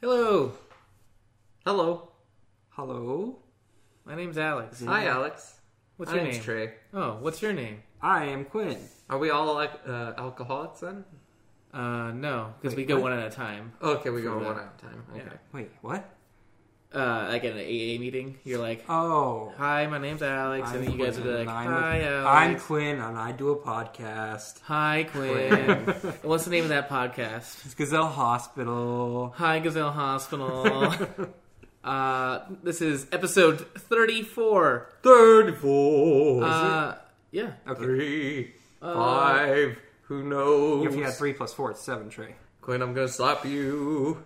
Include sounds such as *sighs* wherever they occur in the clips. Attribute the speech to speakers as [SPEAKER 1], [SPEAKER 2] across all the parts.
[SPEAKER 1] Hello. Hello.
[SPEAKER 2] Hello.
[SPEAKER 1] My name's Alex.
[SPEAKER 3] Mm-hmm.
[SPEAKER 2] Yeah.
[SPEAKER 1] Hi.
[SPEAKER 2] Hi.
[SPEAKER 1] What's Alex.
[SPEAKER 2] What's
[SPEAKER 1] My
[SPEAKER 2] your
[SPEAKER 1] name's
[SPEAKER 2] name?
[SPEAKER 1] Trey. Oh, what's your name?
[SPEAKER 2] I am Quinn.
[SPEAKER 1] Are we all like uh, alcoholics then? Oh,
[SPEAKER 3] Uh, no, because we
[SPEAKER 2] Wait,
[SPEAKER 3] go
[SPEAKER 2] what?
[SPEAKER 3] one at a time.
[SPEAKER 1] Okay, we go
[SPEAKER 3] For the-
[SPEAKER 1] one at a time. Okay.
[SPEAKER 2] Wait, what?
[SPEAKER 3] Uh, like at an AA meeting, you're like,
[SPEAKER 2] Oh.
[SPEAKER 3] "Hi, my name's Alex,"
[SPEAKER 2] I'm
[SPEAKER 3] and then you guys
[SPEAKER 2] Quinn,
[SPEAKER 3] are like,
[SPEAKER 2] and I'm
[SPEAKER 3] "Hi,
[SPEAKER 2] with- I'm
[SPEAKER 3] Alex.
[SPEAKER 2] Quinn, and I do a podcast.
[SPEAKER 3] Hi, Quinn." *laughs* And What's the name of that podcast?
[SPEAKER 2] It's Gazelle Hospital.
[SPEAKER 3] Hi, Gazelle
[SPEAKER 2] *laughs*
[SPEAKER 3] Hospital. uh, this is episode thirty-four.
[SPEAKER 1] 34.
[SPEAKER 3] Uh, yeah.
[SPEAKER 2] Okay.
[SPEAKER 1] three. five. Who knows?
[SPEAKER 2] If you had three plus four, it's seven, Trey.
[SPEAKER 1] Quinn, I'm going to slap you.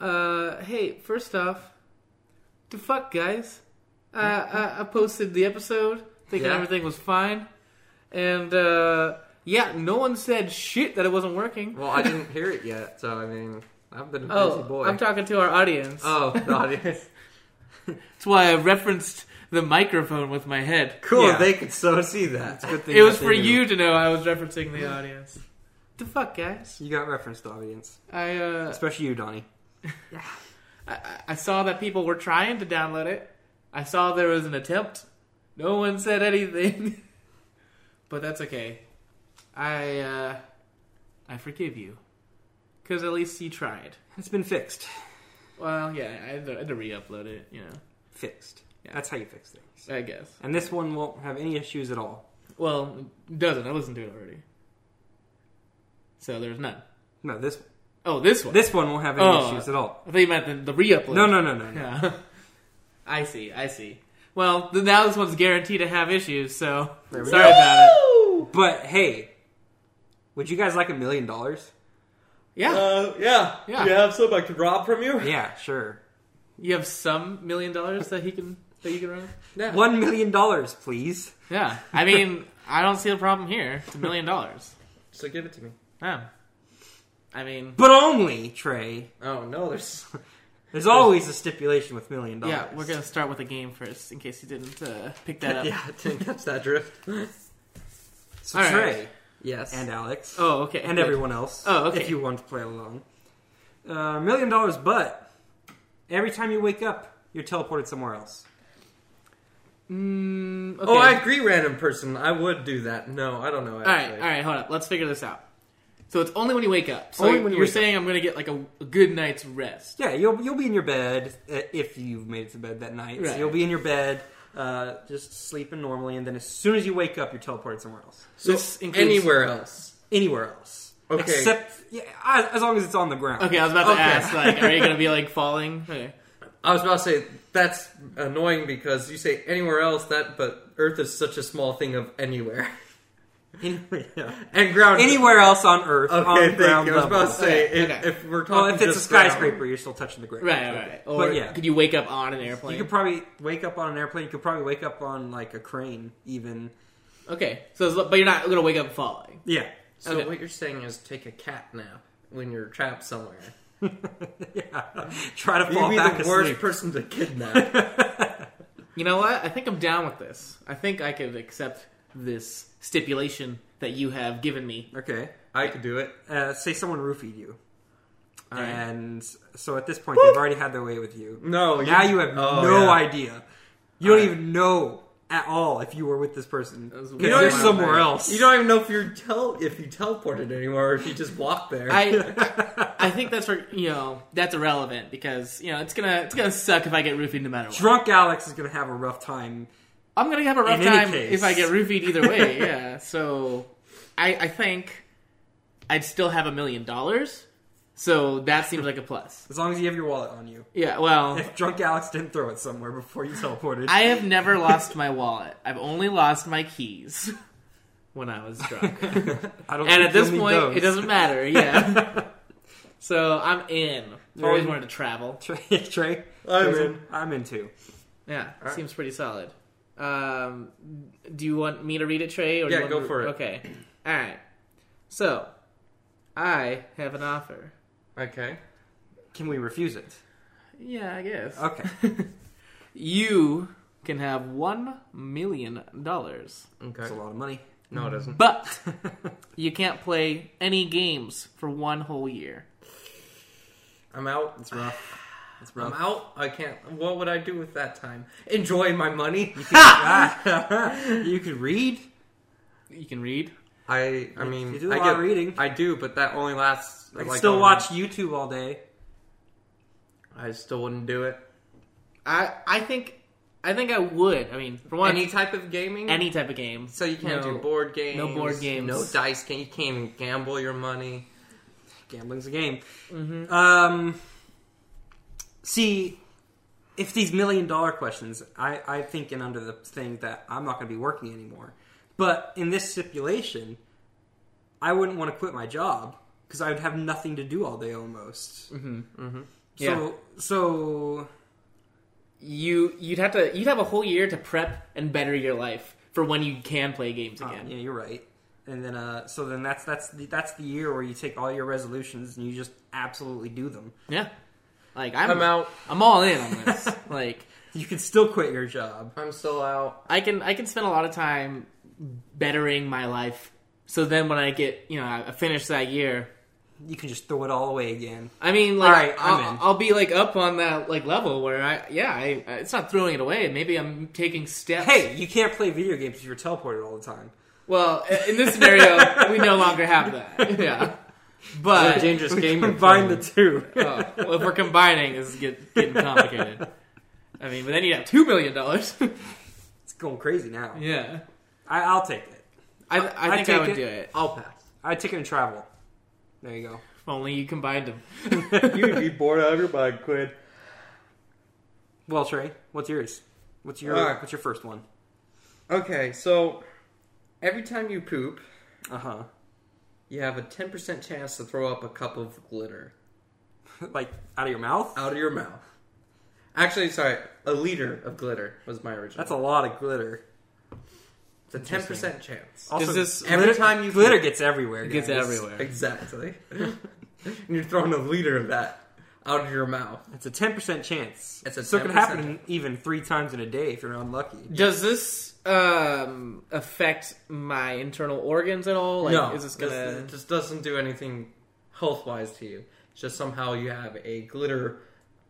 [SPEAKER 3] Uh, hey, first off, the fuck, guys. Uh, I, I posted the episode thinking
[SPEAKER 1] Yeah.
[SPEAKER 3] everything was fine, and uh, yeah, no one said shit that it wasn't working.
[SPEAKER 1] Well, I didn't hear it yet, so I mean, I've been a
[SPEAKER 3] Oh,
[SPEAKER 1] busy boy.
[SPEAKER 3] I'm talking to our audience.
[SPEAKER 1] oh,
[SPEAKER 3] *laughs*
[SPEAKER 1] the audience.
[SPEAKER 3] That's why I referenced the microphone with my head.
[SPEAKER 1] Cool,
[SPEAKER 2] Yeah.
[SPEAKER 1] they could so see
[SPEAKER 3] *laughs*
[SPEAKER 1] that.
[SPEAKER 2] It's a good thing
[SPEAKER 3] It was
[SPEAKER 2] that they
[SPEAKER 3] for
[SPEAKER 2] knew.
[SPEAKER 3] you to know I was referencing the audience. the fuck, guys?
[SPEAKER 2] You got referenced, audience.
[SPEAKER 3] I, uh,
[SPEAKER 2] Especially you, Donnie.
[SPEAKER 3] I- I I saw that people were trying to download it. I saw there was an attempt. No one said anything, *laughs* but that's okay. I uh, I forgive you because at least you tried.
[SPEAKER 2] It's been fixed.
[SPEAKER 3] Well, yeah, I had to, I had to re-upload it. You know,
[SPEAKER 2] Fixed.
[SPEAKER 3] Yeah.
[SPEAKER 2] That's how you fix things.
[SPEAKER 3] I guess.
[SPEAKER 2] And this one won't have any issues at all.
[SPEAKER 3] Well, it doesn't. I listened to it already. So there's none.
[SPEAKER 2] No, this
[SPEAKER 3] Oh, this one.
[SPEAKER 2] this one won't have any
[SPEAKER 3] Oh.
[SPEAKER 2] issues at all.
[SPEAKER 3] I thought you meant the, the re-upload.
[SPEAKER 2] No, no, no, no, no.
[SPEAKER 3] Yeah. *laughs* I see, I see. Well, th- now this one's guaranteed to have issues, so
[SPEAKER 2] There we
[SPEAKER 3] sorry about
[SPEAKER 2] *laughs*
[SPEAKER 3] it.
[SPEAKER 2] But hey, would you guys like a million dollars?
[SPEAKER 3] Yeah.
[SPEAKER 1] Uh, yeah.
[SPEAKER 3] Yeah.
[SPEAKER 1] You have something I could rob from you?
[SPEAKER 2] Yeah, sure.
[SPEAKER 3] You have some million dollars that he can that you can run?
[SPEAKER 1] Yeah.
[SPEAKER 2] One million dollars, please.
[SPEAKER 3] Yeah. I
[SPEAKER 2] *laughs*
[SPEAKER 3] mean, I don't see a problem here. It's a million dollars.
[SPEAKER 1] So give it to me.
[SPEAKER 3] Yeah. I mean
[SPEAKER 2] But only, Trey.
[SPEAKER 1] Oh, no, there's.
[SPEAKER 2] There's always a stipulation with million dollars.
[SPEAKER 3] yeah, we're gonna start with a game first, in case you didn't uh, pick that up.
[SPEAKER 1] *laughs*
[SPEAKER 2] *laughs*
[SPEAKER 1] yeah, I didn't catch that drift.
[SPEAKER 2] So
[SPEAKER 3] All right.
[SPEAKER 2] Trey
[SPEAKER 1] Yes.
[SPEAKER 2] and Alex
[SPEAKER 3] Oh, okay.
[SPEAKER 2] and
[SPEAKER 3] good.
[SPEAKER 2] everyone else.
[SPEAKER 3] Oh, okay.
[SPEAKER 2] If you want to play along. Uh, million dollars, but every time you wake up, you're teleported somewhere else.
[SPEAKER 3] Mm, okay.
[SPEAKER 1] Oh, I agree, random person. I would do that. No, I don't know.
[SPEAKER 3] All right,
[SPEAKER 1] Actually.
[SPEAKER 3] all right, hold up. Let's figure this out. So it's only when you wake up. So
[SPEAKER 2] Only when you
[SPEAKER 3] you're
[SPEAKER 2] wake up.
[SPEAKER 3] saying I'm going to get like a, a good night's rest.
[SPEAKER 2] Yeah, you'll you'll be in your bed uh, if you've made it to bed that night. So
[SPEAKER 3] Right.
[SPEAKER 2] you'll be in your bed, uh, just sleeping normally, and then as soon as you wake up, you're teleported somewhere else.
[SPEAKER 1] So
[SPEAKER 3] This includes-
[SPEAKER 1] anywhere else.
[SPEAKER 2] Anywhere else.
[SPEAKER 1] Okay.
[SPEAKER 2] Except yeah, as, as long as it's on the ground.
[SPEAKER 3] Okay, I was about to
[SPEAKER 1] Okay.
[SPEAKER 3] ask, like, are you going to be *laughs* like falling? Okay.
[SPEAKER 1] I was about to say that's annoying because you say anywhere else that, but Earth is such a small thing of anywhere
[SPEAKER 2] *laughs*
[SPEAKER 1] *laughs*
[SPEAKER 2] Anywhere, yeah.
[SPEAKER 1] and ground.
[SPEAKER 2] Anywhere else on Earth.
[SPEAKER 1] Okay,
[SPEAKER 2] on
[SPEAKER 1] thank you. I
[SPEAKER 2] ground
[SPEAKER 1] was
[SPEAKER 2] level.
[SPEAKER 1] about to say
[SPEAKER 3] Okay,
[SPEAKER 1] if,
[SPEAKER 3] okay.
[SPEAKER 1] if we're talking.
[SPEAKER 2] Well, if it's a
[SPEAKER 1] just ground-
[SPEAKER 2] skyscraper, you're still touching the ground.
[SPEAKER 3] Right, right, right. Or
[SPEAKER 2] But yeah.
[SPEAKER 3] could you wake up on an
[SPEAKER 2] You
[SPEAKER 3] airplane?
[SPEAKER 2] could probably wake up on an airplane. You could probably wake up on like a crane, even.
[SPEAKER 3] Okay, so it's- but you're not going to wake up falling.
[SPEAKER 2] Yeah.
[SPEAKER 1] So
[SPEAKER 3] Okay.
[SPEAKER 1] what you're saying is take a cat nap when you're trapped somewhere.
[SPEAKER 2] *laughs* yeah. Try to
[SPEAKER 1] You'd
[SPEAKER 2] fall
[SPEAKER 1] be
[SPEAKER 2] back
[SPEAKER 1] the worst
[SPEAKER 2] asleep.
[SPEAKER 1] person to kidnap.
[SPEAKER 2] *laughs*
[SPEAKER 3] You know what? I think I'm down with this. I think I could accept this stipulation that you have given me.
[SPEAKER 2] okay.
[SPEAKER 1] I could do it.
[SPEAKER 2] Uh, say someone roofied you,
[SPEAKER 3] All right.
[SPEAKER 2] and so at this point they've already had their way with you.
[SPEAKER 1] No,
[SPEAKER 2] Now you have
[SPEAKER 1] Oh,
[SPEAKER 2] no
[SPEAKER 1] yeah.
[SPEAKER 2] idea. You don't
[SPEAKER 1] Alright.
[SPEAKER 2] even know at all if you were with this person
[SPEAKER 3] That was
[SPEAKER 2] because
[SPEAKER 3] You
[SPEAKER 1] don't
[SPEAKER 2] you're
[SPEAKER 1] even-
[SPEAKER 2] somewhere else.
[SPEAKER 1] You don't even know if you're tel- if you teleported anywhere or if you just walked there.
[SPEAKER 3] I I think that's for you know that's irrelevant because you know it's gonna it's gonna suck if I get roofied no matter what.
[SPEAKER 2] Drunk Alex is going to have a rough time.
[SPEAKER 3] I'm gonna have a rough
[SPEAKER 2] In any
[SPEAKER 3] time
[SPEAKER 2] case.
[SPEAKER 3] if I get roofied either *laughs* way. yeah, so I I think I'd still have a million dollars. So that seems like a plus.
[SPEAKER 2] As long as you have your wallet on you.
[SPEAKER 3] Yeah, well,
[SPEAKER 2] If drunk Alex didn't throw it somewhere before you teleported,
[SPEAKER 3] I have never lost my wallet. I've only lost my keys when I was drunk.
[SPEAKER 2] I don't.
[SPEAKER 3] *laughs* and
[SPEAKER 2] think
[SPEAKER 3] at this
[SPEAKER 2] you'll need
[SPEAKER 3] point,
[SPEAKER 2] those.
[SPEAKER 3] it doesn't matter. Yeah. *laughs* so I'm in. I've
[SPEAKER 2] You're
[SPEAKER 3] always
[SPEAKER 2] in.
[SPEAKER 3] wanted to travel.
[SPEAKER 2] *laughs* Trey, Trey,
[SPEAKER 1] I'm
[SPEAKER 2] Trey's
[SPEAKER 1] in.
[SPEAKER 2] I'm in too.
[SPEAKER 3] Yeah,
[SPEAKER 1] right.
[SPEAKER 3] seems pretty solid. Um, do you want me to read it, Trey? Or do
[SPEAKER 1] Yeah,
[SPEAKER 3] you want
[SPEAKER 1] go
[SPEAKER 3] to-
[SPEAKER 1] for it.
[SPEAKER 3] Okay. All right. So, I have an offer.
[SPEAKER 1] okay.
[SPEAKER 2] Can we refuse it?
[SPEAKER 3] Yeah, I guess. *laughs*
[SPEAKER 2] Okay.
[SPEAKER 3] You can have one million dollars,
[SPEAKER 1] Okay.
[SPEAKER 2] That's a lot of money.
[SPEAKER 1] No, it doesn't.
[SPEAKER 3] but you can't play any games for one whole year.
[SPEAKER 1] I'm out.
[SPEAKER 2] It's rough. It's
[SPEAKER 1] I'm
[SPEAKER 3] *laughs*
[SPEAKER 2] rough.
[SPEAKER 1] out. I can't. What would I do with that time? Enjoy my money.
[SPEAKER 2] Ah! *laughs* you could read.
[SPEAKER 3] You can read.
[SPEAKER 1] *laughs* I. I mean,
[SPEAKER 2] You do a
[SPEAKER 1] I
[SPEAKER 2] lot
[SPEAKER 1] get
[SPEAKER 2] of reading.
[SPEAKER 1] I do, but that only lasts.
[SPEAKER 2] I could
[SPEAKER 1] like,
[SPEAKER 2] still
[SPEAKER 1] a-
[SPEAKER 2] watch YouTube all day.
[SPEAKER 1] I still wouldn't do it.
[SPEAKER 3] I I think I think I would. I mean, for one,
[SPEAKER 1] Any
[SPEAKER 3] any,
[SPEAKER 1] type of gaming.
[SPEAKER 3] type of game.
[SPEAKER 1] So you can't
[SPEAKER 3] No.
[SPEAKER 1] do board games.
[SPEAKER 3] no board games.
[SPEAKER 1] No dice game. You can't even gamble your money.
[SPEAKER 2] Gambling's a game. Um, see, if these million dollar questions, I, I think in under the thing that I'm not going to be working anymore. But in this stipulation, I wouldn't want to quit my job because I would have nothing to do all day almost. Mm-hmm. Mm-hmm.
[SPEAKER 3] Yeah.
[SPEAKER 2] So, so
[SPEAKER 3] You you'd have to you'd have a whole year to prep and better your life for when you can play games
[SPEAKER 2] Oh,
[SPEAKER 3] again.
[SPEAKER 2] yeah, you're right. And then, uh, so then that's that's the, that's the year where you take all your resolutions and you just absolutely do them.
[SPEAKER 3] yeah. Like I'm,
[SPEAKER 1] I'm out.
[SPEAKER 3] I'm all in on this. like
[SPEAKER 2] You can still quit your job.
[SPEAKER 1] I'm still out.
[SPEAKER 3] I can I can spend a lot of time bettering my life. So then when I get you know I I finish that year,
[SPEAKER 2] You can just throw it all away again.
[SPEAKER 3] I mean like
[SPEAKER 2] Alright, I'm
[SPEAKER 3] I'll,
[SPEAKER 2] in.
[SPEAKER 3] I'll be like up on that like level where I yeah I, I- it's not throwing it away. Maybe I'm taking steps.
[SPEAKER 2] Hey, you can't play video games if you're teleported all the time.
[SPEAKER 3] Well, i- in this scenario, we no longer have that. Yeah, but
[SPEAKER 2] *laughs*
[SPEAKER 1] dangerous game.
[SPEAKER 2] Combine the two. *laughs*
[SPEAKER 3] oh, well, if we're combining, this is get, getting complicated. I mean, but then you have two million dollars. *laughs*
[SPEAKER 2] it's going crazy now.
[SPEAKER 3] yeah,
[SPEAKER 2] I, I'll take it.
[SPEAKER 3] I, I,
[SPEAKER 2] I
[SPEAKER 3] think
[SPEAKER 2] take
[SPEAKER 3] I would
[SPEAKER 2] it.
[SPEAKER 3] do it.
[SPEAKER 1] I'll pass.
[SPEAKER 2] I'd take it and travel. There you go.
[SPEAKER 3] If only you combined them.
[SPEAKER 1] You'd be bored out of your mind, Quinn.
[SPEAKER 2] Well, Trey, what's yours? What's your
[SPEAKER 1] Alright.
[SPEAKER 2] what's your first one?
[SPEAKER 1] Okay, so every time you poop,
[SPEAKER 2] Uh huh.
[SPEAKER 1] you have a 10% chance to throw up a cup of glitter
[SPEAKER 2] *laughs* like out of your mouth?
[SPEAKER 1] out of your mouth. Actually, sorry, a liter of glitter was my original.
[SPEAKER 2] That's a lot of glitter.
[SPEAKER 1] It's a 10% chance.
[SPEAKER 2] Also,
[SPEAKER 3] this-
[SPEAKER 1] every
[SPEAKER 2] glitter-
[SPEAKER 1] time you
[SPEAKER 2] glitter gets everywhere.
[SPEAKER 3] It gets
[SPEAKER 2] guys.
[SPEAKER 3] everywhere.
[SPEAKER 1] Exactly. *laughs* and you're throwing a liter of that out of your mouth.
[SPEAKER 2] It's a ten percent chance.
[SPEAKER 1] It's a
[SPEAKER 2] so it can
[SPEAKER 1] 10%
[SPEAKER 2] happen even three times in a day if you're unlucky.
[SPEAKER 3] Does this um, affect my internal organs at all? Like,
[SPEAKER 1] no,
[SPEAKER 3] is this gonna?
[SPEAKER 1] it just doesn't do anything health wise to you. It's just somehow you have a glitter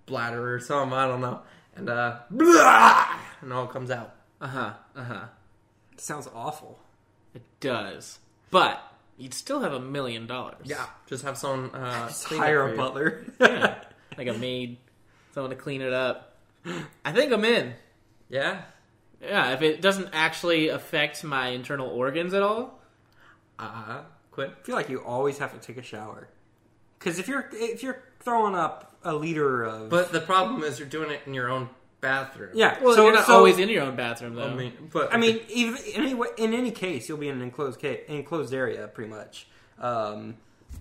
[SPEAKER 1] bladder or something, I don't know. And uh, blah, and all comes out.
[SPEAKER 3] Uh huh. Uh
[SPEAKER 1] Uh-huh.
[SPEAKER 3] huh.
[SPEAKER 2] sounds awful.
[SPEAKER 3] It does, but you'd still have a million dollars.
[SPEAKER 1] Yeah, just have someone uh,
[SPEAKER 2] Just
[SPEAKER 1] clean it
[SPEAKER 2] hire
[SPEAKER 1] for
[SPEAKER 2] a
[SPEAKER 1] you.
[SPEAKER 2] butler.
[SPEAKER 3] Yeah. like a maid, *laughs* someone to clean it up. *gasps* I think I'm in.
[SPEAKER 1] Yeah,
[SPEAKER 3] Yeah, if it doesn't actually affect my internal organs at all,
[SPEAKER 1] uh, quit.
[SPEAKER 2] I feel like you always have to take a shower because if you're if you're throwing up a liter of
[SPEAKER 1] But the problem is you're doing it in your own bathroom.
[SPEAKER 2] yeah,
[SPEAKER 3] well,
[SPEAKER 2] so
[SPEAKER 3] you're not
[SPEAKER 2] so-
[SPEAKER 3] always in your own bathroom though.
[SPEAKER 1] I mean, but
[SPEAKER 2] I mean, even anyway, in any case, you'll be in an enclosed ca- enclosed area, pretty much, um,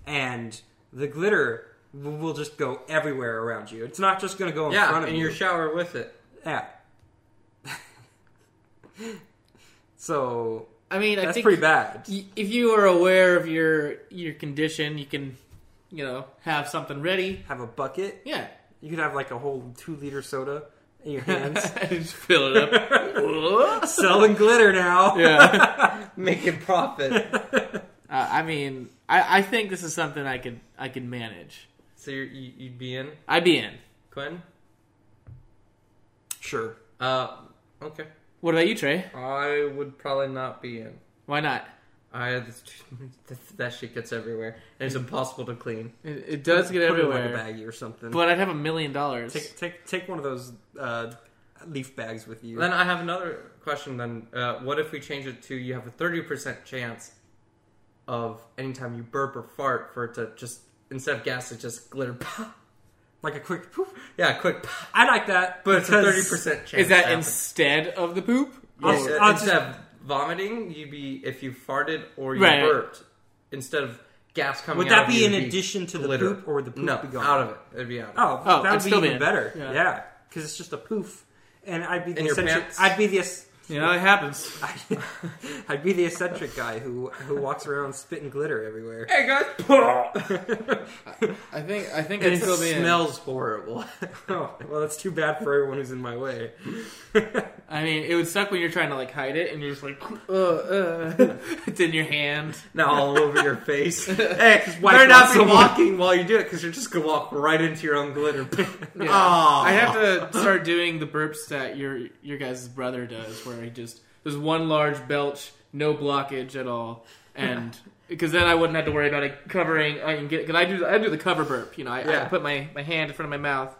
[SPEAKER 2] and the glitter w- will just go everywhere around you. It's not just going to go in
[SPEAKER 1] yeah,
[SPEAKER 2] front of
[SPEAKER 1] in
[SPEAKER 2] you.
[SPEAKER 1] your shower with it.
[SPEAKER 2] yeah. *laughs* so
[SPEAKER 3] I mean, I
[SPEAKER 2] that's
[SPEAKER 3] think
[SPEAKER 2] pretty bad.
[SPEAKER 3] y- if you are aware of your your condition, you can, you know, have something ready.
[SPEAKER 2] Have a bucket.
[SPEAKER 3] Yeah,
[SPEAKER 2] You could have like a whole two liter soda
[SPEAKER 3] *laughs*
[SPEAKER 2] in your *laughs* hands.
[SPEAKER 3] just fill it
[SPEAKER 2] *laughs*
[SPEAKER 3] up.
[SPEAKER 2] Selling glitter now.
[SPEAKER 3] yeah,
[SPEAKER 1] Making profit.
[SPEAKER 3] *laughs* uh, I mean, I, I think this is something I could I could manage.
[SPEAKER 1] *laughs* so you're, you, you'd be in,
[SPEAKER 3] I'd be in.
[SPEAKER 1] Quinn?
[SPEAKER 2] Sure.
[SPEAKER 1] Uh, okay.
[SPEAKER 3] What about you, Trey?
[SPEAKER 1] I would probably not be in.
[SPEAKER 3] Why not?
[SPEAKER 1] I *laughs* that, that shit gets everywhere, and it's impossible to clean.
[SPEAKER 3] It, it does get
[SPEAKER 2] Put it in like
[SPEAKER 3] everywhere,
[SPEAKER 2] a baggie or something.
[SPEAKER 3] but I'd have a million dollars.
[SPEAKER 2] take take take one of those uh, leaf bags with you.
[SPEAKER 1] Then I have another question. Then, uh, what if we change it to you have a thirty percent chance of anytime you burp or fart for it to just instead of gas, it just glitter. *laughs* Pop.
[SPEAKER 2] like a quick poof.
[SPEAKER 1] Yeah, quick. Pop.
[SPEAKER 2] I like that,
[SPEAKER 1] But it's a
[SPEAKER 2] because
[SPEAKER 1] thirty percent chance.
[SPEAKER 3] Is that
[SPEAKER 1] to happen.
[SPEAKER 3] instead of the poop?
[SPEAKER 2] I'll-
[SPEAKER 1] Yeah,
[SPEAKER 2] I'll
[SPEAKER 1] instead of vomiting, you'd be if you farted or you
[SPEAKER 3] Right.
[SPEAKER 1] burped instead of gas coming.
[SPEAKER 2] Would
[SPEAKER 1] out of
[SPEAKER 2] that be
[SPEAKER 1] you,
[SPEAKER 2] in
[SPEAKER 1] it'd
[SPEAKER 2] addition to the
[SPEAKER 1] glitter.
[SPEAKER 2] poop, or would the poop
[SPEAKER 1] no,
[SPEAKER 2] be gone?
[SPEAKER 1] out of it? It'd be out. Of it.
[SPEAKER 2] Oh,
[SPEAKER 3] Oh,
[SPEAKER 2] that
[SPEAKER 3] it'd
[SPEAKER 2] would be
[SPEAKER 3] still
[SPEAKER 2] even
[SPEAKER 3] be in.
[SPEAKER 2] better.
[SPEAKER 3] Yeah.
[SPEAKER 2] Yeah, because it's just a poof, and I'd be the
[SPEAKER 1] In your
[SPEAKER 2] essential.
[SPEAKER 1] pants?
[SPEAKER 2] I'd be the es-
[SPEAKER 3] You know, it happens.
[SPEAKER 2] I'd be the eccentric guy who who walks around spitting glitter everywhere.
[SPEAKER 1] Hey guys,
[SPEAKER 3] I think I think
[SPEAKER 1] it
[SPEAKER 3] I'd still be in.
[SPEAKER 1] smells horrible. *laughs*
[SPEAKER 2] Oh, well, that's too bad for everyone who's in my way.
[SPEAKER 3] I mean, it would suck when you're trying to like hide it and you're just like, *laughs* uh, uh. it's in your hand.
[SPEAKER 1] now all over your
[SPEAKER 2] *laughs*
[SPEAKER 1] face.
[SPEAKER 2] Hey, just wipe
[SPEAKER 1] Better
[SPEAKER 2] it
[SPEAKER 1] not
[SPEAKER 2] off
[SPEAKER 1] be
[SPEAKER 2] somewhere.
[SPEAKER 1] walking while you do it because you're just gonna walk right into your own glitter.
[SPEAKER 2] *laughs*
[SPEAKER 1] *laughs*
[SPEAKER 3] Yeah.
[SPEAKER 1] Aw.
[SPEAKER 3] I have to start doing the burps that your your guys' brother does, where he just there's one large belch, no blockage at all,
[SPEAKER 2] *laughs*
[SPEAKER 3] and because then I wouldn't have to worry about it covering. I can get because I do I do the cover burp. You know, I, I
[SPEAKER 1] Yeah.
[SPEAKER 3] put my my hand in front of my mouth,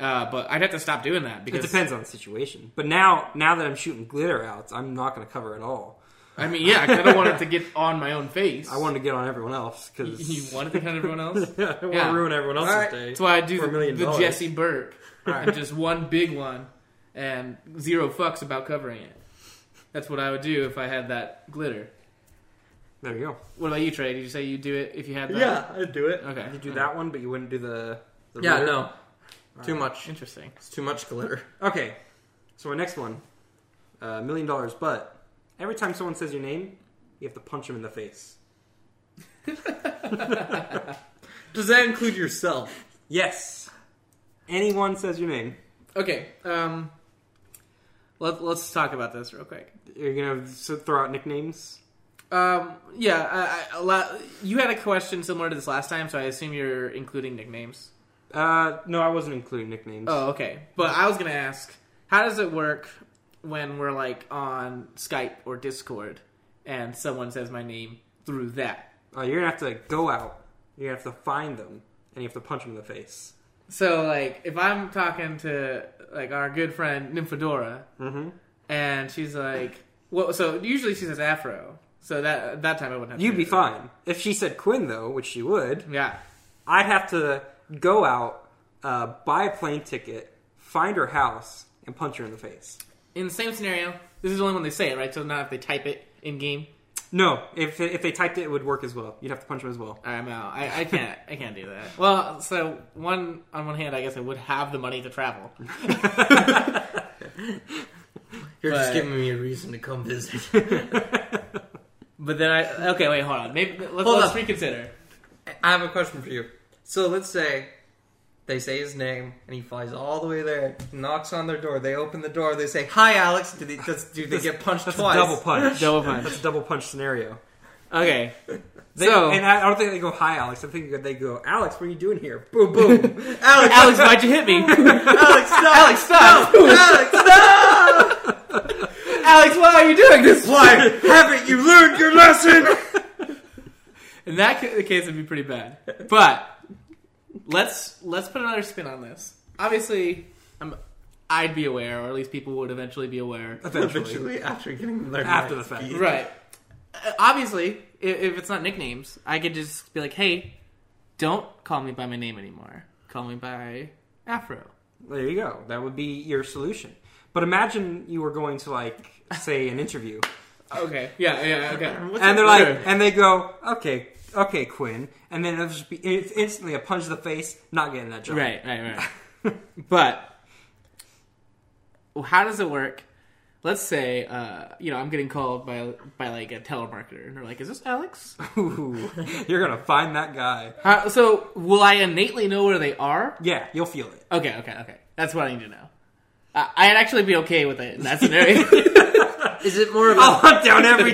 [SPEAKER 3] uh, but I'd have to stop doing that
[SPEAKER 2] It
[SPEAKER 3] because
[SPEAKER 2] depends on the situation. But now, now that I'm shooting glitter outs, I'm not going to cover at all.
[SPEAKER 3] I mean, yeah, 'cause I don't want it to get on my own face.
[SPEAKER 2] I wanted to get on everyone else because
[SPEAKER 3] *laughs* you want it to kind of everyone else.
[SPEAKER 2] I don't want
[SPEAKER 3] Yeah.
[SPEAKER 2] to ruin everyone else's
[SPEAKER 1] Alright.
[SPEAKER 2] day.
[SPEAKER 3] That's why I do
[SPEAKER 2] For a
[SPEAKER 3] the,
[SPEAKER 2] million
[SPEAKER 3] the
[SPEAKER 2] dollars.
[SPEAKER 3] Jesse burp.
[SPEAKER 2] Alright.
[SPEAKER 3] Just one big one and zero fucks about covering it. That's what I would do if I had that glitter.
[SPEAKER 2] There you go.
[SPEAKER 3] What about you, Trey? Did you say you'd do it if you had that?
[SPEAKER 1] yeah, I'd do it.
[SPEAKER 3] Okay.
[SPEAKER 2] You do that one, but you wouldn't do the. the
[SPEAKER 1] Yeah,
[SPEAKER 2] rear?
[SPEAKER 1] no, too much.
[SPEAKER 3] Interesting.
[SPEAKER 1] It's too much glitter.
[SPEAKER 2] Okay, so our next one, uh, million dollars. But every time someone says your name, you have to punch them in the face.
[SPEAKER 1] Does that include yourself?
[SPEAKER 2] Yes. Anyone says your name,
[SPEAKER 3] Okay. Um, let, let's talk about this real quick.
[SPEAKER 2] you're gonna s- throw out nicknames.
[SPEAKER 3] Um, yeah, I, I, a lot, you had a question similar to this last time, so I assume you're including nicknames.
[SPEAKER 2] Uh, no, I wasn't including nicknames.
[SPEAKER 3] Oh, okay. But I was gonna ask, how does it work when we're like on Skype or Discord and someone says my name through that?
[SPEAKER 2] Uh, you're gonna have to go out. You're gonna have to find them, and you have to punch them in the face.
[SPEAKER 3] So like, if I'm talking to like our good friend Nymphadora,
[SPEAKER 2] Mm-hmm.
[SPEAKER 3] and she's like, "What?" So usually she says Afro. So that that time I wouldn't have. to
[SPEAKER 2] You'd
[SPEAKER 3] do
[SPEAKER 2] be
[SPEAKER 3] that.
[SPEAKER 2] fine if she said Quinn though, which she would.
[SPEAKER 3] Yeah.
[SPEAKER 2] I'd have to go out, uh, buy a plane ticket, find her house, and punch her in the face.
[SPEAKER 3] In the same scenario, this is only when they say it, right? So not if they type it in game.
[SPEAKER 2] No, if if they typed it, it would work as well. You'd have to punch them as well.
[SPEAKER 3] I'm out. I, I can't. I can't do that. Well, so one on one hand, I guess I would have the money to travel.
[SPEAKER 1] You're
[SPEAKER 3] But-
[SPEAKER 1] just giving me a reason to come visit.
[SPEAKER 3] But then I okay, wait, hold on. Maybe let's,
[SPEAKER 1] Hold
[SPEAKER 3] let's
[SPEAKER 1] up.
[SPEAKER 3] reconsider.
[SPEAKER 1] I have a question for you. So let's say they say his name and he flies all the way there, knocks on their door. They open the door. They say, "Hi, Alex." Do they, does, do they get punched
[SPEAKER 2] That's
[SPEAKER 1] twice?
[SPEAKER 2] a double
[SPEAKER 3] *laughs*
[SPEAKER 2] punch.
[SPEAKER 3] Double punch.
[SPEAKER 2] That's a double punch scenario.
[SPEAKER 3] Okay,
[SPEAKER 2] They,
[SPEAKER 3] so
[SPEAKER 2] and I, I don't think they go, "Hi, Alex." I think they go, "Alex, what are you doing here?" Boom,
[SPEAKER 3] *laughs*
[SPEAKER 2] boom.
[SPEAKER 1] Alex,
[SPEAKER 3] Alex, why'd you hit *laughs* me?
[SPEAKER 2] *laughs*
[SPEAKER 1] Alex, stop!
[SPEAKER 3] Alex, stop!
[SPEAKER 1] Alex, stop!
[SPEAKER 3] Alex, why are you doing this?
[SPEAKER 1] Why haven't you learned your lesson?
[SPEAKER 3] In that ca- case, it'd be pretty bad. But let's let's put another spin on this. Obviously, I'm, I'd be aware, or at least people would eventually be aware.
[SPEAKER 2] Eventually.
[SPEAKER 1] after getting their
[SPEAKER 2] After
[SPEAKER 1] necks
[SPEAKER 2] the fact.
[SPEAKER 1] beat.
[SPEAKER 3] *laughs* Right. Uh, obviously, if, if it's not nicknames, I could just be like, "Hey, don't call me by my name anymore. Call me by Afro."
[SPEAKER 2] There you go. That would be your solution. But imagine you were going to like say an interview,
[SPEAKER 3] Okay. Yeah. Yeah. Okay.
[SPEAKER 2] and they're
[SPEAKER 3] Sure.
[SPEAKER 2] like, and they go, "Okay, okay, Quinn," and then it'll just be it's instantly a punch to the face, not getting that job.
[SPEAKER 3] Right, right, right. *laughs* but well, how does it work? Let's say, uh, you know, I'm getting called by by like a telemarketer, and they're like, "Is this *laughs* Alex?"
[SPEAKER 2] Ooh, you're gonna find that guy.
[SPEAKER 3] How, so will I innately know where they are?
[SPEAKER 2] Yeah, you'll feel it. *laughs*
[SPEAKER 3] Okay, okay, okay. That's what I need to know. I I'd actually be okay with it in that scenario.
[SPEAKER 1] Is it more
[SPEAKER 2] I'll
[SPEAKER 1] about?
[SPEAKER 2] hunt down every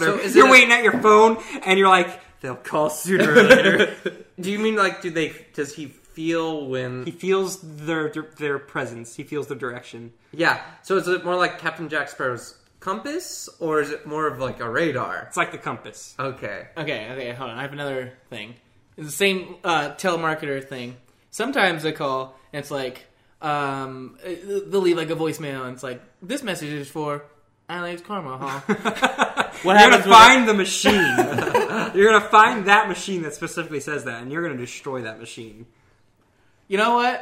[SPEAKER 1] *laughs* So is it
[SPEAKER 2] you're
[SPEAKER 1] a-
[SPEAKER 2] waiting at your phone, and you're like, they'll call sooner or later.
[SPEAKER 1] Do you mean like? Do they? Does he feel when?
[SPEAKER 2] he feels their their presence. He feels their direction.
[SPEAKER 1] Yeah. So is it more like Captain Jack Sparrow's compass, or is it more of like a radar?
[SPEAKER 2] It's like the compass. *laughs*
[SPEAKER 1] Okay.
[SPEAKER 3] *laughs* Okay, okay, hold on. I have another thing. It's the same uh, telemarketer thing. Sometimes they call and it's like, um, uh, they'll leave like a voicemail and it's like, this message is for Alex Carmahal. what
[SPEAKER 2] You're gonna
[SPEAKER 3] happens? When,
[SPEAKER 2] find the machine. you're gonna find that machine that specifically says that, and you're gonna destroy that machine.
[SPEAKER 3] you know what?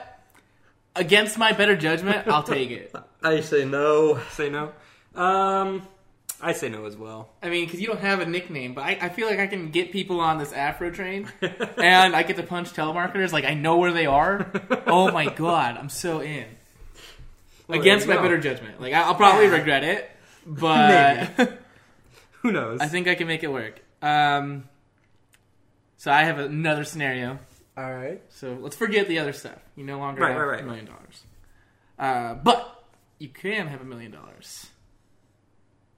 [SPEAKER 3] Against my better judgment, I'll take it.
[SPEAKER 1] I say no.
[SPEAKER 2] Say no. Um, I say no as well.
[SPEAKER 3] I mean, because you don't have a nickname, but I, I feel like I can get people on this Afro
[SPEAKER 2] *laughs*
[SPEAKER 3] train, and I get to punch telemarketers. Like I know where they are. Oh my god, I'm so in.
[SPEAKER 2] there
[SPEAKER 3] Against
[SPEAKER 2] you
[SPEAKER 3] my
[SPEAKER 2] go. *laughs*
[SPEAKER 3] better judgment, like I, I'll probably regret it. but
[SPEAKER 2] Who knows?
[SPEAKER 3] I think I can make it work. Um, so I have another scenario.
[SPEAKER 2] All right.
[SPEAKER 3] So let's forget the other stuff. You no longer
[SPEAKER 2] Right,
[SPEAKER 3] have
[SPEAKER 2] right, right.
[SPEAKER 3] a million dollars. Uh, but you can have a million dollars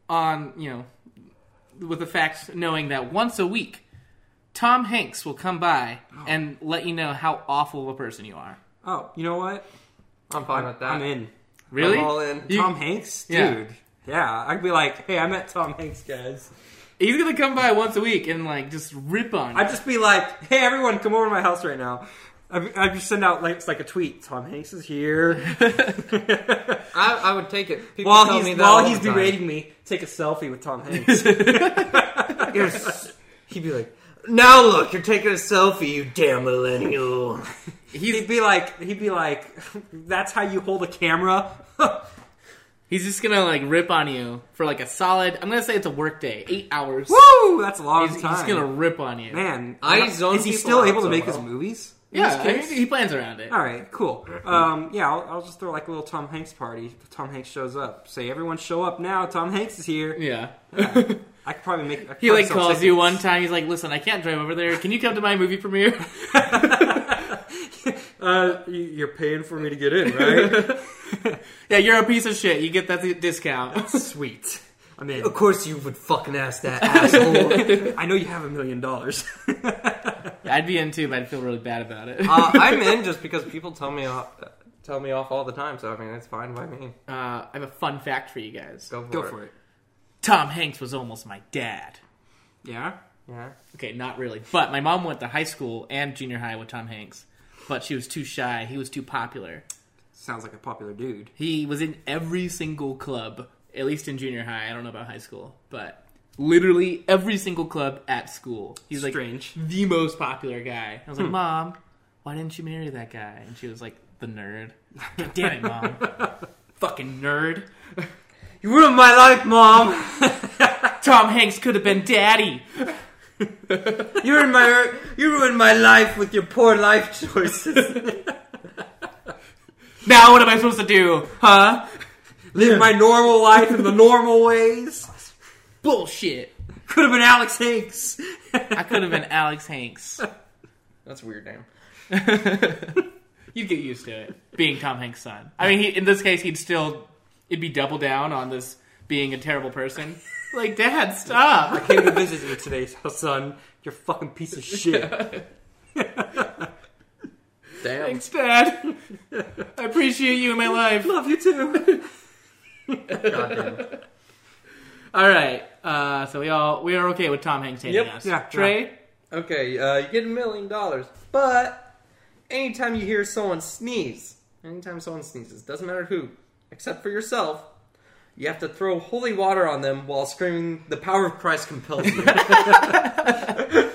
[SPEAKER 3] on, you know, with the fact knowing that once a week, Tom Hanks will come by and let you know how awful of a person you are.
[SPEAKER 2] Oh, you know what?
[SPEAKER 1] I'm fine with that.
[SPEAKER 2] I'm in.
[SPEAKER 3] Really?
[SPEAKER 1] I'm all in.
[SPEAKER 3] You-
[SPEAKER 2] Tom Hanks, dude.
[SPEAKER 3] Yeah.
[SPEAKER 2] Yeah. I'd be like, hey, I met Tom Hanks, guys.
[SPEAKER 3] He's gonna come by once a week and like just rip on you.
[SPEAKER 2] I'd just be like, hey, everyone, come over to my house right now. I'd, I'd just send out like it's like a tweet. Tom Hanks
[SPEAKER 1] *laughs*
[SPEAKER 2] is here. *laughs*
[SPEAKER 1] I, I would take it. People
[SPEAKER 2] while
[SPEAKER 1] tell
[SPEAKER 2] he's
[SPEAKER 1] me that all
[SPEAKER 2] while
[SPEAKER 1] the
[SPEAKER 2] he's
[SPEAKER 1] time.
[SPEAKER 2] berating me, take a selfie with Tom
[SPEAKER 1] *laughs*
[SPEAKER 2] Hanks.
[SPEAKER 1] Yes. He'd be like, "Now look, you're taking a selfie, you damn *laughs* millennial."
[SPEAKER 2] he'd be like, he'd be like, *laughs* that's how you hold a camera. *laughs*
[SPEAKER 3] He's just gonna like rip on you for like a solid. I'm gonna say it's a work day, eight hours.
[SPEAKER 2] Woo! That's a long
[SPEAKER 3] He's, he's
[SPEAKER 2] time.
[SPEAKER 3] gonna rip on you.
[SPEAKER 2] Man,
[SPEAKER 1] I
[SPEAKER 2] I'm not-
[SPEAKER 1] zone
[SPEAKER 2] is he
[SPEAKER 1] people
[SPEAKER 2] still
[SPEAKER 1] out
[SPEAKER 2] able to
[SPEAKER 1] so
[SPEAKER 2] make his
[SPEAKER 1] well.
[SPEAKER 2] movies? in
[SPEAKER 3] yeah,
[SPEAKER 2] this
[SPEAKER 3] I mean,
[SPEAKER 2] case?
[SPEAKER 3] he plans around it.
[SPEAKER 2] All right, cool. Um, yeah, I'll, I'll just throw like a little Tom Hanks party. If Tom Hanks shows up. Say, everyone show up now. Tom Hanks is here.
[SPEAKER 3] *laughs* Yeah.
[SPEAKER 2] I could probably make. I could
[SPEAKER 3] he
[SPEAKER 2] probably
[SPEAKER 3] like
[SPEAKER 2] sell
[SPEAKER 3] calls you one
[SPEAKER 2] tickets.
[SPEAKER 3] time. He's like, "Listen, I can't drive over there. Can you come to my movie premiere?" *laughs*
[SPEAKER 2] uh, you- you're paying for me to get in, *laughs* right?
[SPEAKER 3] yeah, you're a piece of shit. You get that *laughs* discount.
[SPEAKER 2] Sweet. I'm in.
[SPEAKER 1] Of course,
[SPEAKER 2] *laughs*
[SPEAKER 1] you would fucking ask that *laughs* asshole. uh,
[SPEAKER 2] I know you have a million *laughs* dollars.
[SPEAKER 3] I'd be in too, but I'd feel really bad about it. *laughs* Uh,
[SPEAKER 1] I'm in just because people tell me off, tell me off all the time. So I mean, it's fine by me.
[SPEAKER 3] I have a fun fact for you guys.
[SPEAKER 1] Go for,
[SPEAKER 2] Go
[SPEAKER 1] it.
[SPEAKER 2] for it.
[SPEAKER 3] Tom Hanks was almost my dad.
[SPEAKER 2] Yeah.
[SPEAKER 1] Yeah.
[SPEAKER 3] Okay, not really. But my mom went to high school and junior high with Tom Hanks, but she was too shy. He was too popular.
[SPEAKER 2] Sounds like a popular dude.
[SPEAKER 3] He was in every single club, at least in junior high. I don't know about high school, but literally every single club at school. He's like
[SPEAKER 2] Strange.
[SPEAKER 3] the most popular guy. I was like, Mom, why didn't you marry that guy? And she was like, The nerd. God damn it, Mom. Fucking nerd.
[SPEAKER 2] You ruined my life, mom.
[SPEAKER 3] Tom Hanks could have been daddy.
[SPEAKER 1] You ruined my you ruined my life with your poor life *laughs* choices.
[SPEAKER 3] Now what am I supposed to do? Huh?
[SPEAKER 2] Live my normal life in the normal ways.
[SPEAKER 3] Bullshit.
[SPEAKER 2] Could have been Alex Hanks.
[SPEAKER 3] I could have been Alex Hanks.
[SPEAKER 1] That's a weird name.
[SPEAKER 3] You'd get used to it being Tom Hanks' son. I mean, he, in this case, he'd still it'd be double down on this being a terrible person. Like, Dad, *laughs* stop.
[SPEAKER 2] Came to visit you today, *laughs* son. You're a fucking piece of
[SPEAKER 3] *laughs*
[SPEAKER 2] shit.
[SPEAKER 1] Damn.
[SPEAKER 3] Thanks, Dad. I appreciate you in my life.
[SPEAKER 2] Love you too.
[SPEAKER 1] Goddamn.
[SPEAKER 3] All right, uh, so we all we are okay with Tom Hanks hating
[SPEAKER 1] Yep.
[SPEAKER 3] us.
[SPEAKER 2] Yeah,
[SPEAKER 3] Trey,
[SPEAKER 1] Okay, uh, you get a million dollars, but anytime you hear someone sneeze, anytime someone sneezes, doesn't matter who, except for yourself, you have to throw holy water on them while screaming, "The power of Christ
[SPEAKER 3] *laughs*
[SPEAKER 1] compels you."
[SPEAKER 2] *laughs*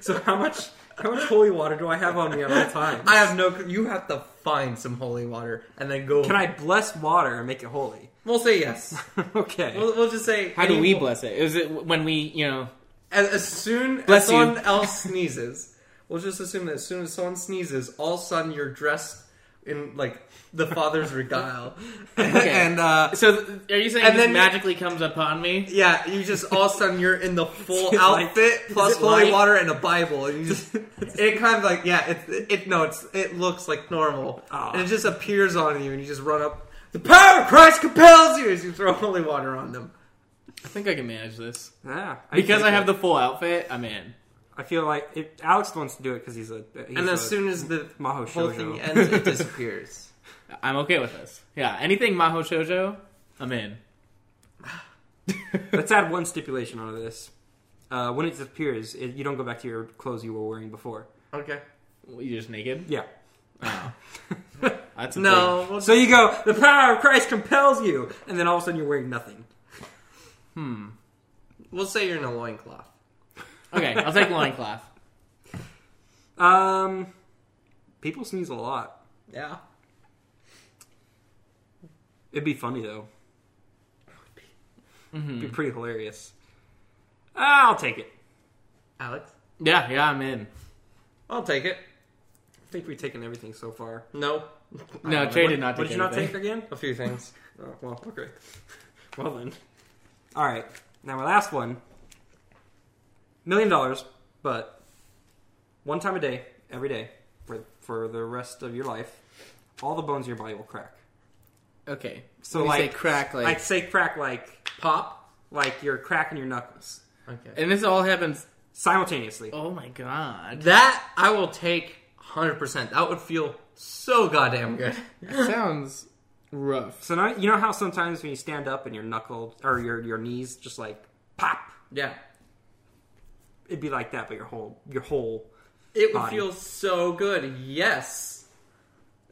[SPEAKER 2] So how much how much holy water do I have on me at all times?
[SPEAKER 1] I have no. You have to find some holy water and then go.
[SPEAKER 2] Can I bless water and make it holy? *laughs*
[SPEAKER 1] We'll say yes.
[SPEAKER 3] *laughs*
[SPEAKER 2] okay.
[SPEAKER 1] We'll, we'll just say.
[SPEAKER 3] how do
[SPEAKER 1] any-
[SPEAKER 3] we bless it? Is it when we you know?
[SPEAKER 1] As, as soon
[SPEAKER 3] Bless
[SPEAKER 1] as
[SPEAKER 3] you.
[SPEAKER 1] someone else sneezes, we'll just assume that as soon as someone sneezes, all of a sudden you're dressed in like the
[SPEAKER 3] *laughs*
[SPEAKER 1] father's regale, *laughs* and uh,
[SPEAKER 3] So th- are you saying
[SPEAKER 1] And
[SPEAKER 3] this
[SPEAKER 1] then-
[SPEAKER 3] magically comes upon me?
[SPEAKER 1] Yeah, you just all of a sudden you're *laughs* in the full
[SPEAKER 2] It's like-
[SPEAKER 1] outfit plus
[SPEAKER 2] is it
[SPEAKER 1] holy
[SPEAKER 2] light?
[SPEAKER 1] water and a Bible, and you just *laughs* it kind of like yeah, it it no, it's it looks like normal,
[SPEAKER 2] Aw.
[SPEAKER 1] and it just appears on you, and you just run up. The power of Christ compels you as you throw *laughs* holy water on them.
[SPEAKER 3] I think I can manage this
[SPEAKER 2] yeah.
[SPEAKER 3] because I have the full outfit. I'm in.
[SPEAKER 2] I feel like it, Alex wants to do it because he's a. He's
[SPEAKER 1] And
[SPEAKER 2] a,
[SPEAKER 1] as soon as the
[SPEAKER 2] Maho
[SPEAKER 1] whole
[SPEAKER 2] Shoujo.
[SPEAKER 1] thing
[SPEAKER 3] *laughs*
[SPEAKER 1] ends, it disappears.
[SPEAKER 3] I'm okay with this. Yeah, anything Maho Shoujo, I'm *laughs* in.
[SPEAKER 2] Let's add one stipulation onto this. Uh, when it disappears, it, you don't go back to your clothes you were wearing before.
[SPEAKER 1] Okay.
[SPEAKER 3] You're just naked?
[SPEAKER 2] Yeah.
[SPEAKER 3] Oh. That's a
[SPEAKER 1] No. we'll-
[SPEAKER 2] *laughs* So you go, the power of Christ compels you, and then all of a sudden you're wearing nothing.
[SPEAKER 1] We'll say you're in a loincloth.
[SPEAKER 3] big- Okay, I'll take loincloth.
[SPEAKER 2] Um, people sneeze a lot.
[SPEAKER 1] Yeah.
[SPEAKER 2] It'd be funny though. It'd be pretty hilarious. I'll take it.
[SPEAKER 1] Alex?
[SPEAKER 3] Yeah, yeah, I'm in.
[SPEAKER 1] I'll take it.
[SPEAKER 2] I think we've taken everything so far.
[SPEAKER 1] No.
[SPEAKER 3] No, Trey did not
[SPEAKER 2] What
[SPEAKER 3] take
[SPEAKER 2] did you not
[SPEAKER 3] anything.
[SPEAKER 2] take again?
[SPEAKER 1] A few things.
[SPEAKER 2] Oh, *laughs* well, okay. Well then, All right. Now my last one. Million dollars, but one time a day, every day, for for the rest of your life, all the bones in your body will crack.
[SPEAKER 3] Okay.
[SPEAKER 2] So
[SPEAKER 3] When you
[SPEAKER 2] like
[SPEAKER 3] say crack like
[SPEAKER 2] I'd say crack like
[SPEAKER 3] pop,
[SPEAKER 2] like you're cracking your knuckles
[SPEAKER 1] Okay.
[SPEAKER 3] and this all happens.
[SPEAKER 2] simultaneously.
[SPEAKER 3] Oh my god,
[SPEAKER 1] That I will take 100%. That would feel so goddamn good.
[SPEAKER 3] that *laughs* sounds rough.
[SPEAKER 2] So now you know how sometimes when you stand up and your knuckle or your your knees just like pop,
[SPEAKER 1] Yeah.
[SPEAKER 2] it'd be like that, but your whole your whole
[SPEAKER 1] It would
[SPEAKER 2] Body.
[SPEAKER 1] feel so good. Yes.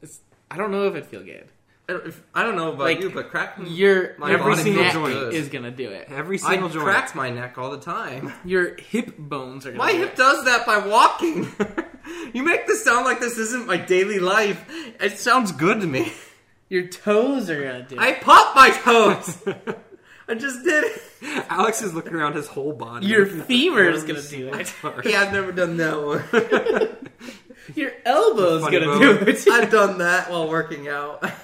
[SPEAKER 3] It's, I don't know if it feel good.
[SPEAKER 1] I don't, if- I don't know about
[SPEAKER 3] Like,
[SPEAKER 1] you, but crack
[SPEAKER 3] Your
[SPEAKER 1] My
[SPEAKER 3] every
[SPEAKER 2] body
[SPEAKER 3] single
[SPEAKER 2] neck
[SPEAKER 3] joint
[SPEAKER 1] does.
[SPEAKER 3] is gonna do it.
[SPEAKER 2] every
[SPEAKER 1] I
[SPEAKER 2] single joint.
[SPEAKER 1] crack my neck all the time.
[SPEAKER 3] Your hip bones are. Gonna
[SPEAKER 1] My
[SPEAKER 3] do
[SPEAKER 1] hip
[SPEAKER 3] it.
[SPEAKER 1] does that by walking. *laughs* you make this sound like this isn't my daily life. It sounds good to me.
[SPEAKER 3] Your toes are gonna do. it.
[SPEAKER 1] I pop my toes. *laughs* I just did it.
[SPEAKER 2] *laughs* Alex is looking around his whole body. *laughs*
[SPEAKER 3] Your
[SPEAKER 2] Looking at
[SPEAKER 3] femur
[SPEAKER 2] the
[SPEAKER 3] is gonna do
[SPEAKER 2] bones.
[SPEAKER 1] Yeah, I've never done that one.
[SPEAKER 3] Your elbow's
[SPEAKER 2] Funny
[SPEAKER 3] gonna
[SPEAKER 2] bone.
[SPEAKER 3] do it.
[SPEAKER 1] *laughs* I've done that while working out. *laughs*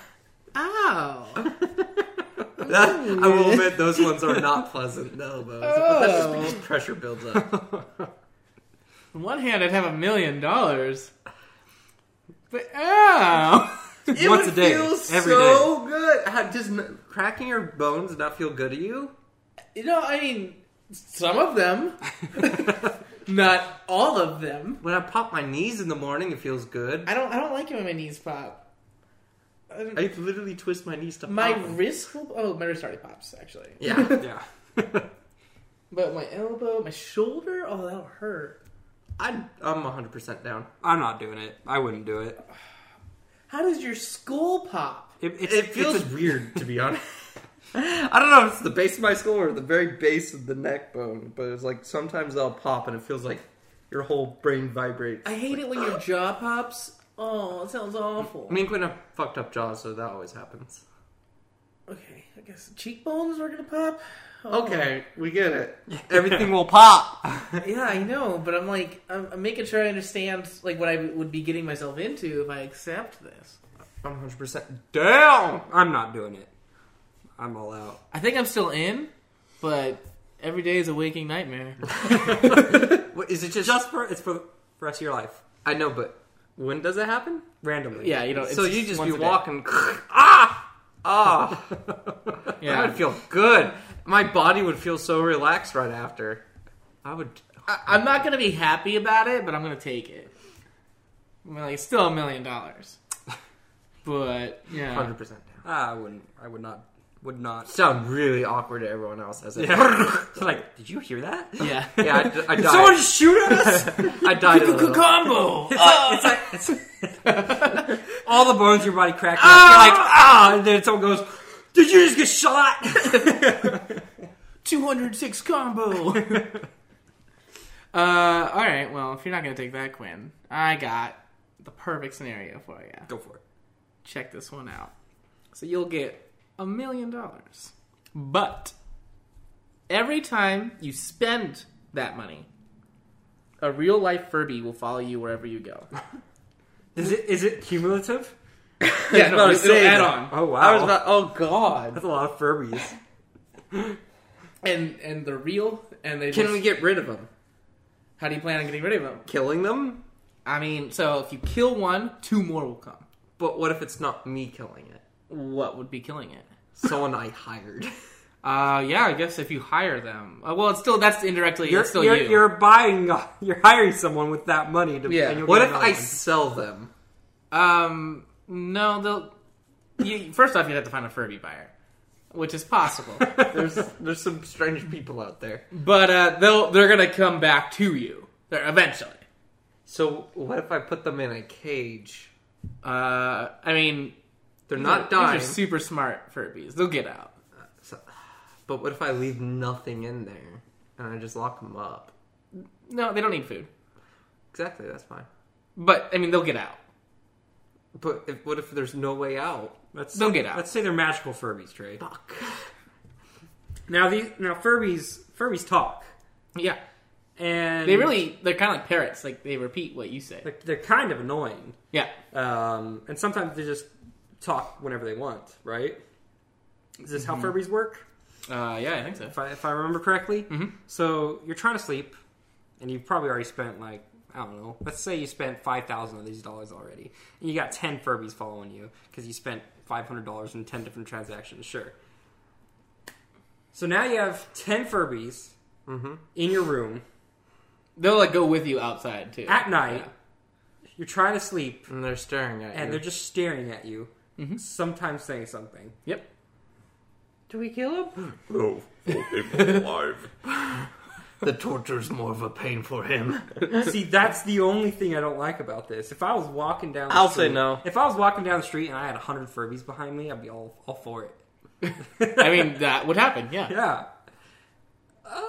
[SPEAKER 3] Ow!
[SPEAKER 1] That- I will admit those ones are not pleasant. No, those. But that's just
[SPEAKER 3] Oh.
[SPEAKER 1] because pressure builds *laughs* up.
[SPEAKER 3] On one hand, I'd have a million dollars, but oh. ow! *laughs*
[SPEAKER 1] It
[SPEAKER 2] Once
[SPEAKER 1] would
[SPEAKER 2] a day,
[SPEAKER 1] feel
[SPEAKER 2] every
[SPEAKER 1] so good. How, does n- cracking your bones not feel good to you?
[SPEAKER 3] you know, I mean, some of them, not all of them.
[SPEAKER 1] *laughs* When I pop my knees in the morning, it feels good.
[SPEAKER 3] I don't. I don't like it when my knees pop. I don't-
[SPEAKER 1] I literally twist my knees to
[SPEAKER 3] my
[SPEAKER 1] pop 'em.
[SPEAKER 3] wrist will. Oh, my wrist already pops actually.
[SPEAKER 1] Yeah,
[SPEAKER 2] *laughs*
[SPEAKER 1] *laughs*
[SPEAKER 2] yeah.
[SPEAKER 3] But my elbow, my shoulder. Oh, that'll hurt.
[SPEAKER 1] I'd, I'm 100 percent down.
[SPEAKER 2] I'm not doing it. I wouldn't do it.
[SPEAKER 3] How does your skull pop?
[SPEAKER 2] It, it's,
[SPEAKER 1] It feels
[SPEAKER 2] it's a-
[SPEAKER 1] weird to be honest. I don't know if *laughs* it's the base of my skull or the very base of the neck bone, but it's like sometimes they'll pop and it feels like your whole brain vibrates.
[SPEAKER 3] I hate it when your jaw pops. Oh, it sounds awful.
[SPEAKER 1] I mean, Quinn have fucked up jaws, so that always happens.
[SPEAKER 3] Okay, I guess cheekbones are gonna pop. Oh.
[SPEAKER 1] Okay, we get it.
[SPEAKER 2] everything will pop.
[SPEAKER 3] Yeah, I know, but I'm like, I'm, I'm making sure I understand like what I would be getting myself into if I accept this.
[SPEAKER 1] I'm 100 percent
[SPEAKER 2] Damn! I'm not doing it. I'm all out.
[SPEAKER 3] I think I'm still in, but every day is a waking nightmare.
[SPEAKER 2] What is it? Just, just for it's for the rest of your life,
[SPEAKER 1] I know, but when does it happen?
[SPEAKER 2] randomly.
[SPEAKER 3] *laughs* yeah, you know.
[SPEAKER 1] so you just be
[SPEAKER 3] walking.
[SPEAKER 1] walking. *laughs* ah, ah. *laughs*
[SPEAKER 3] Yeah.
[SPEAKER 1] I would feel good. My body would feel so relaxed right after. I would.
[SPEAKER 3] I, I'm not gonna be happy about it, but I'm gonna take it. I mean, like, it's still a million dollars, but yeah,
[SPEAKER 1] 100 percent down.
[SPEAKER 2] I wouldn't. I would not. Would not. *laughs*
[SPEAKER 1] Sound really awkward to everyone else. As
[SPEAKER 2] Yeah. like, did you hear that?
[SPEAKER 3] yeah,
[SPEAKER 1] I, yeah, I d- I
[SPEAKER 2] Did
[SPEAKER 1] died.
[SPEAKER 2] someone shoot us?
[SPEAKER 1] *laughs* I *laughs* died. A little.
[SPEAKER 3] combo. Uh,
[SPEAKER 2] It's like, Oh, it's like, it's *laughs* all the bones in your body crack. and you're like, ah, and then someone goes, "Did you just get shot?" *laughs*
[SPEAKER 3] 206 *laughs* combo. uh, all right. Well, if you're not gonna take that, Quinn, I got the perfect scenario for you.
[SPEAKER 2] Go for it.
[SPEAKER 3] Check this one out. So you'll get a million dollars, but every time you spend that money, a real life Furby will follow you wherever you go. *laughs*
[SPEAKER 2] Is it is it cumulative?
[SPEAKER 3] yeah,
[SPEAKER 1] I
[SPEAKER 3] no,
[SPEAKER 1] was
[SPEAKER 3] it'll
[SPEAKER 1] saying
[SPEAKER 3] add
[SPEAKER 1] that.
[SPEAKER 3] on.
[SPEAKER 2] Oh wow,
[SPEAKER 1] I was about. Oh god.
[SPEAKER 2] that's a lot of Furbies.
[SPEAKER 3] and and they're real and they
[SPEAKER 1] Can
[SPEAKER 3] just,
[SPEAKER 1] we get rid of them?
[SPEAKER 3] how do you plan on getting rid of them
[SPEAKER 1] Killing them?
[SPEAKER 3] i mean so if you kill one two more will come
[SPEAKER 1] But what if it's not me killing it?
[SPEAKER 3] what would be killing it
[SPEAKER 1] Someone I hired.
[SPEAKER 3] uh yeah i guess if you hire them uh, well it's still that's indirectly
[SPEAKER 2] You're
[SPEAKER 3] it's still
[SPEAKER 2] you're,
[SPEAKER 3] you
[SPEAKER 2] you're buying. uh, You're hiring someone with that money to.
[SPEAKER 3] Yeah.
[SPEAKER 2] and
[SPEAKER 1] *laughs*
[SPEAKER 2] you'll
[SPEAKER 1] What
[SPEAKER 2] get
[SPEAKER 1] if
[SPEAKER 2] another
[SPEAKER 1] I
[SPEAKER 2] one.
[SPEAKER 1] sell them?
[SPEAKER 3] um no they'll you first off you'd have to find a furby buyer which is *laughs* possible
[SPEAKER 1] There's there's some strange people out there.
[SPEAKER 3] but uh they'll they're gonna come back to you they're, eventually
[SPEAKER 1] So what if I put them in a cage?
[SPEAKER 3] uh i mean
[SPEAKER 1] They're not
[SPEAKER 3] these are-
[SPEAKER 1] dying.
[SPEAKER 3] these are super smart furbies they'll get out
[SPEAKER 1] So- but what if I leave nothing in there and I just lock them up?
[SPEAKER 3] no they don't need food
[SPEAKER 1] Exactly, that's fine.
[SPEAKER 3] but i mean they'll get out
[SPEAKER 1] But if, what if there's no way out?
[SPEAKER 2] Let's
[SPEAKER 3] They'll get out.
[SPEAKER 2] Let's say they're magical Furbies, Trey.
[SPEAKER 1] Fuck.
[SPEAKER 2] Now these now Furbies Furbies talk,
[SPEAKER 3] yeah
[SPEAKER 2] and
[SPEAKER 3] They really, they're kind of like parrots. Like they repeat what you say.
[SPEAKER 2] they're, they're kind of annoying,
[SPEAKER 3] Yeah.
[SPEAKER 2] um, and sometimes they just talk whenever they want. Right? Is this how Furbies work?
[SPEAKER 3] Uh, yeah, I think so.
[SPEAKER 2] if I, if I remember correctly.
[SPEAKER 3] Mhm.
[SPEAKER 2] So you're trying to sleep, and you've probably already spent like I don't know. Let's say you spent five thousand of these dollars already, and you got ten Furbies following you because you spent five hundred dollars in ten different transactions. Sure. So now you have ten Furbies in your room
[SPEAKER 3] They'll like go with you outside too
[SPEAKER 2] at night.
[SPEAKER 3] Yeah.
[SPEAKER 2] You're trying to sleep,
[SPEAKER 1] And they're staring at
[SPEAKER 2] and
[SPEAKER 1] you.
[SPEAKER 2] *laughs* they're just staring at you. Sometimes saying something.
[SPEAKER 3] Yep.
[SPEAKER 1] Do we kill him?
[SPEAKER 4] No, four people alive.
[SPEAKER 1] *laughs*
[SPEAKER 5] The torture's more of a pain for him.
[SPEAKER 2] See, that's the only thing I don't like about this. If I was walking down, the
[SPEAKER 1] I'll
[SPEAKER 2] street,
[SPEAKER 1] say no.
[SPEAKER 2] If I was walking down the street and I had hundred Furbies behind me, I'd be all all for it.
[SPEAKER 1] *laughs*
[SPEAKER 3] I mean, that would happen. Yeah. *laughs*
[SPEAKER 2] Yeah. Uh,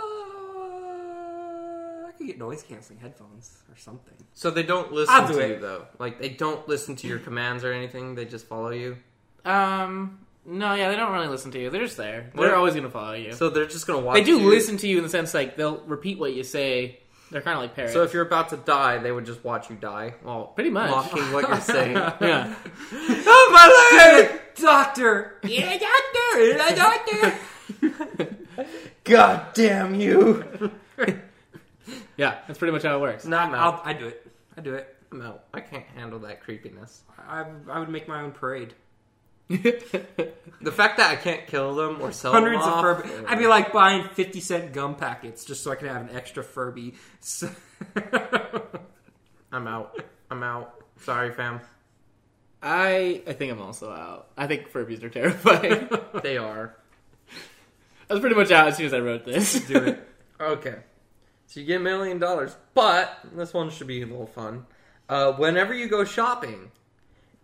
[SPEAKER 2] I could get noise canceling headphones or something.
[SPEAKER 1] *laughs* So they don't listen
[SPEAKER 2] I'll do
[SPEAKER 1] to
[SPEAKER 2] it.
[SPEAKER 1] you though. Like they don't listen to your commands or anything. They just follow you.
[SPEAKER 3] Um. No, yeah, they don't really listen to you. They're just there.
[SPEAKER 1] What-
[SPEAKER 3] They're always gonna follow you.
[SPEAKER 1] So they're just gonna watch.
[SPEAKER 3] they do
[SPEAKER 1] you.
[SPEAKER 3] listen to you in the sense like they'll repeat what you say. They're kind of like parrots.
[SPEAKER 1] So if you're about to die, they would just watch you die. Well,
[SPEAKER 3] Pretty much.
[SPEAKER 1] mocking
[SPEAKER 3] *laughs*
[SPEAKER 1] what you're *laughs* saying.
[SPEAKER 3] yeah.
[SPEAKER 1] oh my leg!
[SPEAKER 2] Doctor,
[SPEAKER 3] yeah, doctor, doctor.
[SPEAKER 1] *laughs* God damn you!
[SPEAKER 3] yeah, that's pretty much how it works.
[SPEAKER 1] Not
[SPEAKER 2] I'll,
[SPEAKER 1] Mel.
[SPEAKER 2] I do it. I do it.
[SPEAKER 1] No, I can't handle that creepiness.
[SPEAKER 2] I, I would make my own parade.
[SPEAKER 1] The fact that I can't kill them or sell
[SPEAKER 2] Hundreds
[SPEAKER 1] them
[SPEAKER 2] of
[SPEAKER 1] off,
[SPEAKER 2] Furbies. I'd be like buying fifty cent gum packets just so I can have an extra Furby. So- *laughs*
[SPEAKER 1] I'm out. I'm out. Sorry, fam.
[SPEAKER 3] *laughs* I I think I'm also out. I think Furbies are *laughs* terrifying.
[SPEAKER 1] They are.
[SPEAKER 3] I was pretty much out as soon as I wrote this.
[SPEAKER 2] do it.
[SPEAKER 1] Okay. So you get a million dollars, but this one should be a little fun. Uh, whenever you go shopping,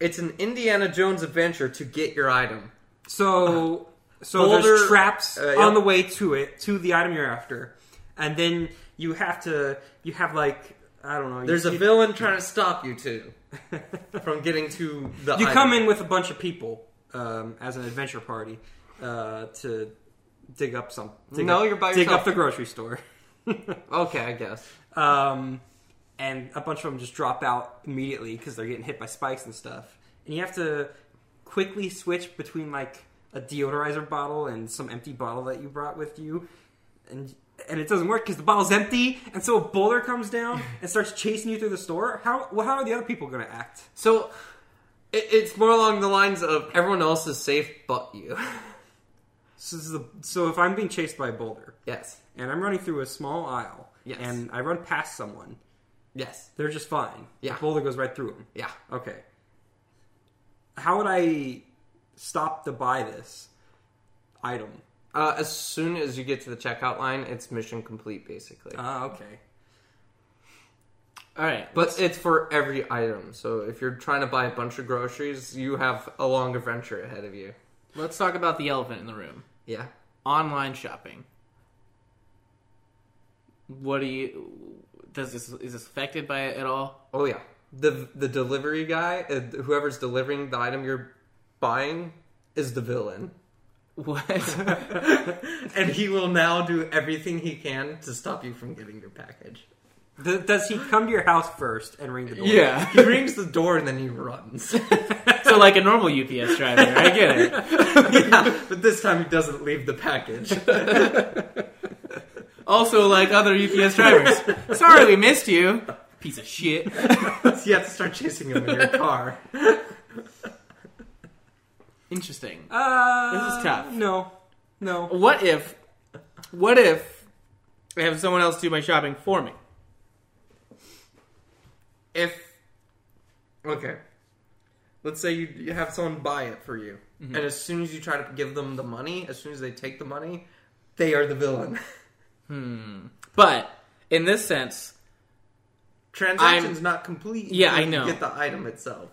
[SPEAKER 1] it's an Indiana Jones adventure to get your item.
[SPEAKER 2] So, so
[SPEAKER 1] Boulder-
[SPEAKER 2] there's traps
[SPEAKER 1] uh, yep.
[SPEAKER 2] on the way to it to the item you're after, and then you have to you have like I don't know. you-
[SPEAKER 1] There's a
[SPEAKER 2] you-
[SPEAKER 1] villain trying to stop you two *laughs* from getting to the.
[SPEAKER 2] *laughs* you
[SPEAKER 1] item.
[SPEAKER 2] come in with a bunch of people um, as an adventure party uh, to dig up some. Dig
[SPEAKER 1] No,
[SPEAKER 2] up,
[SPEAKER 1] you're by
[SPEAKER 2] dig
[SPEAKER 1] yourself.
[SPEAKER 2] up the grocery store, *laughs*
[SPEAKER 1] Okay, I guess.
[SPEAKER 2] um, and a bunch of them just drop out immediately because they're getting hit by spikes and stuff. And you have to quickly switch between like a deodorizer bottle and some empty bottle that you brought with you, and. And it doesn't work because the bottle's empty, and so a boulder comes
[SPEAKER 1] *laughs*
[SPEAKER 2] down and starts chasing you through the store. How well? How are the other people going to act?
[SPEAKER 1] So it, it's more along the lines of everyone else is safe but you. *laughs*
[SPEAKER 2] So, this is the, so if I'm being chased by a boulder,
[SPEAKER 1] yes.
[SPEAKER 2] and I'm running through a small aisle,
[SPEAKER 1] Yes.
[SPEAKER 2] and I run past someone,
[SPEAKER 1] Yes.
[SPEAKER 2] they're just fine.
[SPEAKER 1] Yeah.
[SPEAKER 2] The boulder goes right through them.
[SPEAKER 1] Yeah.
[SPEAKER 2] Okay. How would I stop to buy this item?
[SPEAKER 1] Uh, as soon as you get to the checkout line, it's mission complete, basically.
[SPEAKER 2] Ah, okay.
[SPEAKER 3] *laughs* All right,
[SPEAKER 1] But it's for every item. So if you're trying to buy a bunch of groceries, you have a long adventure ahead of you.
[SPEAKER 3] let's talk about the elephant in the room.
[SPEAKER 1] Yeah.
[SPEAKER 3] Online shopping. What do you? Does this is this affected by it at all?
[SPEAKER 1] Oh yeah. The the delivery guy, uh, whoever's delivering the item you're buying, is the villain,
[SPEAKER 3] What?
[SPEAKER 1] *laughs*
[SPEAKER 3] *laughs*
[SPEAKER 1] and he will now do everything he can to stop you from getting your package.
[SPEAKER 2] Th- does he come to your house first and ring the door?
[SPEAKER 1] *laughs* He rings the door and then he runs.
[SPEAKER 3] so like a normal UPS driver, I get it.
[SPEAKER 1] *laughs* yeah, but this time he doesn't leave the *laughs* package.
[SPEAKER 3] Also like other UPS drivers. Sorry we missed you. Piece of shit.
[SPEAKER 1] you have to start chasing him in your car.
[SPEAKER 3] Interesting.
[SPEAKER 2] Uh,
[SPEAKER 3] This is tough.
[SPEAKER 2] No. No.
[SPEAKER 3] What if what if I have someone else do my shopping for me?
[SPEAKER 1] If okay, let's say you, you have someone buy it for you,
[SPEAKER 2] Mm-hmm.
[SPEAKER 1] and as soon as you try to give them the money, as soon as they take the money, they are the villain. *laughs*
[SPEAKER 3] But in this sense,
[SPEAKER 1] Transaction's not complete.
[SPEAKER 3] Yeah,
[SPEAKER 1] until
[SPEAKER 3] I
[SPEAKER 1] you
[SPEAKER 3] know.
[SPEAKER 1] Get the item itself.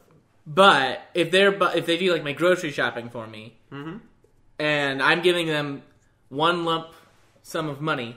[SPEAKER 3] but if they're bu- if they do like my grocery shopping for me,
[SPEAKER 2] Mm-hmm.
[SPEAKER 3] and I'm giving them one lump sum of money,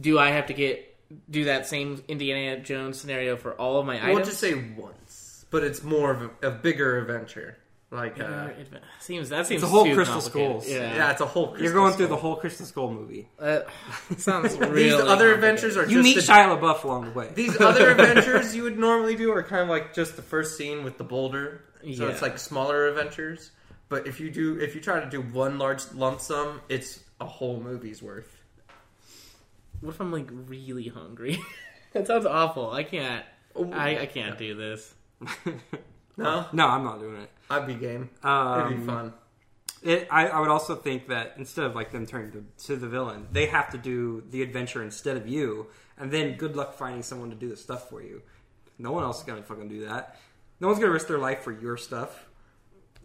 [SPEAKER 3] do I have to get do that same Indiana Jones scenario for all of my
[SPEAKER 1] I
[SPEAKER 3] items?
[SPEAKER 1] won't just say once, but it's more of a, a bigger adventure. Like, uh,
[SPEAKER 3] Uh, it seems that seems
[SPEAKER 2] a whole
[SPEAKER 3] too
[SPEAKER 2] Crystal
[SPEAKER 3] complicated.
[SPEAKER 2] Skulls.
[SPEAKER 3] Yeah,
[SPEAKER 1] yeah, it's a whole.
[SPEAKER 2] You're going through the whole Crystal Skull movie.
[SPEAKER 3] That *laughs* sounds really.
[SPEAKER 1] These other
[SPEAKER 3] complicated.
[SPEAKER 1] adventures are
[SPEAKER 2] You
[SPEAKER 1] just
[SPEAKER 2] meet
[SPEAKER 1] a-
[SPEAKER 2] Shia LaBeouf along the way.
[SPEAKER 1] These other adventures you would normally do are kind of like just the first scene with the boulder. So
[SPEAKER 3] Yeah.
[SPEAKER 1] it's like smaller adventures. But if you do, if you try to do one large lump sum, it's a whole movie's worth.
[SPEAKER 3] What if I'm like really hungry? *laughs* that sounds awful. I can't. I, I can't do this.
[SPEAKER 1] No,
[SPEAKER 2] *laughs* no, I'm not doing it.
[SPEAKER 1] I'd be game.
[SPEAKER 2] Um,
[SPEAKER 1] It'd be fun.
[SPEAKER 2] It, I, I would also think that instead of like them turning to, to the villain, they have to do the adventure instead of you, and then good luck finding someone to do the stuff for you. No one else is gonna fucking do that. No one's gonna risk their life for your stuff.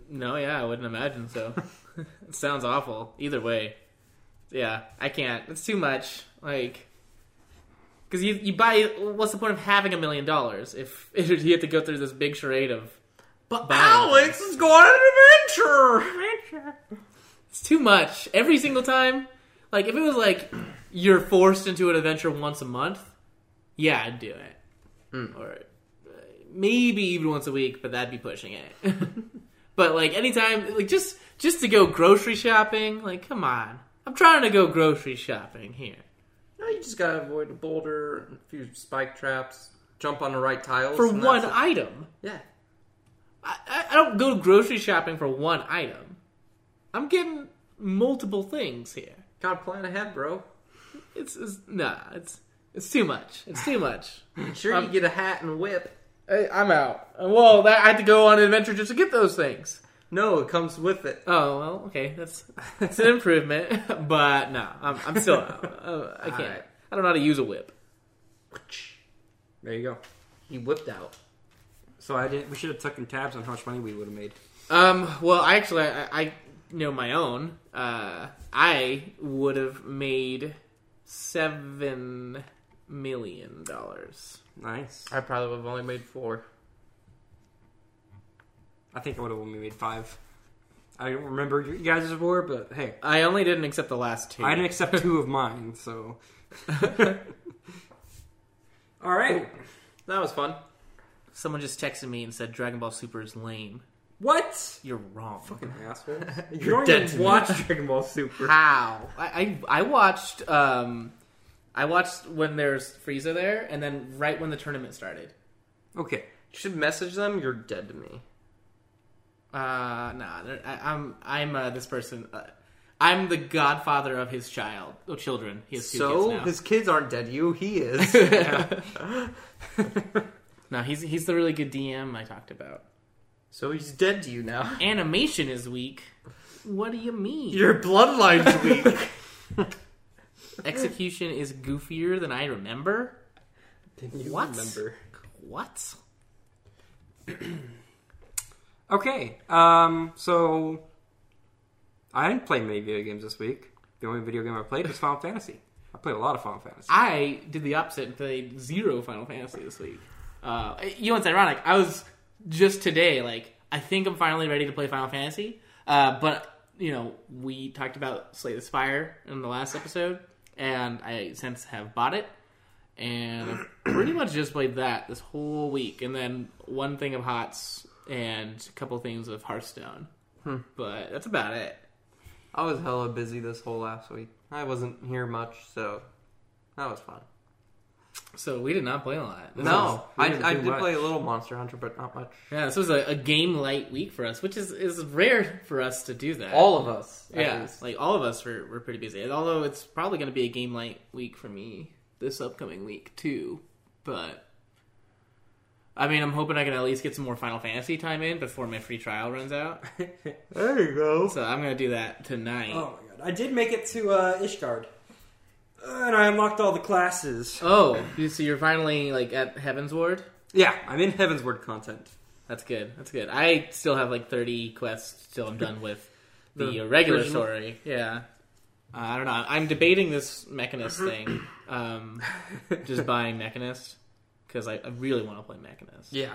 [SPEAKER 3] No, yeah, I wouldn't imagine so. *laughs* it sounds awful. Either way, yeah, I can't. It's too much. Like, because you you buy. What's the point of having a million dollars if, *laughs* if you have to go through this big charade of?
[SPEAKER 1] But
[SPEAKER 3] Bye.
[SPEAKER 1] Alex is going on an adventure.
[SPEAKER 3] It's too much every single time. Like, if it was like you're forced into an adventure once a month, yeah, I'd do it. Or uh, maybe even once a week, but that'd be pushing it. *laughs* but like anytime, like just just to go grocery shopping, like come on, I'm trying to go grocery shopping here.
[SPEAKER 1] No, you just gotta avoid a boulder, a few spike traps, jump on the right tiles
[SPEAKER 3] for
[SPEAKER 1] and
[SPEAKER 3] one
[SPEAKER 1] that's it.
[SPEAKER 3] item.
[SPEAKER 1] Yeah,
[SPEAKER 3] I, I- I don't go grocery shopping for one item. I'm getting multiple things here.
[SPEAKER 1] gotta plan ahead, bro.
[SPEAKER 3] It's, it's nah. It's it's too much. It's too much.
[SPEAKER 1] Sure, you get a hat and a whip.
[SPEAKER 3] I, I'm out. Well, that, I had to go on an adventure just to get those things.
[SPEAKER 1] No, it comes with it.
[SPEAKER 3] Oh well, okay. That's *laughs* that's an improvement, *laughs* but no, I'm I'm still *laughs* out. Uh, I can't.
[SPEAKER 1] Alright.
[SPEAKER 3] I don't know how to use a whip.
[SPEAKER 2] There you go.
[SPEAKER 1] He whipped out.
[SPEAKER 2] So I didn't. We should have taken tabs on how much money we would have made.
[SPEAKER 3] Um. Well, actually, I, I know my own. Uh, I would have made seven million dollars.
[SPEAKER 2] Nice.
[SPEAKER 1] I probably would have only made four.
[SPEAKER 2] I think I would have only made five. I don't remember you guys' war, but hey,
[SPEAKER 3] I only didn't accept the last two.
[SPEAKER 2] I didn't accept two of mine.
[SPEAKER 1] *laughs*
[SPEAKER 2] So. All right.
[SPEAKER 1] That was fun.
[SPEAKER 3] Someone just texted me and said Dragon Ball Super is lame.
[SPEAKER 2] What?
[SPEAKER 3] You're wrong.
[SPEAKER 2] Assholes. You
[SPEAKER 1] You're
[SPEAKER 2] don't
[SPEAKER 1] dead
[SPEAKER 2] even
[SPEAKER 1] to me.
[SPEAKER 2] watch
[SPEAKER 1] *laughs*
[SPEAKER 2] Dragon Ball Super.
[SPEAKER 3] How? I, I I watched um, I watched when there's Frieza there, and then right when the tournament started.
[SPEAKER 2] Okay.
[SPEAKER 1] You should message them. You're dead to me.
[SPEAKER 3] Uh, nah, they're- I, I'm I'm uh, this person. Uh, I'm the godfather of his child, oh, children. He has two
[SPEAKER 1] So
[SPEAKER 3] kids now.
[SPEAKER 1] his kids aren't dead to you. He *laughs* is.
[SPEAKER 3] no, he's he's the really good DM I talked about.
[SPEAKER 1] so he's dead to you now. *laughs*
[SPEAKER 3] Animation is weak. What do you mean?
[SPEAKER 1] Your bloodline's weak. *laughs*
[SPEAKER 3] Execution is goofier than I remember.
[SPEAKER 1] Didn't you
[SPEAKER 3] What?
[SPEAKER 1] remember?
[SPEAKER 3] What?
[SPEAKER 2] Okay. Um. So, I didn't play many video games this week. The only video game I played was Final Fantasy. I played a lot of Final Fantasy.
[SPEAKER 3] I did the opposite and played zero Final Fantasy this week. Uh, you know what's ironic? I was just today like I think I'm finally ready to play Final Fantasy, uh, but you know we talked about Slay the Spire in the last episode, and I since have bought it, and I've pretty much just played that this whole week, and then one thing of Hots and a couple things of Hearthstone, but that's about it.
[SPEAKER 1] I was hella busy this whole last week. I wasn't here much, so that was fun.
[SPEAKER 3] So we did not play a lot. This was-
[SPEAKER 1] No,
[SPEAKER 2] we
[SPEAKER 1] I,
[SPEAKER 2] didn't
[SPEAKER 1] I
[SPEAKER 2] do
[SPEAKER 1] did
[SPEAKER 2] much.
[SPEAKER 1] play a little Monster Hunter, but not much.
[SPEAKER 3] Yeah, this was a, a game light week for us, which is, is rare for us to do that.
[SPEAKER 1] All of us. at
[SPEAKER 3] yeah,
[SPEAKER 1] least.
[SPEAKER 3] like all of us were, were pretty busy. Although it's probably going to be a game light week for me this upcoming week too. But I mean, I'm hoping I can at least get some more Final Fantasy time in before my free trial runs out. *laughs*
[SPEAKER 1] There you go.
[SPEAKER 3] so I'm going to do that tonight. Oh,
[SPEAKER 2] Oh my god! I did make it to uh, Ishgard, Uh, and I unlocked all the classes.
[SPEAKER 3] Oh, you- so you're finally like at Heaven's Ward.
[SPEAKER 2] Yeah, I'm in Heaven's Word content.
[SPEAKER 3] That's good. That's good. I still have like 30 quests till I'm done with the,
[SPEAKER 2] The
[SPEAKER 3] regular
[SPEAKER 2] original?
[SPEAKER 3] story. Yeah. Uh, I don't know. I'm debating this Mechanist *coughs* thing. Um, just buying Mechanist. Because I, I really want to play Mechanist.
[SPEAKER 1] Yeah.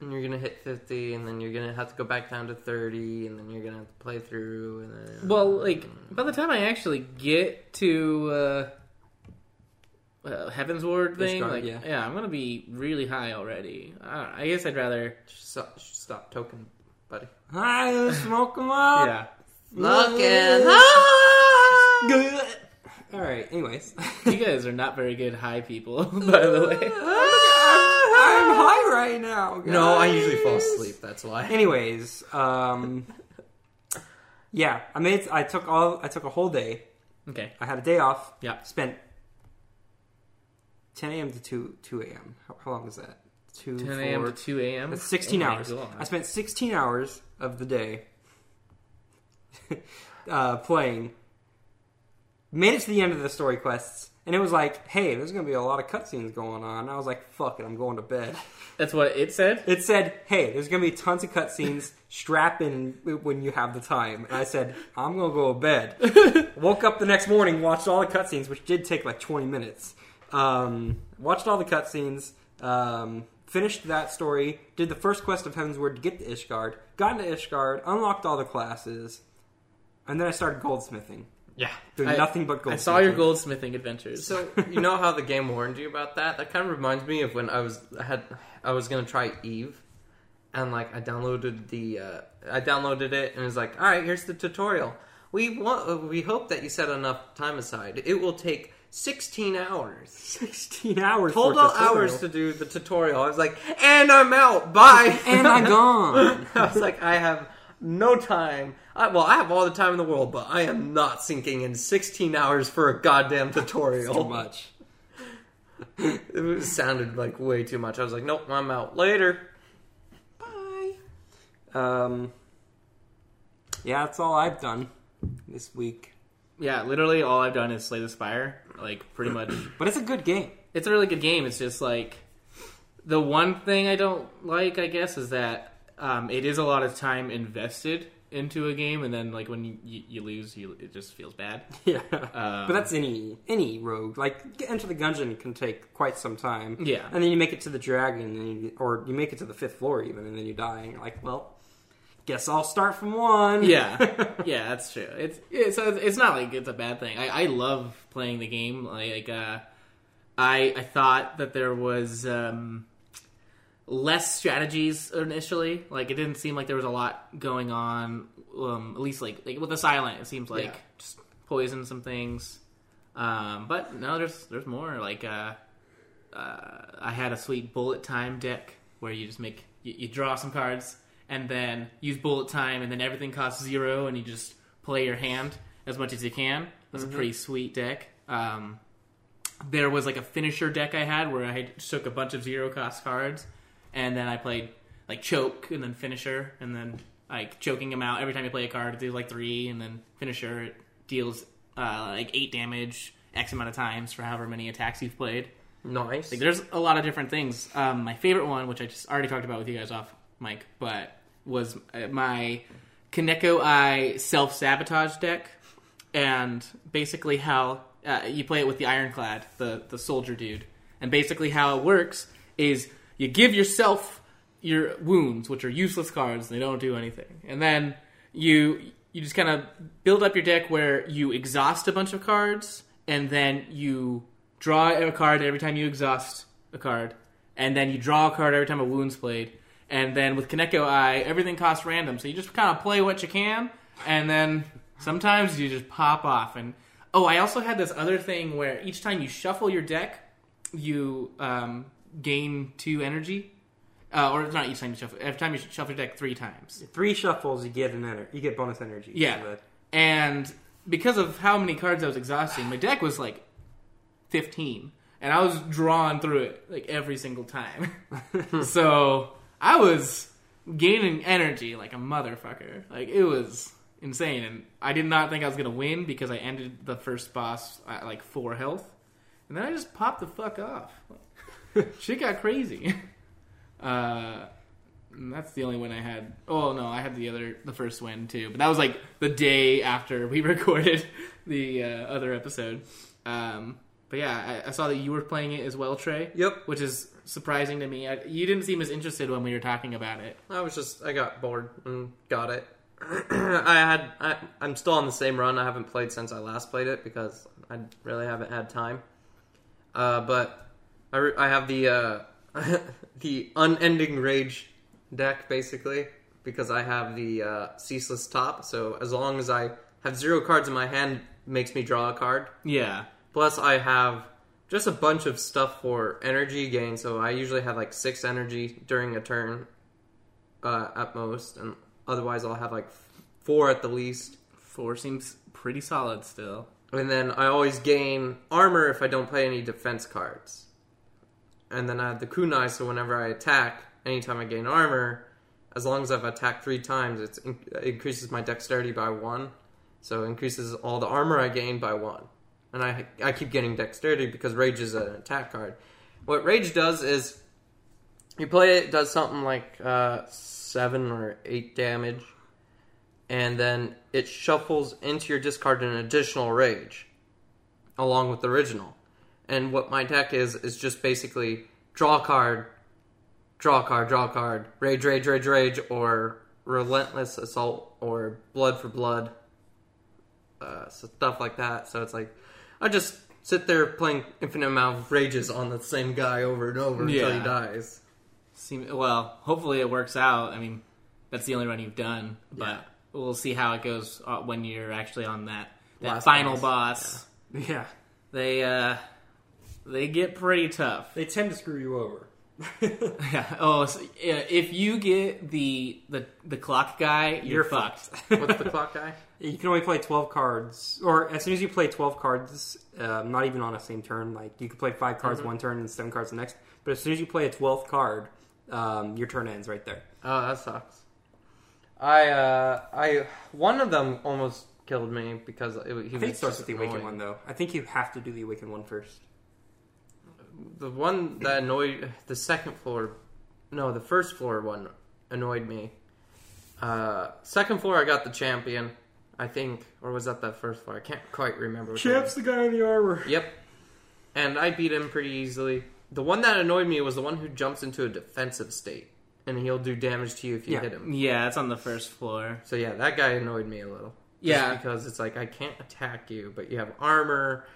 [SPEAKER 1] And you're gonna hit fifty, and then you're gonna have to go back down to thirty, and then you're gonna have to play through, and then
[SPEAKER 3] Well, like, by the time I actually get to uh, uh, Heaven's Ward thing,
[SPEAKER 2] Ishgard,
[SPEAKER 3] like,
[SPEAKER 2] yeah.
[SPEAKER 3] yeah. I'm going to be really high already. I, don't know. I guess I'd rather.
[SPEAKER 1] stop, stop token, buddy.
[SPEAKER 2] I smoke 'em up.
[SPEAKER 3] Yeah.
[SPEAKER 1] *laughs* Looking. Ah!
[SPEAKER 2] Good. All right. Anyways,
[SPEAKER 3] *laughs*
[SPEAKER 2] *laughs*
[SPEAKER 3] You guys are not very good high people, *laughs* by the way.
[SPEAKER 2] I'm high right now.
[SPEAKER 1] No, I usually fall
[SPEAKER 2] guys.
[SPEAKER 1] asleep. That's why.
[SPEAKER 2] Anyways, um, yeah, I made. I took all. I took a whole day
[SPEAKER 3] Okay.
[SPEAKER 2] I had a day off.
[SPEAKER 3] Yeah.
[SPEAKER 2] Spent 10 a.m. to 2 2 a.m. How, how long is that? 2
[SPEAKER 3] 10 a.m. to
[SPEAKER 2] 4,
[SPEAKER 3] 2 a.m.
[SPEAKER 2] That's 16
[SPEAKER 3] Oh my
[SPEAKER 2] hours.
[SPEAKER 3] God.
[SPEAKER 2] I spent 16 hours of the day *laughs* uh, playing. Made it to the end of the story quests, and it was like, hey, there's going to be a lot of cutscenes going on. I was like, fuck it, I'm going to bed. *laughs*
[SPEAKER 3] That's what it said.
[SPEAKER 2] It said, hey, there's going to be tons of cutscenes. Strap in when you have the time. And I said, I'm going to go
[SPEAKER 3] *laughs*
[SPEAKER 2] to bed. Woke up the next morning, watched all the cutscenes, which did take like 20 minutes. Um, watched all the cutscenes, um, finished that story, did the first quest of Heaven's Word to get to Ishgard, got into Ishgard, unlocked all the classes, and then I started goldsmithing.
[SPEAKER 5] Yeah.
[SPEAKER 2] Doing
[SPEAKER 3] I-
[SPEAKER 2] nothing but
[SPEAKER 3] I
[SPEAKER 2] goldsmithing.
[SPEAKER 3] saw
[SPEAKER 2] *laughs*
[SPEAKER 3] your goldsmithing adventures.
[SPEAKER 1] So you know how the game warned you about that? That kind of reminds me of when I was I had I was gonna try Eve, and like I downloaded the uh, I downloaded it and it was like, all right, here's the tutorial. We want uh, we hope that you set enough time aside. It will take sixteen hours.
[SPEAKER 2] 16 hours. for a
[SPEAKER 1] Total
[SPEAKER 2] tutorial.
[SPEAKER 1] hours to do the tutorial. I was like, and I'm out. Bye.
[SPEAKER 2] And I'm gone.
[SPEAKER 1] *laughs* I was like, I have no time. I, well, I have all the time in the world, but I am not sinking in 16 hours for a
[SPEAKER 2] *laughs*
[SPEAKER 1] goddamn tutorial.
[SPEAKER 2] Too much.
[SPEAKER 1] It was- sounded like way too much. I was like, nope, I'm out. Later.
[SPEAKER 2] Bye. Um. Yeah, that's all I've done this week.
[SPEAKER 3] yeah, literally all I've done is slay the spire. Like pretty much,
[SPEAKER 2] But it's a
[SPEAKER 3] *laughs*
[SPEAKER 2] good game.
[SPEAKER 3] it's a really good game. It's just like the one thing I don't like, I guess, is that um, it is a lot of time invested into a game, and then like when you, you, you lose, you it just feels bad.
[SPEAKER 2] Yeah.
[SPEAKER 3] Um,
[SPEAKER 2] but that's any any rogue. Like get into the dungeon can take quite some time.
[SPEAKER 3] Yeah.
[SPEAKER 2] And then you make it to the dragon, and you, or you make it to the fifth floor even, and then you die, and you're like, well, guess I'll start from one.
[SPEAKER 3] *laughs* yeah, yeah, that's true. It's it's it's not like it's a bad thing. I, I love playing the game. Like uh, I I thought that there was um, less strategies initially. Like it didn't seem like there was a lot going on. Um, at least like, like with the silent, it seems like
[SPEAKER 2] Yeah.
[SPEAKER 3] just poison some things. Um, but no, there's there's more. Like uh, uh, I had a sweet bullet time deck where you just make you, you draw some cards and then use bullet time, and then everything costs zero, and you just play your hand as much as you can. That's a pretty sweet deck. Um, there was like a finisher deck I had where I had- just took a bunch of zero cost cards, and then I played like choke and then finisher, and then like choking him out every time you play a card, it deals like three, and then finisher it deals uh, like eight damage x amount of times for however many attacks you've played.
[SPEAKER 1] Nice.
[SPEAKER 3] Like, there's a lot of different things. Um, my favorite one, which I just already talked about with you guys off mic, but was uh, my Kaneko Eye self sabotage deck, and basically how uh, you play it with the Ironclad, the the soldier dude, and basically how it works is you give yourself your wounds, which are useless cards, they don't do anything, and then you you just kind of build up your deck where you exhaust a bunch of cards, and then you draw a card every time you exhaust a card, and then you draw a card every time a wound's played. And then with Kaneko Eye, everything costs random, so you just kind of play what you can, and then sometimes you just pop off. And oh, I also had this other thing where each time you shuffle your deck, you um, gain two energy, uh, or not each time you shuffle. Every time you shuffle your deck three times,
[SPEAKER 2] Three shuffles, you get an ener- you get bonus energy.
[SPEAKER 3] Yeah.
[SPEAKER 2] But-
[SPEAKER 3] and because of how many cards I was exhausting, my deck was like fifteen, and I was drawn through it like every single time. *laughs* so I was gaining energy like a motherfucker. Like it was insane, and I did not think I was gonna win because I ended the first boss at like four health, and then I just popped the fuck off. Shit got crazy. *laughs* Uh, and that's the only win I had. Oh no, I had the other, the first win too, but that was like the day after we *laughs* recorded the uh, other episode. Um, but yeah, I, I saw that you were playing it as well, Trey.
[SPEAKER 1] Yep.
[SPEAKER 3] Which is surprising to me. I, you didn't seem as interested when we were talking about it.
[SPEAKER 1] I was just, I got bored and got it. *clears throat* I had, I, I'm still on the same run. I haven't played since I last played it because I really haven't had time. Uh, but I, re- I have the, uh, *laughs* the unending rage deck basically because I have the uh, ceaseless top. So as long as I have zero cards in my hand, makes me draw a card.
[SPEAKER 3] Yeah.
[SPEAKER 1] Plus, I have just a bunch of stuff for energy gain, so I usually have like six energy during a turn uh, at most, and otherwise I'll have like f- four at the least.
[SPEAKER 3] Four seems pretty solid still.
[SPEAKER 1] And then I always gain armor if I don't play any defense cards. And then I have the kunai, so whenever I attack, anytime I gain armor, as long as I've attacked three times, it's, it increases my dexterity by one. So it increases all the armor I gain by one. And I, I keep getting dexterity because rage is an attack card. What rage does is you play it, it does something like uh, seven or eight damage, and then it shuffles into your discard an additional rage, along with the original. And what my deck is is just basically draw a card, draw a card, draw a card, rage, rage, rage, rage, or relentless assault, or blood for blood, uh, so stuff like that. So it's like I just sit there playing infinite amount of rages on the same guy over and over until
[SPEAKER 3] Yeah.
[SPEAKER 1] he dies.
[SPEAKER 3] Seem, well, hopefully it works out. I mean, that's the only run you've done, but
[SPEAKER 1] Yeah.
[SPEAKER 3] we'll see how it goes uh, when you're actually on that, that
[SPEAKER 1] Last
[SPEAKER 3] final boss.
[SPEAKER 1] boss.
[SPEAKER 2] Yeah.
[SPEAKER 3] They uh, they get pretty tough.
[SPEAKER 2] They tend to screw you over.
[SPEAKER 3] *laughs* Yeah. *laughs* Oh, so, yeah, if you get the the the clock guy, you're,
[SPEAKER 2] You're
[SPEAKER 3] fucked. *laughs*
[SPEAKER 1] What's the clock guy?
[SPEAKER 2] You can only play 12 cards, or as soon as you play 12 cards, um, not even on the same turn, like you could play 5 cards one turn and 7 cards the next, but as soon as you play a 12th card, um, your turn ends right there.
[SPEAKER 1] Oh, that sucks. I uh I one of them almost killed me because it, he
[SPEAKER 2] I think
[SPEAKER 1] was
[SPEAKER 2] it starts
[SPEAKER 1] just
[SPEAKER 2] with the Awakened
[SPEAKER 1] annoying.
[SPEAKER 2] one, though. I think you have to do the Awakened one first.
[SPEAKER 1] The one that annoyed the second floor, no, the first floor one annoyed me. Uh, second floor, I got the champion, I think, or was that the first floor? I can't quite remember. which one.
[SPEAKER 2] the guy in the armor.
[SPEAKER 1] Yep. And I beat him pretty easily. The one that annoyed me was the one who jumps into a defensive state, and he'll do damage to you if you
[SPEAKER 2] Yeah.
[SPEAKER 1] hit him.
[SPEAKER 3] yeah, it's on the first floor.
[SPEAKER 1] So yeah, that guy annoyed me a little. Just
[SPEAKER 3] Yeah.
[SPEAKER 1] because it's like I can't attack you, but you have armor,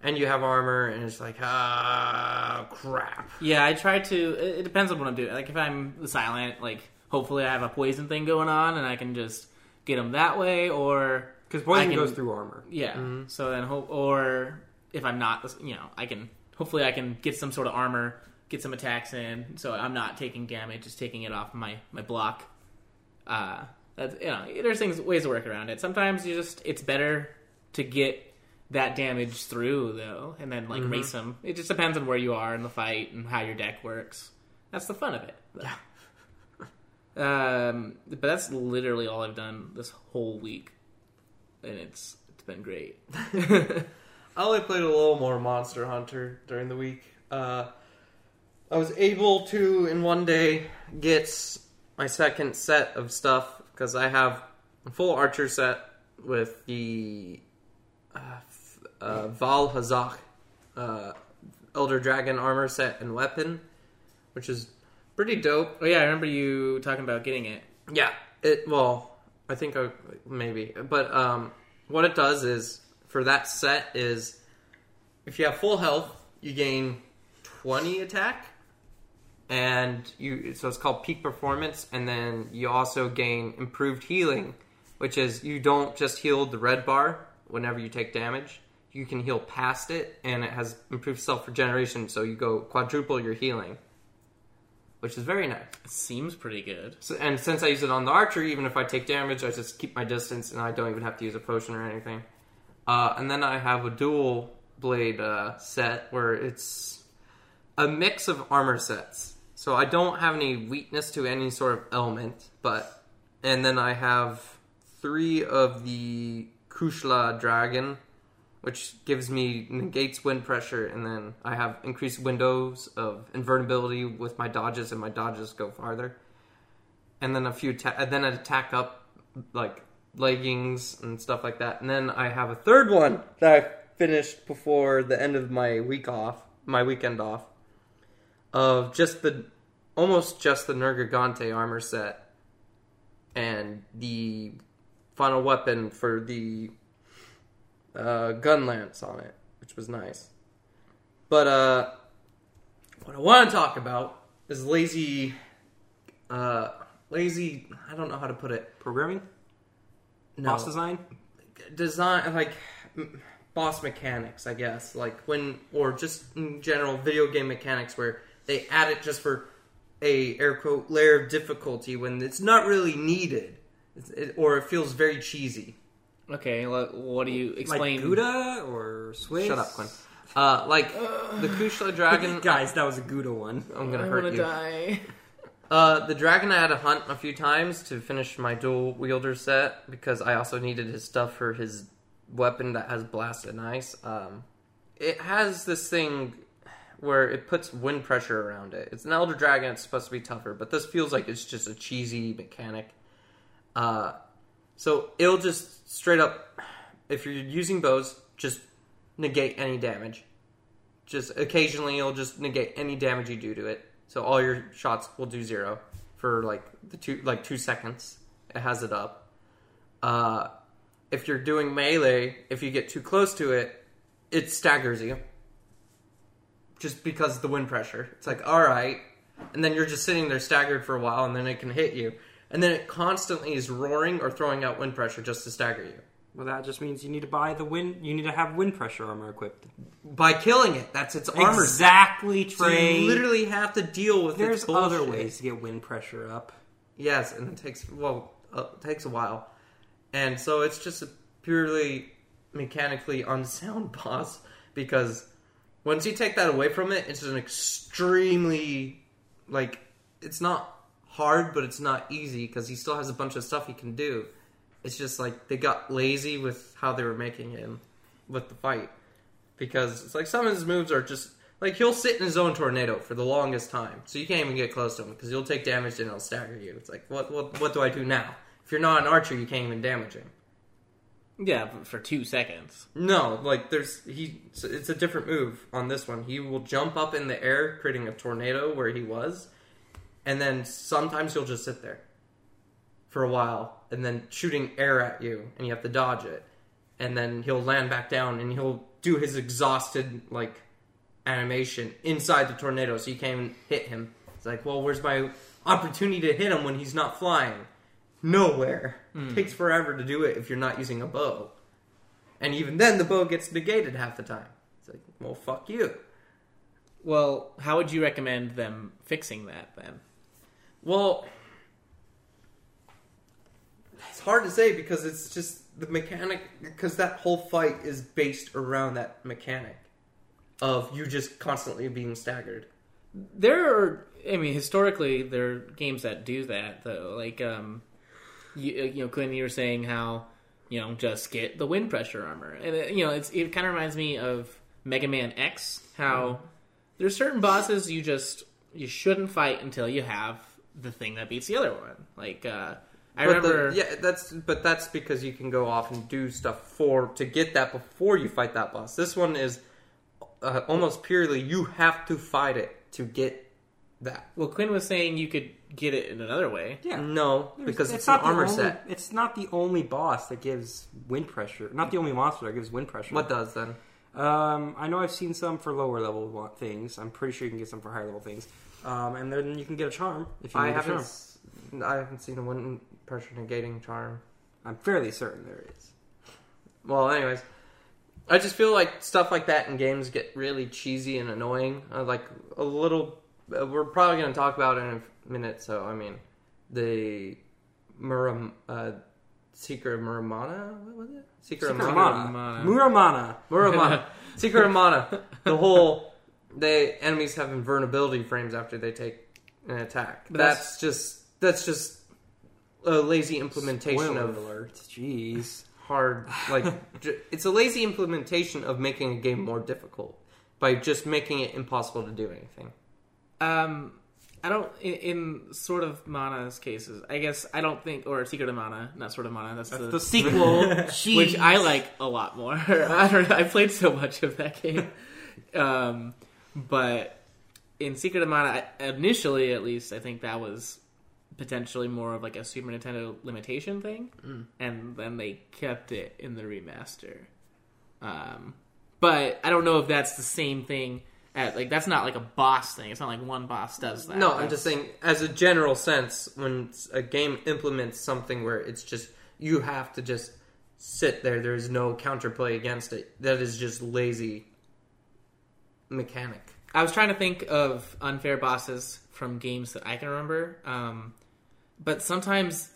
[SPEAKER 1] and you have armor, and it's like ah crap.
[SPEAKER 3] Yeah, I try to. It, it depends on what I'm doing. Like if I'm silent, like hopefully I have a poison thing going on, and I can just get them that way, or
[SPEAKER 2] Because poison
[SPEAKER 3] I can-
[SPEAKER 2] goes through armor.
[SPEAKER 3] Yeah. So then, hope or if I'm not, you know, I can hopefully I can get some sort of armor, get some attacks in, so I'm not taking damage, just taking it off my my block. Uh, that's you know, there's things ways to work around it. Sometimes you just it's better to get that damage through though, and then like race them. It just depends on where you are in the fight and how your deck works. That's the fun of it. Yeah. *laughs* Um, but that's literally all I've done this whole week, and it's it's been great.
[SPEAKER 1] I only played a little more Monster Hunter during the week. Uh, I was able to, in one day, get my second set of stuff because I have a full archer set with the uh, f- uh, Val Hazak uh, Elder Dragon armor set and weapon, which is pretty dope.
[SPEAKER 3] Oh yeah, I remember you talking about getting it.
[SPEAKER 1] Yeah. It well, I think I, maybe, but um, what it does is for that set is if you have full health, you gain twenty attack, and you so it's called peak performance, and then you also gain improved healing, which is you don't just heal the red bar whenever you take damage. You can heal past it, and it has improved self regeneration, so you go quadruple your healing, which is very nice.
[SPEAKER 3] It seems pretty good.
[SPEAKER 1] So, and since I use it on the archer, even if I take damage, I just keep my distance and I don't even have to use a potion or anything. Uh, and then I have a dual blade uh, set where it's a mix of armor sets. So I don't have any weakness to any sort of element, but. And then I have three of the Kushla Dragon, which gives me negates wind pressure, and then I have increased windows of invulnerability with my dodges, and my dodges go farther and then a few ta- and then I'd attack up like leggings and stuff like that. And then I have a third one that I finished before the end of my week off, my weekend off, of just the almost just the Nergigante armor set and the final weapon for the uh, gun lance on it, which was nice. But uh, what I want to talk about is lazy uh, lazy. I don't know how to put it.
[SPEAKER 2] Programming?
[SPEAKER 1] No
[SPEAKER 2] Boss design?
[SPEAKER 1] design, like m- boss mechanics, I guess. Like when, or just in general, video game mechanics where they add it just for a air quote layer of difficulty when it's not really needed, It's- it, or it feels very cheesy.
[SPEAKER 3] Okay, what, what do you explain?
[SPEAKER 2] Like Gouda or Swiss?
[SPEAKER 1] Shut up,
[SPEAKER 2] *laughs*
[SPEAKER 1] Quinn. Uh, like the Kushla *laughs* dragon.
[SPEAKER 2] Guys, that was a Gouda one.
[SPEAKER 1] I'm
[SPEAKER 3] I
[SPEAKER 1] gonna
[SPEAKER 3] want
[SPEAKER 1] hurt
[SPEAKER 3] to
[SPEAKER 1] you.
[SPEAKER 3] die.
[SPEAKER 1] Uh, the dragon I had to hunt a few times to finish my dual wielder set because I also needed his stuff for his weapon that has blast and ice. Um, it has this thing where it puts wind pressure around it. It's an elder dragon; it's supposed to be tougher, but this feels like it's just a cheesy mechanic. Uh, so it'll just straight up, if you're using bows, just negate any damage. Just occasionally, it'll just negate any damage you do to it. So all your shots will do zero for like the two like two seconds. It has it up. Uh, if you're doing melee, if you get too close to it, it staggers you. Just because of the wind pressure. It's like, all right. And then you're just sitting there staggered for a while and then it can hit you. And then it constantly is roaring or throwing out wind pressure just to stagger you.
[SPEAKER 2] Well, that just means you need to buy the wind. You need to have wind pressure armor equipped.
[SPEAKER 1] By killing it, that's its armor.
[SPEAKER 2] Exactly,
[SPEAKER 1] So
[SPEAKER 2] Trey.
[SPEAKER 1] you literally have to deal with its
[SPEAKER 2] There's other
[SPEAKER 1] bullshit.
[SPEAKER 2] ways to get wind pressure up.
[SPEAKER 1] Yes, and it takes well, uh, it takes a while, and so it's just a purely mechanically unsound *laughs* boss because once you take that away from it, it's an extremely like it's not hard, but it's not easy because he still has a bunch of stuff he can do. It's just like they got lazy with how they were making him with the fight because it's like some of his moves are just like he'll sit in his own tornado for the longest time, so you can't even get close to him because he'll take damage and he'll stagger you. It's like what what what do I do now? If you're not an archer, you can't even damage him.
[SPEAKER 3] Yeah, but for two seconds.
[SPEAKER 1] No, like there's he. so It's a different move on this one. He will jump up in the air, creating a tornado where he was, and then sometimes he'll just sit there for a while, and then shooting air at you, and you have to dodge it, and then he'll land back down, and he'll do his exhausted like animation inside the tornado, so you can't even hit him. It's like, well, where's my opportunity to hit him when he's not flying? Nowhere. takes forever to do it if you're not using a bow. And even then, the bow gets negated half the time. It's like, well, fuck you.
[SPEAKER 3] Well, how would you recommend them fixing that then?
[SPEAKER 1] Well, it's hard to say because it's just the mechanic, because that whole fight is based around that mechanic of you just constantly being staggered.
[SPEAKER 3] There are, I mean, historically, there are games that do that though. Like, um, you, you know, Clint, you were saying how, you know, just get the wind pressure armor, and it, you know, it's it kind of reminds me of Mega Man X.
[SPEAKER 1] Mm-hmm.
[SPEAKER 3] How there's certain bosses you just you shouldn't fight until you have the thing that beats the other one. Like, uh, I
[SPEAKER 1] but the-
[SPEAKER 3] remember,
[SPEAKER 1] yeah, that's but that's because you can go off and do stuff for to get that before you fight that boss. This one is uh, almost purely you have to fight it to get that.
[SPEAKER 3] well, Quinn was saying you could get it in another way.
[SPEAKER 2] Yeah.
[SPEAKER 1] No,
[SPEAKER 2] There's-
[SPEAKER 1] Mm. because it's, an
[SPEAKER 2] the
[SPEAKER 1] armor
[SPEAKER 2] only-
[SPEAKER 1] set.
[SPEAKER 2] It's not the only boss that gives wind pressure. Not the only monster that gives wind pressure.
[SPEAKER 1] What does then?
[SPEAKER 2] Um, I know I've seen some for lower level wa- things. I'm pretty sure you can get some for higher level things. Um, and then you can get a charm if you
[SPEAKER 1] I
[SPEAKER 2] need a
[SPEAKER 1] haven't.
[SPEAKER 2] charm.
[SPEAKER 1] s- I haven't seen a wind pressure negating charm.
[SPEAKER 2] I'm fairly certain there is.
[SPEAKER 1] Well, anyways, I just feel like stuff like that in games get really cheesy and annoying. Uh, like a little, uh, we're probably going to talk about it in a minute. So I mean, the Muram, uh, Secret of Muramana, what was it? Secret, of Muramana.
[SPEAKER 2] Muramana.
[SPEAKER 3] Muramana.
[SPEAKER 2] Muramana.
[SPEAKER 1] Muramana. Secret of Mana. The whole they enemies have invulnerability frames after they take an attack.
[SPEAKER 3] But
[SPEAKER 1] that's,
[SPEAKER 3] that's-
[SPEAKER 1] just that's just a lazy implementation
[SPEAKER 2] Spoiler
[SPEAKER 1] of
[SPEAKER 2] alert. Jeez.
[SPEAKER 1] hard like *laughs* j- it's a lazy implementation of making a game more difficult by just making it impossible to do anything.
[SPEAKER 3] Um, I don't in, in sort of Mana's cases. I guess I don't think or Secret of Mana, not sort of Mana. That's, the, *laughs*
[SPEAKER 2] the-
[SPEAKER 3] sequel, which I like a lot more. *laughs* I don't. know. I played so much of that game, um, but in Secret of Mana, I, initially at least, I think that was potentially more of like a Super Nintendo limitation thing,
[SPEAKER 1] Mm.
[SPEAKER 3] and then they kept it in the remaster. Um, but I don't know if that's the same thing. At, like that's not like a boss thing. It's not like one boss does that.
[SPEAKER 1] No, I'm just saying as a general sense when s- a game implements something where it's just you have to just sit there there is no counterplay against it. That is just lazy mechanic.
[SPEAKER 3] I was trying to think of unfair bosses from games that I can remember, um, but sometimes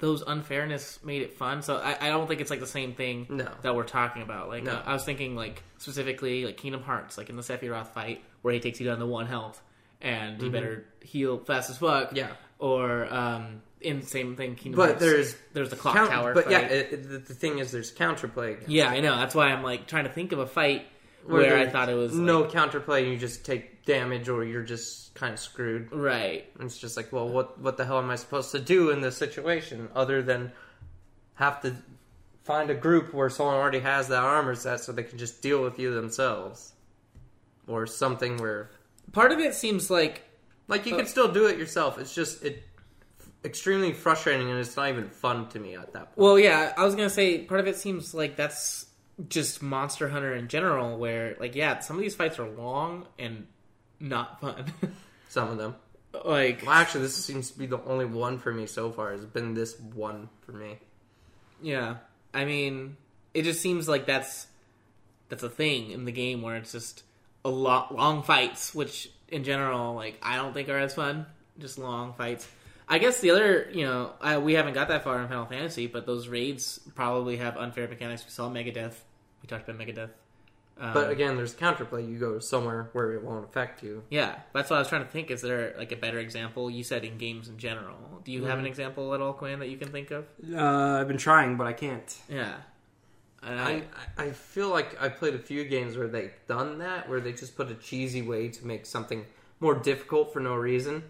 [SPEAKER 3] those unfairness made it fun. So I, I don't think it's like the same thing
[SPEAKER 1] No.
[SPEAKER 3] that we're talking about. Like
[SPEAKER 1] No.
[SPEAKER 3] uh, I was thinking like specifically like Kingdom Hearts, like in the Sephiroth fight where he takes you down to one health and you better heal fast as fuck.
[SPEAKER 1] Mm-hmm. Yeah.
[SPEAKER 3] Or um in same thing Kingdom
[SPEAKER 1] But
[SPEAKER 3] Hearts.
[SPEAKER 1] there's
[SPEAKER 3] there's the clock
[SPEAKER 1] Count-
[SPEAKER 3] tower.
[SPEAKER 1] but yeah,
[SPEAKER 3] fight.
[SPEAKER 1] it, it- the, the thing is, there's counterplay. again.
[SPEAKER 3] yeah, I know. That's why I'm like trying to think of a fight where,
[SPEAKER 1] Where
[SPEAKER 3] I
[SPEAKER 1] there's
[SPEAKER 3] thought it was like,
[SPEAKER 1] no counterplay, and you just take damage, or you're just kind of screwed.
[SPEAKER 3] right.
[SPEAKER 1] And It's just like, well, what what the hell am I supposed to do in this situation other than have to find a group where someone already has that armor set so they can just deal with you themselves, or something where
[SPEAKER 3] Part of it seems like
[SPEAKER 1] like you can still do it yourself. It's just it extremely frustrating, and it's not even fun to me at that point.
[SPEAKER 3] Well, yeah, I was gonna say part of it seems like that's just Monster Hunter in general, where like yeah, some of these fights are long and not fun. *laughs*
[SPEAKER 1] Some of them.
[SPEAKER 3] like
[SPEAKER 1] Well, actually, this seems to be the only one for me so far. It's been this one for me.
[SPEAKER 3] yeah, I mean, it just seems like that's that's a thing in the game where it's just a lot long fights, which in general like I don't think are as fun. Just long fights. I guess the other, you know, I, we haven't got that far in Final Fantasy, but those raids probably have unfair mechanics. We saw Megadeth. We talked about Megadeth. Um,
[SPEAKER 1] But again, there's counterplay. You go somewhere where it won't affect you.
[SPEAKER 3] Yeah, that's what I was trying to think. Is there like a better example? You said in games in general. Do you have an example at all, Quinn, that you can think of?
[SPEAKER 2] Uh, I've been trying, but I can't.
[SPEAKER 3] Yeah. And I,
[SPEAKER 1] I, I I feel like I played a few games where they've done that, where they just put a cheesy way to make something more difficult for no reason,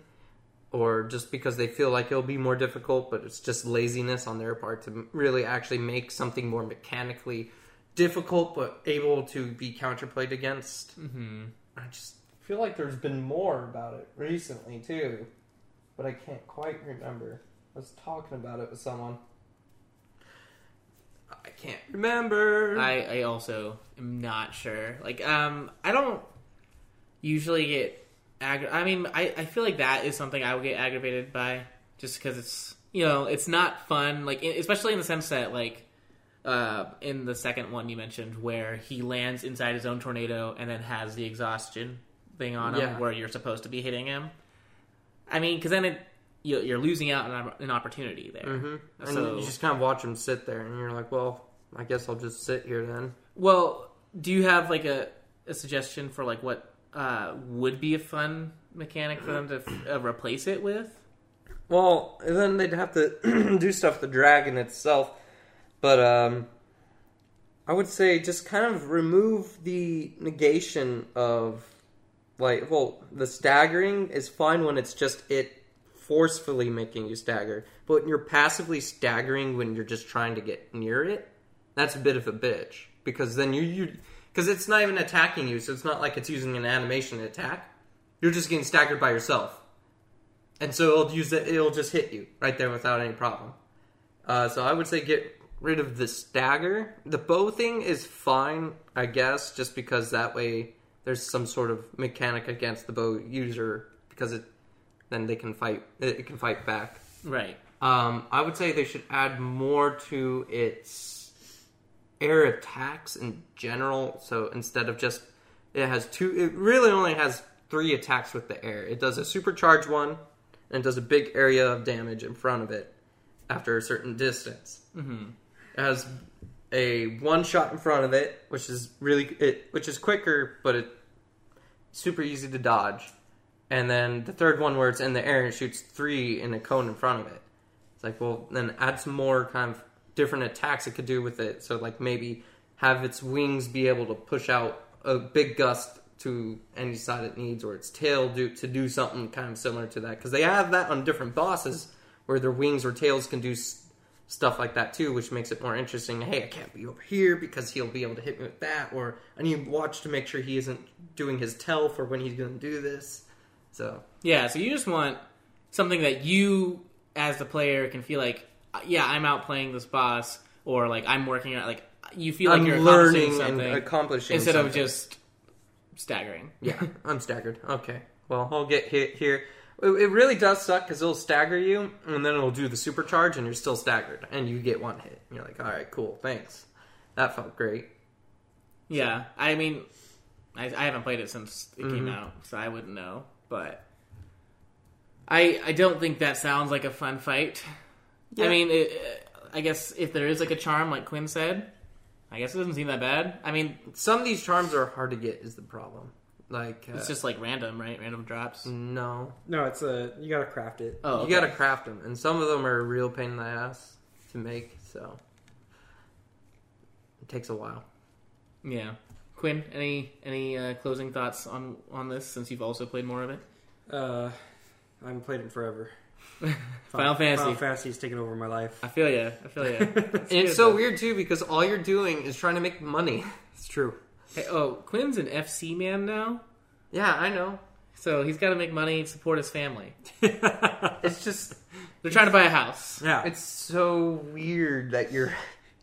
[SPEAKER 1] or just because they feel like it'll be more difficult, but it's just laziness on their part to really actually make something more mechanically difficult but able to be counterplayed against. Mm-hmm. I just feel like there's been more about it recently too, but I can't quite remember. I was talking about it with someone. I can't remember.
[SPEAKER 3] I, I also am not sure. Like, um, I don't usually get aggra- I mean, I, I feel like that is something I would get aggravated by just because it's, you know, it's not fun. Like, e- especially in the sense that, like, uh, in the second one you mentioned where he lands inside his own tornado and then has the exhaustion thing on him
[SPEAKER 1] Yeah.
[SPEAKER 3] where you're supposed to be hitting him. I mean, because then it, you- you're losing out on an op- an opportunity there.
[SPEAKER 1] Mm-hmm. And
[SPEAKER 3] So-
[SPEAKER 1] you just kind of watch them sit there, and you're like, well, I guess I'll just sit here then.
[SPEAKER 3] Well, do you have like a, a suggestion for like what uh, would be a fun mechanic for them to f- uh, replace it with?
[SPEAKER 1] Well, and then they'd have to *clears throat* do stuff with the dragon itself, but um, I would say just kind of remove the negation of, like, well, the staggering is fine when it's just it forcefully making you stagger, but when you're passively staggering when you're just trying to get near it, that's a bit of a bitch because then you you because it's not even attacking you, so it's not like it's using an animation to attack. You're just getting staggered by yourself and so it'll use it. It'll just hit you right there without any problem. Uh, so I would say get rid of the stagger. The bow thing is fine, I guess, just because that way there's some sort of mechanic against the bow user because it then they can fight. It can fight back.
[SPEAKER 3] Right.
[SPEAKER 1] Um, I would say they should add more to its air attacks in general. So instead of just it has two, it really only has three attacks with the air. It does a supercharge one, and it does a big area of damage in front of it after a certain distance. Mm-hmm. It has a one shot in front of it, which is really it, which is quicker, but it super easy to dodge. And then the third one where it's in the air and it shoots three in a cone in front of it. It's like, well, then add some more kind of different attacks it could do with it. So, like, maybe have its wings be able to push out a big gust to any side it needs, or its tail do, to do something kind of similar to that. Because they have that on different bosses where their wings or tails can do s- stuff like that too, which makes it more interesting. Hey, I can't be over here because he'll be able to hit me with that, or I need to watch to make sure he isn't doing his tell for when he's going to do this. So,
[SPEAKER 3] Yeah. So you just want something that you, as the player, can feel like, uh, yeah, I'm outplaying this boss, or like I'm working on like you feel like
[SPEAKER 1] I'm
[SPEAKER 3] you're learning
[SPEAKER 1] learning
[SPEAKER 3] something
[SPEAKER 1] and accomplishing
[SPEAKER 3] instead of
[SPEAKER 1] something.
[SPEAKER 3] just staggering. *laughs*
[SPEAKER 1] Yeah, I'm staggered. Okay. Well, I'll get hit here. It it really does suck because it'll stagger you, and then it'll do the supercharge, and you're still staggered, and you get one hit. And you're like, all right, cool, thanks. That felt great.
[SPEAKER 3] Yeah. I mean, I, I haven't played it since it came out, so I wouldn't know. But I I don't think that sounds like a fun fight.
[SPEAKER 2] Yeah.
[SPEAKER 3] I mean, it, I guess if there is like a charm, like Quinn said, I guess it doesn't seem that bad. I mean,
[SPEAKER 2] Some of these charms are hard to get. Is the problem? Like uh,
[SPEAKER 3] it's just like random, right? Random drops.
[SPEAKER 1] No.
[SPEAKER 2] no, it's a you gotta craft it.
[SPEAKER 3] Oh, okay.
[SPEAKER 1] Mm. You gotta craft them, and some of them are a real pain in the ass to make, so. It takes a while.
[SPEAKER 3] yeah. Quinn, any any uh, closing thoughts on on this since you've also played more of it?
[SPEAKER 2] Uh, I haven't played it forever.
[SPEAKER 3] Final Fantasy.
[SPEAKER 2] Final Fantasy's taken over my life.
[SPEAKER 3] I feel ya. I feel ya.
[SPEAKER 1] And it's so weird, too, because all you're doing is trying to
[SPEAKER 3] *laughs*
[SPEAKER 1] make money.
[SPEAKER 2] It's true.
[SPEAKER 3] Hey, oh, Quinn's an FC man now,
[SPEAKER 1] Yeah,
[SPEAKER 3] *laughs*
[SPEAKER 1] I know.
[SPEAKER 3] so he's got to make money to support his family.
[SPEAKER 2] yeah,
[SPEAKER 1] It's just.
[SPEAKER 3] They're trying to buy a house.
[SPEAKER 1] It's so weird that you're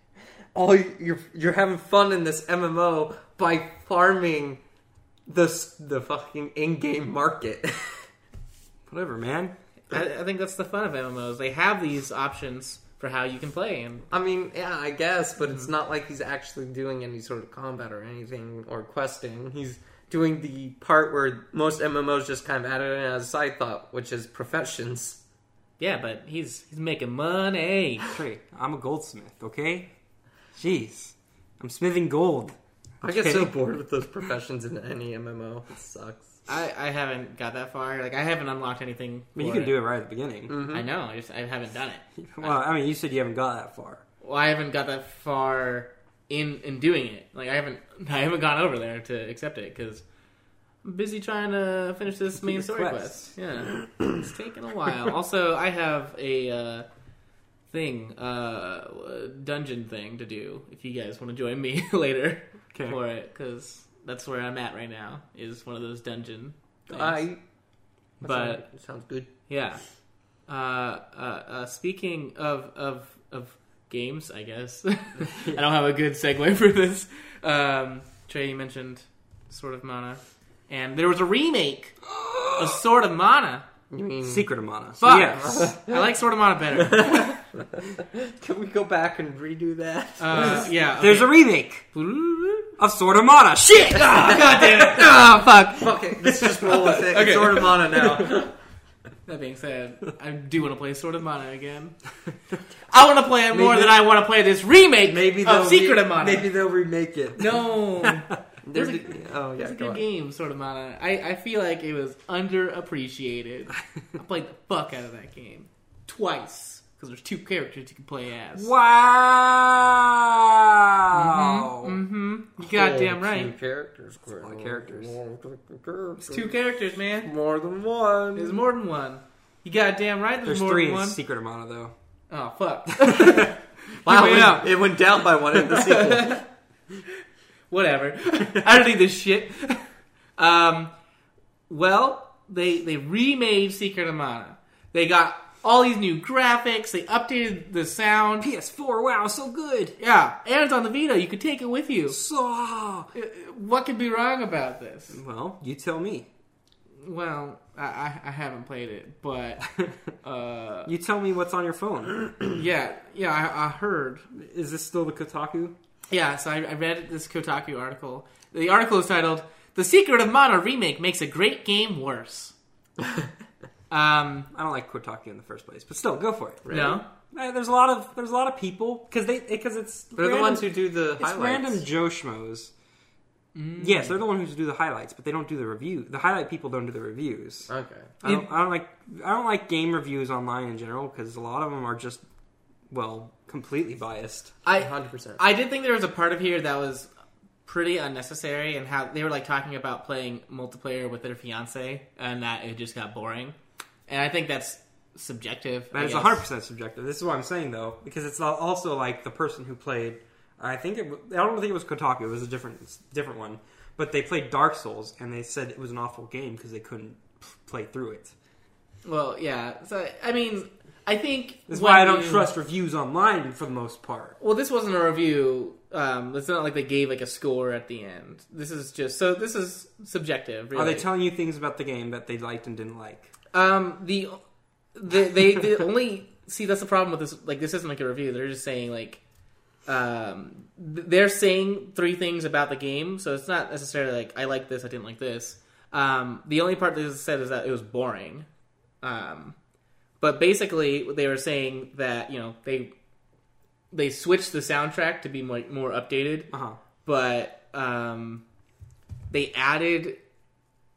[SPEAKER 1] *laughs* all you're you're having fun in this MMO by farming the s- the fucking in-game market. *laughs*
[SPEAKER 2] whatever, man.
[SPEAKER 3] I, I think that's the fun of MMOs. They have these options for how you can play, and
[SPEAKER 1] I mean, yeah, I guess, but it's not like he's actually doing any sort of combat or anything or questing. He's doing the part where most MMOs just kind of added in as a side thought, which is professions.
[SPEAKER 3] yeah, but he's he's making money.
[SPEAKER 2] Hey, I'm a goldsmith. Okay, jeez, I'm smithing gold.
[SPEAKER 1] I get so
[SPEAKER 2] Okay.
[SPEAKER 1] bored with those professions in any MMO. It sucks.
[SPEAKER 3] I, I haven't got that far. Like I haven't unlocked anything.
[SPEAKER 2] I mean, you
[SPEAKER 3] for
[SPEAKER 2] can do it right at the beginning.
[SPEAKER 3] I know. I just I haven't done it.
[SPEAKER 2] Well, I mean, you said you haven't got that far.
[SPEAKER 3] Well, I haven't got that far in in doing it. Like I haven't *laughs* I haven't gone over there to accept it because I'm busy trying to finish this main
[SPEAKER 2] your
[SPEAKER 3] story
[SPEAKER 2] quest.
[SPEAKER 3] quest. Yeah, it's taking a while. Also, I have a uh, thing, uh, dungeon thing to do. If you guys want to join me *laughs* later
[SPEAKER 2] Okay.
[SPEAKER 3] for it, because that's where I'm at right now. Is one of those dungeon. Things.
[SPEAKER 1] I
[SPEAKER 3] but
[SPEAKER 1] sounds, sounds good.
[SPEAKER 3] yeah. Uh, uh, uh, speaking of of of games, I guess *laughs* I don't have a good segue for this. Um, Trey, you mentioned Sword of Mana, and there was a remake of Sword of Mana.
[SPEAKER 1] You mean
[SPEAKER 2] Secret of Mana. So,
[SPEAKER 3] Mm. Fuck,
[SPEAKER 2] yes.
[SPEAKER 3] *laughs* I like Sword of Mana better.
[SPEAKER 1] Can we go back and redo that?
[SPEAKER 3] Uh, yeah, *laughs*
[SPEAKER 2] There's a remake of Sword of Mana. Shit! Ah, God damn it.
[SPEAKER 3] oh fuck.
[SPEAKER 1] *laughs* okay, let's just roll with it. It's Sword of Mana *laughs* now.
[SPEAKER 3] That being said, I do want to play Sword of Mana again. I want to play it more
[SPEAKER 1] Maybe-
[SPEAKER 3] than I want to play this remake
[SPEAKER 1] Maybe they'll
[SPEAKER 3] of Secret
[SPEAKER 1] re-
[SPEAKER 3] of Mana.
[SPEAKER 1] Maybe they'll remake it.
[SPEAKER 3] No.
[SPEAKER 1] There's
[SPEAKER 3] There's
[SPEAKER 1] oh yeah,
[SPEAKER 3] It's a
[SPEAKER 1] go
[SPEAKER 3] good
[SPEAKER 1] on.
[SPEAKER 3] game, sort of mana. I, I feel like it was
[SPEAKER 2] *laughs*
[SPEAKER 3] underappreciated. I played the fuck out of that game twice because there's two characters you can play as.
[SPEAKER 2] Wow.
[SPEAKER 3] Mm-hmm. You goddamn right.
[SPEAKER 1] Two characters. It's a
[SPEAKER 2] lot of characters.
[SPEAKER 3] It's two characters, man.
[SPEAKER 1] more than one.
[SPEAKER 3] There's more than one. You goddamn right. There's,
[SPEAKER 2] There's
[SPEAKER 3] more
[SPEAKER 2] three
[SPEAKER 3] than
[SPEAKER 2] in
[SPEAKER 3] one.
[SPEAKER 2] Secret of Mana, though.
[SPEAKER 3] Oh
[SPEAKER 2] *laughs*
[SPEAKER 3] fuck. *laughs*
[SPEAKER 1] wow,
[SPEAKER 3] Keep
[SPEAKER 1] it
[SPEAKER 3] it
[SPEAKER 1] went,
[SPEAKER 3] up.
[SPEAKER 1] it went down by one in the sequel.
[SPEAKER 3] Whatever. *laughs* I don't need this shit. *laughs* Um, well, they they remade Secret of Mana. They got all these new graphics. They updated the sound.
[SPEAKER 2] PS4, wow, so good.
[SPEAKER 3] Yeah, and it's on the Vita. You could take it with you. Uh,
[SPEAKER 2] So.
[SPEAKER 3] What could be wrong about this?
[SPEAKER 2] Well, you tell me.
[SPEAKER 3] Well, I, I, I haven't played it, *laughs* but uh,
[SPEAKER 2] You tell me what's on your phone.
[SPEAKER 3] yeah, yeah, I, I heard.
[SPEAKER 2] Is this still the Kotaku?
[SPEAKER 3] Yeah, so I, I read this Kotaku article. The article is titled "The Secret of Mana Remake Makes a Great Game *laughs* Worse." um,
[SPEAKER 2] I don't like Kotaku in the first place, but still, go for it.
[SPEAKER 3] no,
[SPEAKER 2] Uh, There's a lot of there's a lot of people because they because
[SPEAKER 1] *laughs*
[SPEAKER 2] it's
[SPEAKER 1] They're the
[SPEAKER 2] random-
[SPEAKER 1] ones who do the
[SPEAKER 2] It's
[SPEAKER 1] highlights.
[SPEAKER 2] random Joe schmoes. Yes, they're the ones who do the highlights, but they don't do the review. The highlight people don't do the reviews.
[SPEAKER 1] Okay.
[SPEAKER 2] I, don't, I don't like I don't like game reviews online in general because a lot of them are just well completely biased.
[SPEAKER 3] I
[SPEAKER 1] 100%.
[SPEAKER 3] I did think there was a part of here that was pretty unnecessary, and how they were like talking about playing multiplayer with their fiance, and that it just got boring. And I think that's subjective.
[SPEAKER 2] That
[SPEAKER 3] I
[SPEAKER 2] is
[SPEAKER 3] guess.
[SPEAKER 2] 100 percent subjective. This is what I'm saying though because it's al- also like the person who played. I think it, w- I don't think it was Kotaku. It was a different it's a different one, but they played Dark Souls and they said it was an awful game because they couldn't p- play through it.
[SPEAKER 3] Well, yeah. So I mean, I think
[SPEAKER 2] That's
[SPEAKER 3] when
[SPEAKER 2] why I don't
[SPEAKER 3] you-
[SPEAKER 2] trust reviews online for the most part.
[SPEAKER 3] Well, this wasn't a review. Um, it's not like they gave like a score at the end. This is just so. This is subjective. Really.
[SPEAKER 2] Are they telling you things about the game that they liked and didn't like?
[SPEAKER 3] Um, the the they the only see that's the problem with this. Like, this isn't like a review. They're just saying like, um, th- they're saying three things about the game. So it's not necessarily like I like this, I didn't like this. Um, the only part that is said is that it was boring. Um, But basically, they were saying that you know they they switched the soundtrack to be more, more updated,
[SPEAKER 2] Uh huh.
[SPEAKER 3] but um, they added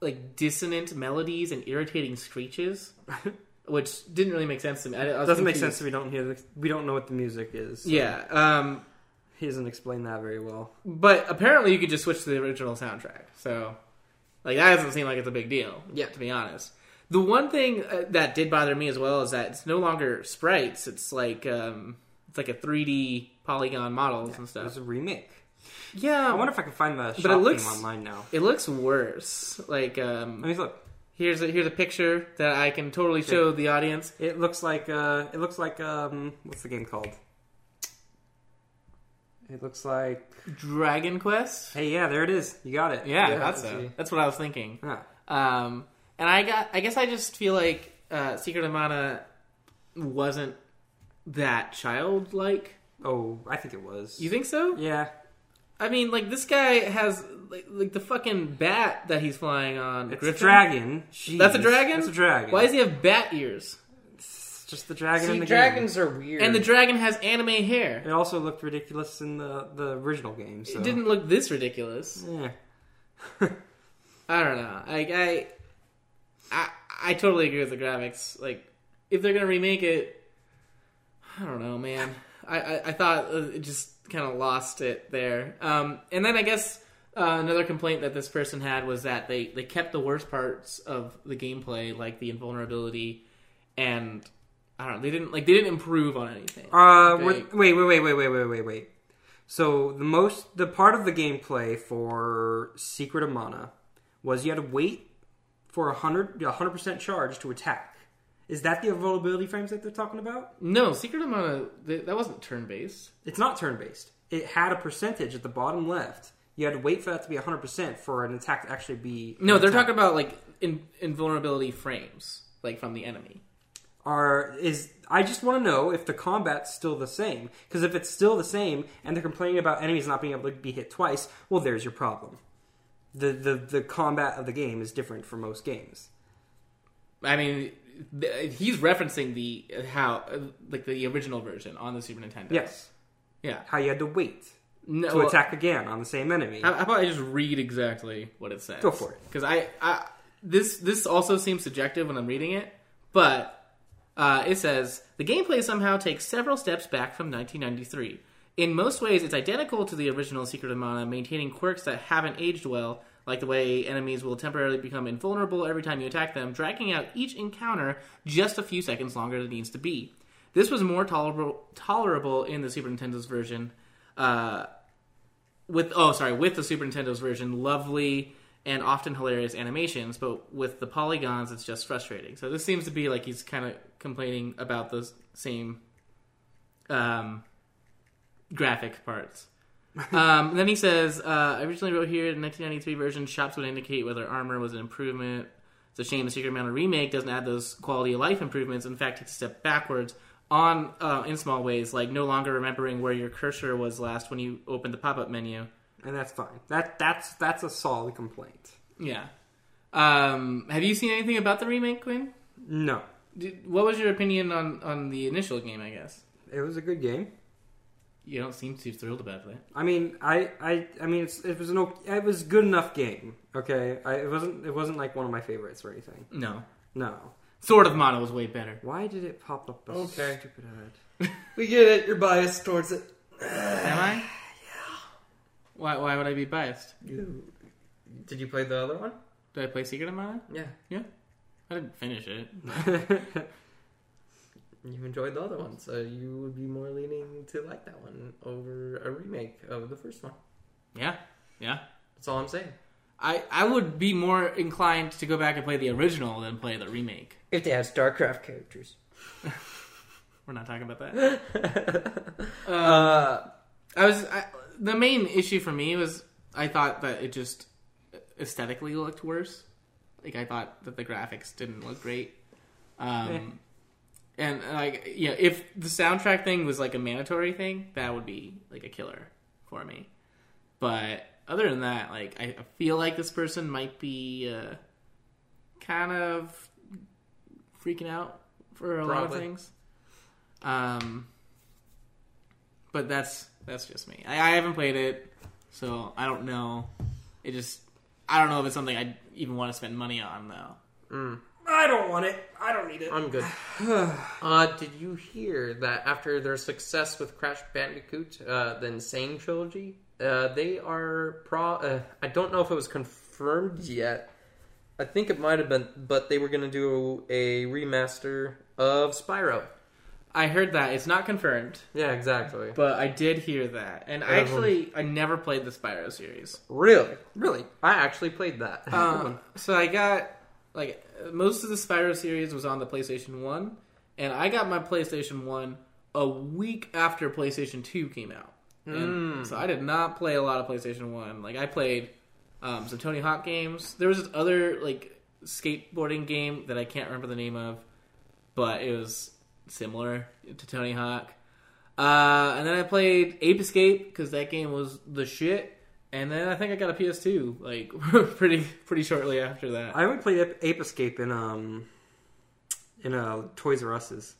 [SPEAKER 3] like dissonant melodies and irritating
[SPEAKER 2] *laughs*
[SPEAKER 3] screeches, which didn't really make sense to me. I, I was
[SPEAKER 2] Doesn't make
[SPEAKER 3] confused.
[SPEAKER 2] sense if we don't hear the, we don't know what the music is. so
[SPEAKER 3] Yeah, um,
[SPEAKER 2] He doesn't explain that very well.
[SPEAKER 3] but apparently you could just switch to the original soundtrack. So, like that doesn't seem like it's a big deal. Yeah, to be honest. The one thing uh, that did bother me as well is that it's no longer sprites. It's like um, it's like a 3D polygon models and
[SPEAKER 2] It was
[SPEAKER 3] stuff.
[SPEAKER 2] a remake.
[SPEAKER 3] Yeah,
[SPEAKER 2] I wonder if I can find the shop
[SPEAKER 3] it looks-
[SPEAKER 2] name online now.
[SPEAKER 3] it looks worse. Like um,
[SPEAKER 2] I mean, look,
[SPEAKER 3] here's a, here's a picture that I can totally show the audience.
[SPEAKER 2] it looks like uh, it looks like um, what's the game called? It looks like
[SPEAKER 3] Dragon Quest.
[SPEAKER 2] hey, yeah, there it is. You got it. Ah.
[SPEAKER 3] Yeah,
[SPEAKER 1] Yeah,
[SPEAKER 3] that's
[SPEAKER 1] I see.
[SPEAKER 3] that's what I was thinking.
[SPEAKER 2] Yeah.
[SPEAKER 3] Um, and I got, I guess I just feel like uh, Secret of Mana wasn't that childlike.
[SPEAKER 2] Oh, I think it was.
[SPEAKER 3] You think so?
[SPEAKER 2] yeah,
[SPEAKER 3] I mean, like this guy has like, like the fucking bat that he's flying on.
[SPEAKER 2] it's a
[SPEAKER 3] Griffin?
[SPEAKER 2] dragon. Jeez.
[SPEAKER 3] That's a dragon.
[SPEAKER 2] That's a dragon.
[SPEAKER 3] Why does he have bat ears?
[SPEAKER 2] It's just the dragon
[SPEAKER 1] See,
[SPEAKER 2] in the
[SPEAKER 1] dragons are weird.
[SPEAKER 3] And the dragon has anime hair.
[SPEAKER 2] game? It also looked ridiculous in the the original game. So
[SPEAKER 3] It didn't look this ridiculous.
[SPEAKER 2] Yeah.
[SPEAKER 3] I don't know. Like I, I, I totally agree with the graphics. Like if they're gonna remake it, I don't know, man. I I, I thought uh, it just kind of lost it there. Um, and then I guess uh, another complaint that this person had was that they they kept the worst parts of the gameplay, like the invulnerability, and I don't know. They didn't like they didn't improve on anything.
[SPEAKER 2] Uh,
[SPEAKER 3] They-
[SPEAKER 2] wait, wait, wait, wait, wait, wait, wait, wait. So the most, the part of the gameplay for Secret of Mana was you had to wait for a hundred, a hundred percent charge to attack. Is that the vulnerability frames that they're talking about?
[SPEAKER 3] no, Secret of Mana th- that wasn't turn based.
[SPEAKER 2] It's not turn based. It had a percentage at the bottom left. You had to wait for that to be hundred percent for an attack to actually be.
[SPEAKER 3] No,
[SPEAKER 2] an
[SPEAKER 3] they're
[SPEAKER 2] attack.
[SPEAKER 3] talking about like in, invulnerability frames, like from the enemy.
[SPEAKER 2] are is I just want to know if the combat's still the same because if it's still the same and they're complaining about enemies not being able to be hit twice, well, there's your problem. The the the combat of the game is different for most games.
[SPEAKER 3] I mean, th- he's referencing the how uh, like the original version on the Super Nintendo.
[SPEAKER 2] Yes,
[SPEAKER 3] Yeah.
[SPEAKER 2] how you had to wait
[SPEAKER 3] No,
[SPEAKER 2] to
[SPEAKER 3] well,
[SPEAKER 2] attack again on the same enemy.
[SPEAKER 3] How, how about I just read exactly what it says?
[SPEAKER 2] Go for it.
[SPEAKER 3] Because I, I this this also seems subjective when I'm reading it, but uh, it says the gameplay somehow takes several steps back from 1993. In most ways, it's identical to the original Secret of Mana, maintaining quirks that haven't aged well, like the way enemies will temporarily become invulnerable every time you attack them, dragging out each encounter just a few seconds longer than it needs to be. This was more tolerable tolerable in the Super Nintendo's version. Uh, with oh sorry with the Super Nintendo's version, lovely and often hilarious animations, but with the polygons, it's just frustrating. So this seems to be like he's kind of complaining about those same um, graphic parts. um, and then he says, uh, "I originally wrote here the 1993 version. Shops would indicate whether armor was an improvement. It's a shame the Secret Mountain remake doesn't add those quality of life improvements. In fact, takes a step backwards on uh, in small ways, like no longer remembering where your cursor was last when you opened the pop-up menu.
[SPEAKER 2] and that's fine. That that's that's a solid complaint.
[SPEAKER 3] Yeah. Um, have you seen anything about the remake, Quinn?
[SPEAKER 2] No,
[SPEAKER 3] Did, what was your opinion on on the initial game? I guess
[SPEAKER 2] it was a good game.
[SPEAKER 3] you don't seem too thrilled about that.
[SPEAKER 2] I mean, I, I, I mean, it's, it was an ok- it was a good enough game. Okay, I, it wasn't it wasn't like one of my favorites or anything.
[SPEAKER 3] No.
[SPEAKER 2] No,
[SPEAKER 3] Sword of Mana was way
[SPEAKER 2] *sighs*
[SPEAKER 3] better.
[SPEAKER 2] Why did it pop up a
[SPEAKER 1] Okay.
[SPEAKER 2] stupid ad?
[SPEAKER 1] we get it. You're biased towards *sighs* it.
[SPEAKER 3] Am I? yeah. Why, why would I be biased?
[SPEAKER 1] You, did you play the other one?
[SPEAKER 3] Did I play Secret of Mana?
[SPEAKER 1] Yeah.
[SPEAKER 3] I didn't finish it.
[SPEAKER 1] You enjoyed the other one, so you would be more leaning to like that one over a remake of the first one.
[SPEAKER 3] Yeah. Yeah.
[SPEAKER 1] That's all I'm saying.
[SPEAKER 3] I, I would be more inclined to go back and play the original than play the remake.
[SPEAKER 1] If they had StarCraft characters.
[SPEAKER 3] We're not talking about that. Um,
[SPEAKER 1] Uh,
[SPEAKER 3] I was I, the main issue for me was I thought that it just aesthetically looked worse. Like I thought that the graphics didn't look great. Um, and like yeah, if the soundtrack thing was like a mandatory thing, that would be like a killer for me. But other than that, like I I feel like this person might be uh, kind of freaking out for a lot of
[SPEAKER 1] Probably.
[SPEAKER 3] things. Um, but that's that's just me. I, I haven't played it, so I don't know. It just I don't know if it's something I even want to spend money on though. Mm.
[SPEAKER 2] I don't want it. I don't need it.
[SPEAKER 1] I'm *sighs* good. uh, did you hear that after their success with Crash Bandicoot, uh, the Insane Trilogy, uh, they are pro. Uh, I don't know if it was confirmed yet. I think it might have been, but they were going to do a remaster of Spyro.
[SPEAKER 3] I heard that it's not confirmed,
[SPEAKER 1] Yeah, exactly.
[SPEAKER 3] but I did hear that, and I actually I never played the Spyro series.
[SPEAKER 1] Really?
[SPEAKER 2] Really?
[SPEAKER 1] I actually played that.
[SPEAKER 3] Um, so I got like most of the Spyro series was on the PlayStation One, and I got my PlayStation One a week after PlayStation Two came out. And So I did not play a lot of PlayStation One. Like I played um, some Tony Hawk games. There was this other like skateboarding game that I can't remember the name of, but it was similar to Tony Hawk. Uh, and then I played Ape Escape because that game was the shit. And then I think I got a PS2 like *laughs* pretty pretty shortly after that.
[SPEAKER 2] I would play Ape- Ape Escape in um in uh, Toys R Us's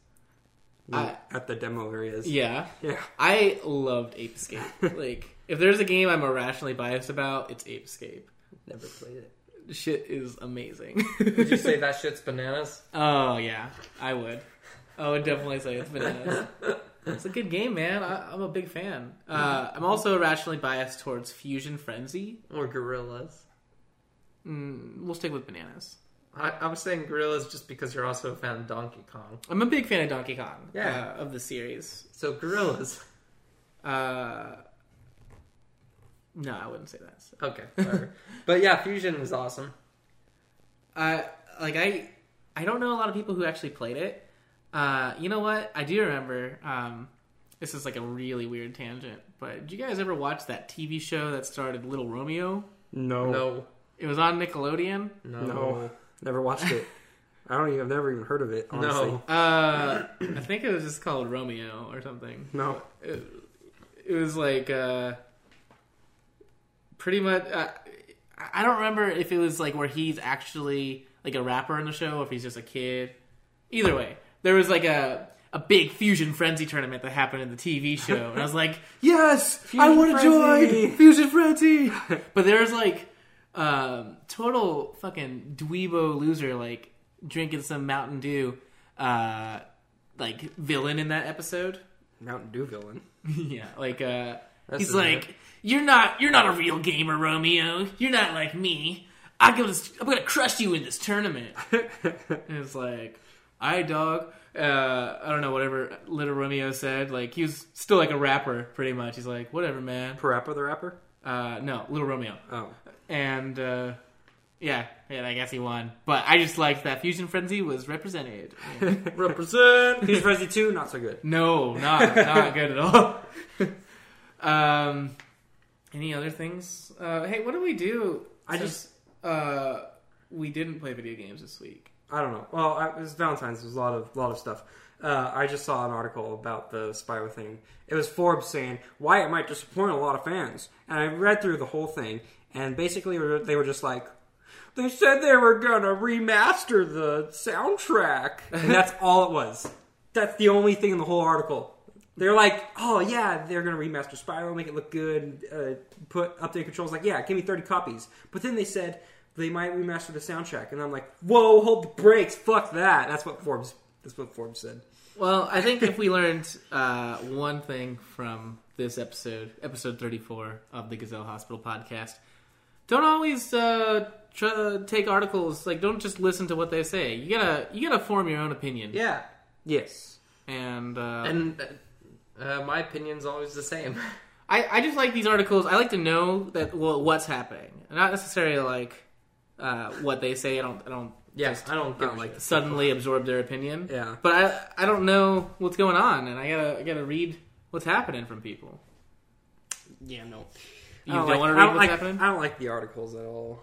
[SPEAKER 3] I-
[SPEAKER 2] at the demo areas.
[SPEAKER 3] yeah,
[SPEAKER 2] yeah.
[SPEAKER 3] I loved Ape Escape. like, if there's a game I'm irrationally biased about, it's Ape Escape.
[SPEAKER 1] *laughs* Never played it.
[SPEAKER 3] Shit is amazing.
[SPEAKER 1] Would you say that shit's bananas?
[SPEAKER 3] *laughs* Oh yeah, I would. I would definitely say it's bananas. it's a good game, man. I, I'm a big fan. Uh, I'm also irrationally biased towards Fusion Frenzy.
[SPEAKER 1] Or gorillas?
[SPEAKER 3] Mm, we'll stick with bananas.
[SPEAKER 1] I, I was saying gorillas just because you're also a fan of Donkey Kong.
[SPEAKER 3] I'm a big fan of Donkey Kong.
[SPEAKER 1] Yeah.
[SPEAKER 3] uh, of the series.
[SPEAKER 1] So gorillas.
[SPEAKER 3] Uh, no, I wouldn't say that.
[SPEAKER 1] Okay,
[SPEAKER 2] *laughs*
[SPEAKER 1] whatever. but yeah, Fusion was awesome.
[SPEAKER 3] uh, like I, I don't know a lot of people who actually played it. Uh, you know what? I do remember. Um, this is like a really weird tangent, but did you guys ever watch that TV show that started Little Romeo?
[SPEAKER 2] No,
[SPEAKER 1] No,
[SPEAKER 3] It was on Nickelodeon.
[SPEAKER 1] no,
[SPEAKER 2] No. never watched it. I don't even. I've never even heard of it. Honestly.
[SPEAKER 1] No.
[SPEAKER 3] Uh, I think it was just called Romeo or something.
[SPEAKER 2] No.
[SPEAKER 3] It was like uh, pretty much. Uh, I- I don't remember if it was like where he's actually like a rapper in the show, or if he's just a kid. Either way, there was like a a big fusion frenzy tournament that happened in the TV show, and I was like, *laughs*
[SPEAKER 2] Yes,
[SPEAKER 3] I want to join Fusion Frenzy. but there's like um, total fucking dweebo loser like drinking some Mountain Dew, uh, like villain in that episode.
[SPEAKER 2] *laughs* Mountain Dew villain.
[SPEAKER 3] *laughs* yeah, like uh, he's
[SPEAKER 1] is
[SPEAKER 3] like, you're not you're not a real gamer, Romeo. You're not like me. I go to, I'm gonna crush you in this tournament. And it's like, I dog. Uh, I don't know, whatever Little Romeo said. Like, he was still like a rapper, pretty much. He's like, whatever, man.
[SPEAKER 2] Parappa the rapper.
[SPEAKER 3] Uh, no, Little Romeo. *laughs*
[SPEAKER 2] Oh,
[SPEAKER 3] And, uh, yeah, yeah, I guess he won. But I just liked that Fusion Frenzy was represented.
[SPEAKER 1] Represent.
[SPEAKER 2] He's Frenzy Two. Not so good.
[SPEAKER 3] no, not, *laughs* not good at all. um, any other things? Uh, hey, what do we do?
[SPEAKER 2] I
[SPEAKER 3] since, uh, we didn't play video games this week.
[SPEAKER 2] I don't know. Well, I, it was Valentine's. There's a lot of lot of stuff. Uh, I just saw an article about the Spyro thing. It was Forbes saying why it might disappoint a lot of fans, and I read through the whole thing, and basically they were just like, they said they were gonna remaster the soundtrack, *laughs* and that's all it was. That's the only thing in the whole article. They're like, oh yeah, they're gonna remaster Spyro, make it look good, uh, put update controls. Like, yeah, give me thirty copies. But then they said they might remaster the soundtrack, and I'm like, whoa, hold the brakes, fuck that. That's what Forbes. That's what Forbes said.
[SPEAKER 3] Well, I think if we learned uh, one thing from this episode, episode 34 of the Gazelle Hospital podcast, don't always uh, tr- take articles like don't just listen to what they say. You gotta you gotta form your own opinion.
[SPEAKER 1] yeah,
[SPEAKER 2] Yes.
[SPEAKER 3] And, uh,
[SPEAKER 1] and uh, uh, my opinion's always the same. *laughs*
[SPEAKER 3] I I just like these articles. I like to know that well, what's happening, not necessarily like uh, what they say. I don't I don't
[SPEAKER 1] Yes, I don't give
[SPEAKER 2] I don't
[SPEAKER 1] a
[SPEAKER 2] like
[SPEAKER 1] shit.
[SPEAKER 3] suddenly absorb their opinion.
[SPEAKER 2] Yeah.
[SPEAKER 3] But I I don't know what's going on, and I gotta I gotta read what's happening from people.
[SPEAKER 2] Yeah. No.
[SPEAKER 3] You
[SPEAKER 2] I
[SPEAKER 3] don't,
[SPEAKER 2] like-
[SPEAKER 3] want to
[SPEAKER 2] I
[SPEAKER 3] read
[SPEAKER 2] don't
[SPEAKER 3] what's
[SPEAKER 2] like-
[SPEAKER 3] happening,
[SPEAKER 2] I don't like the articles at all.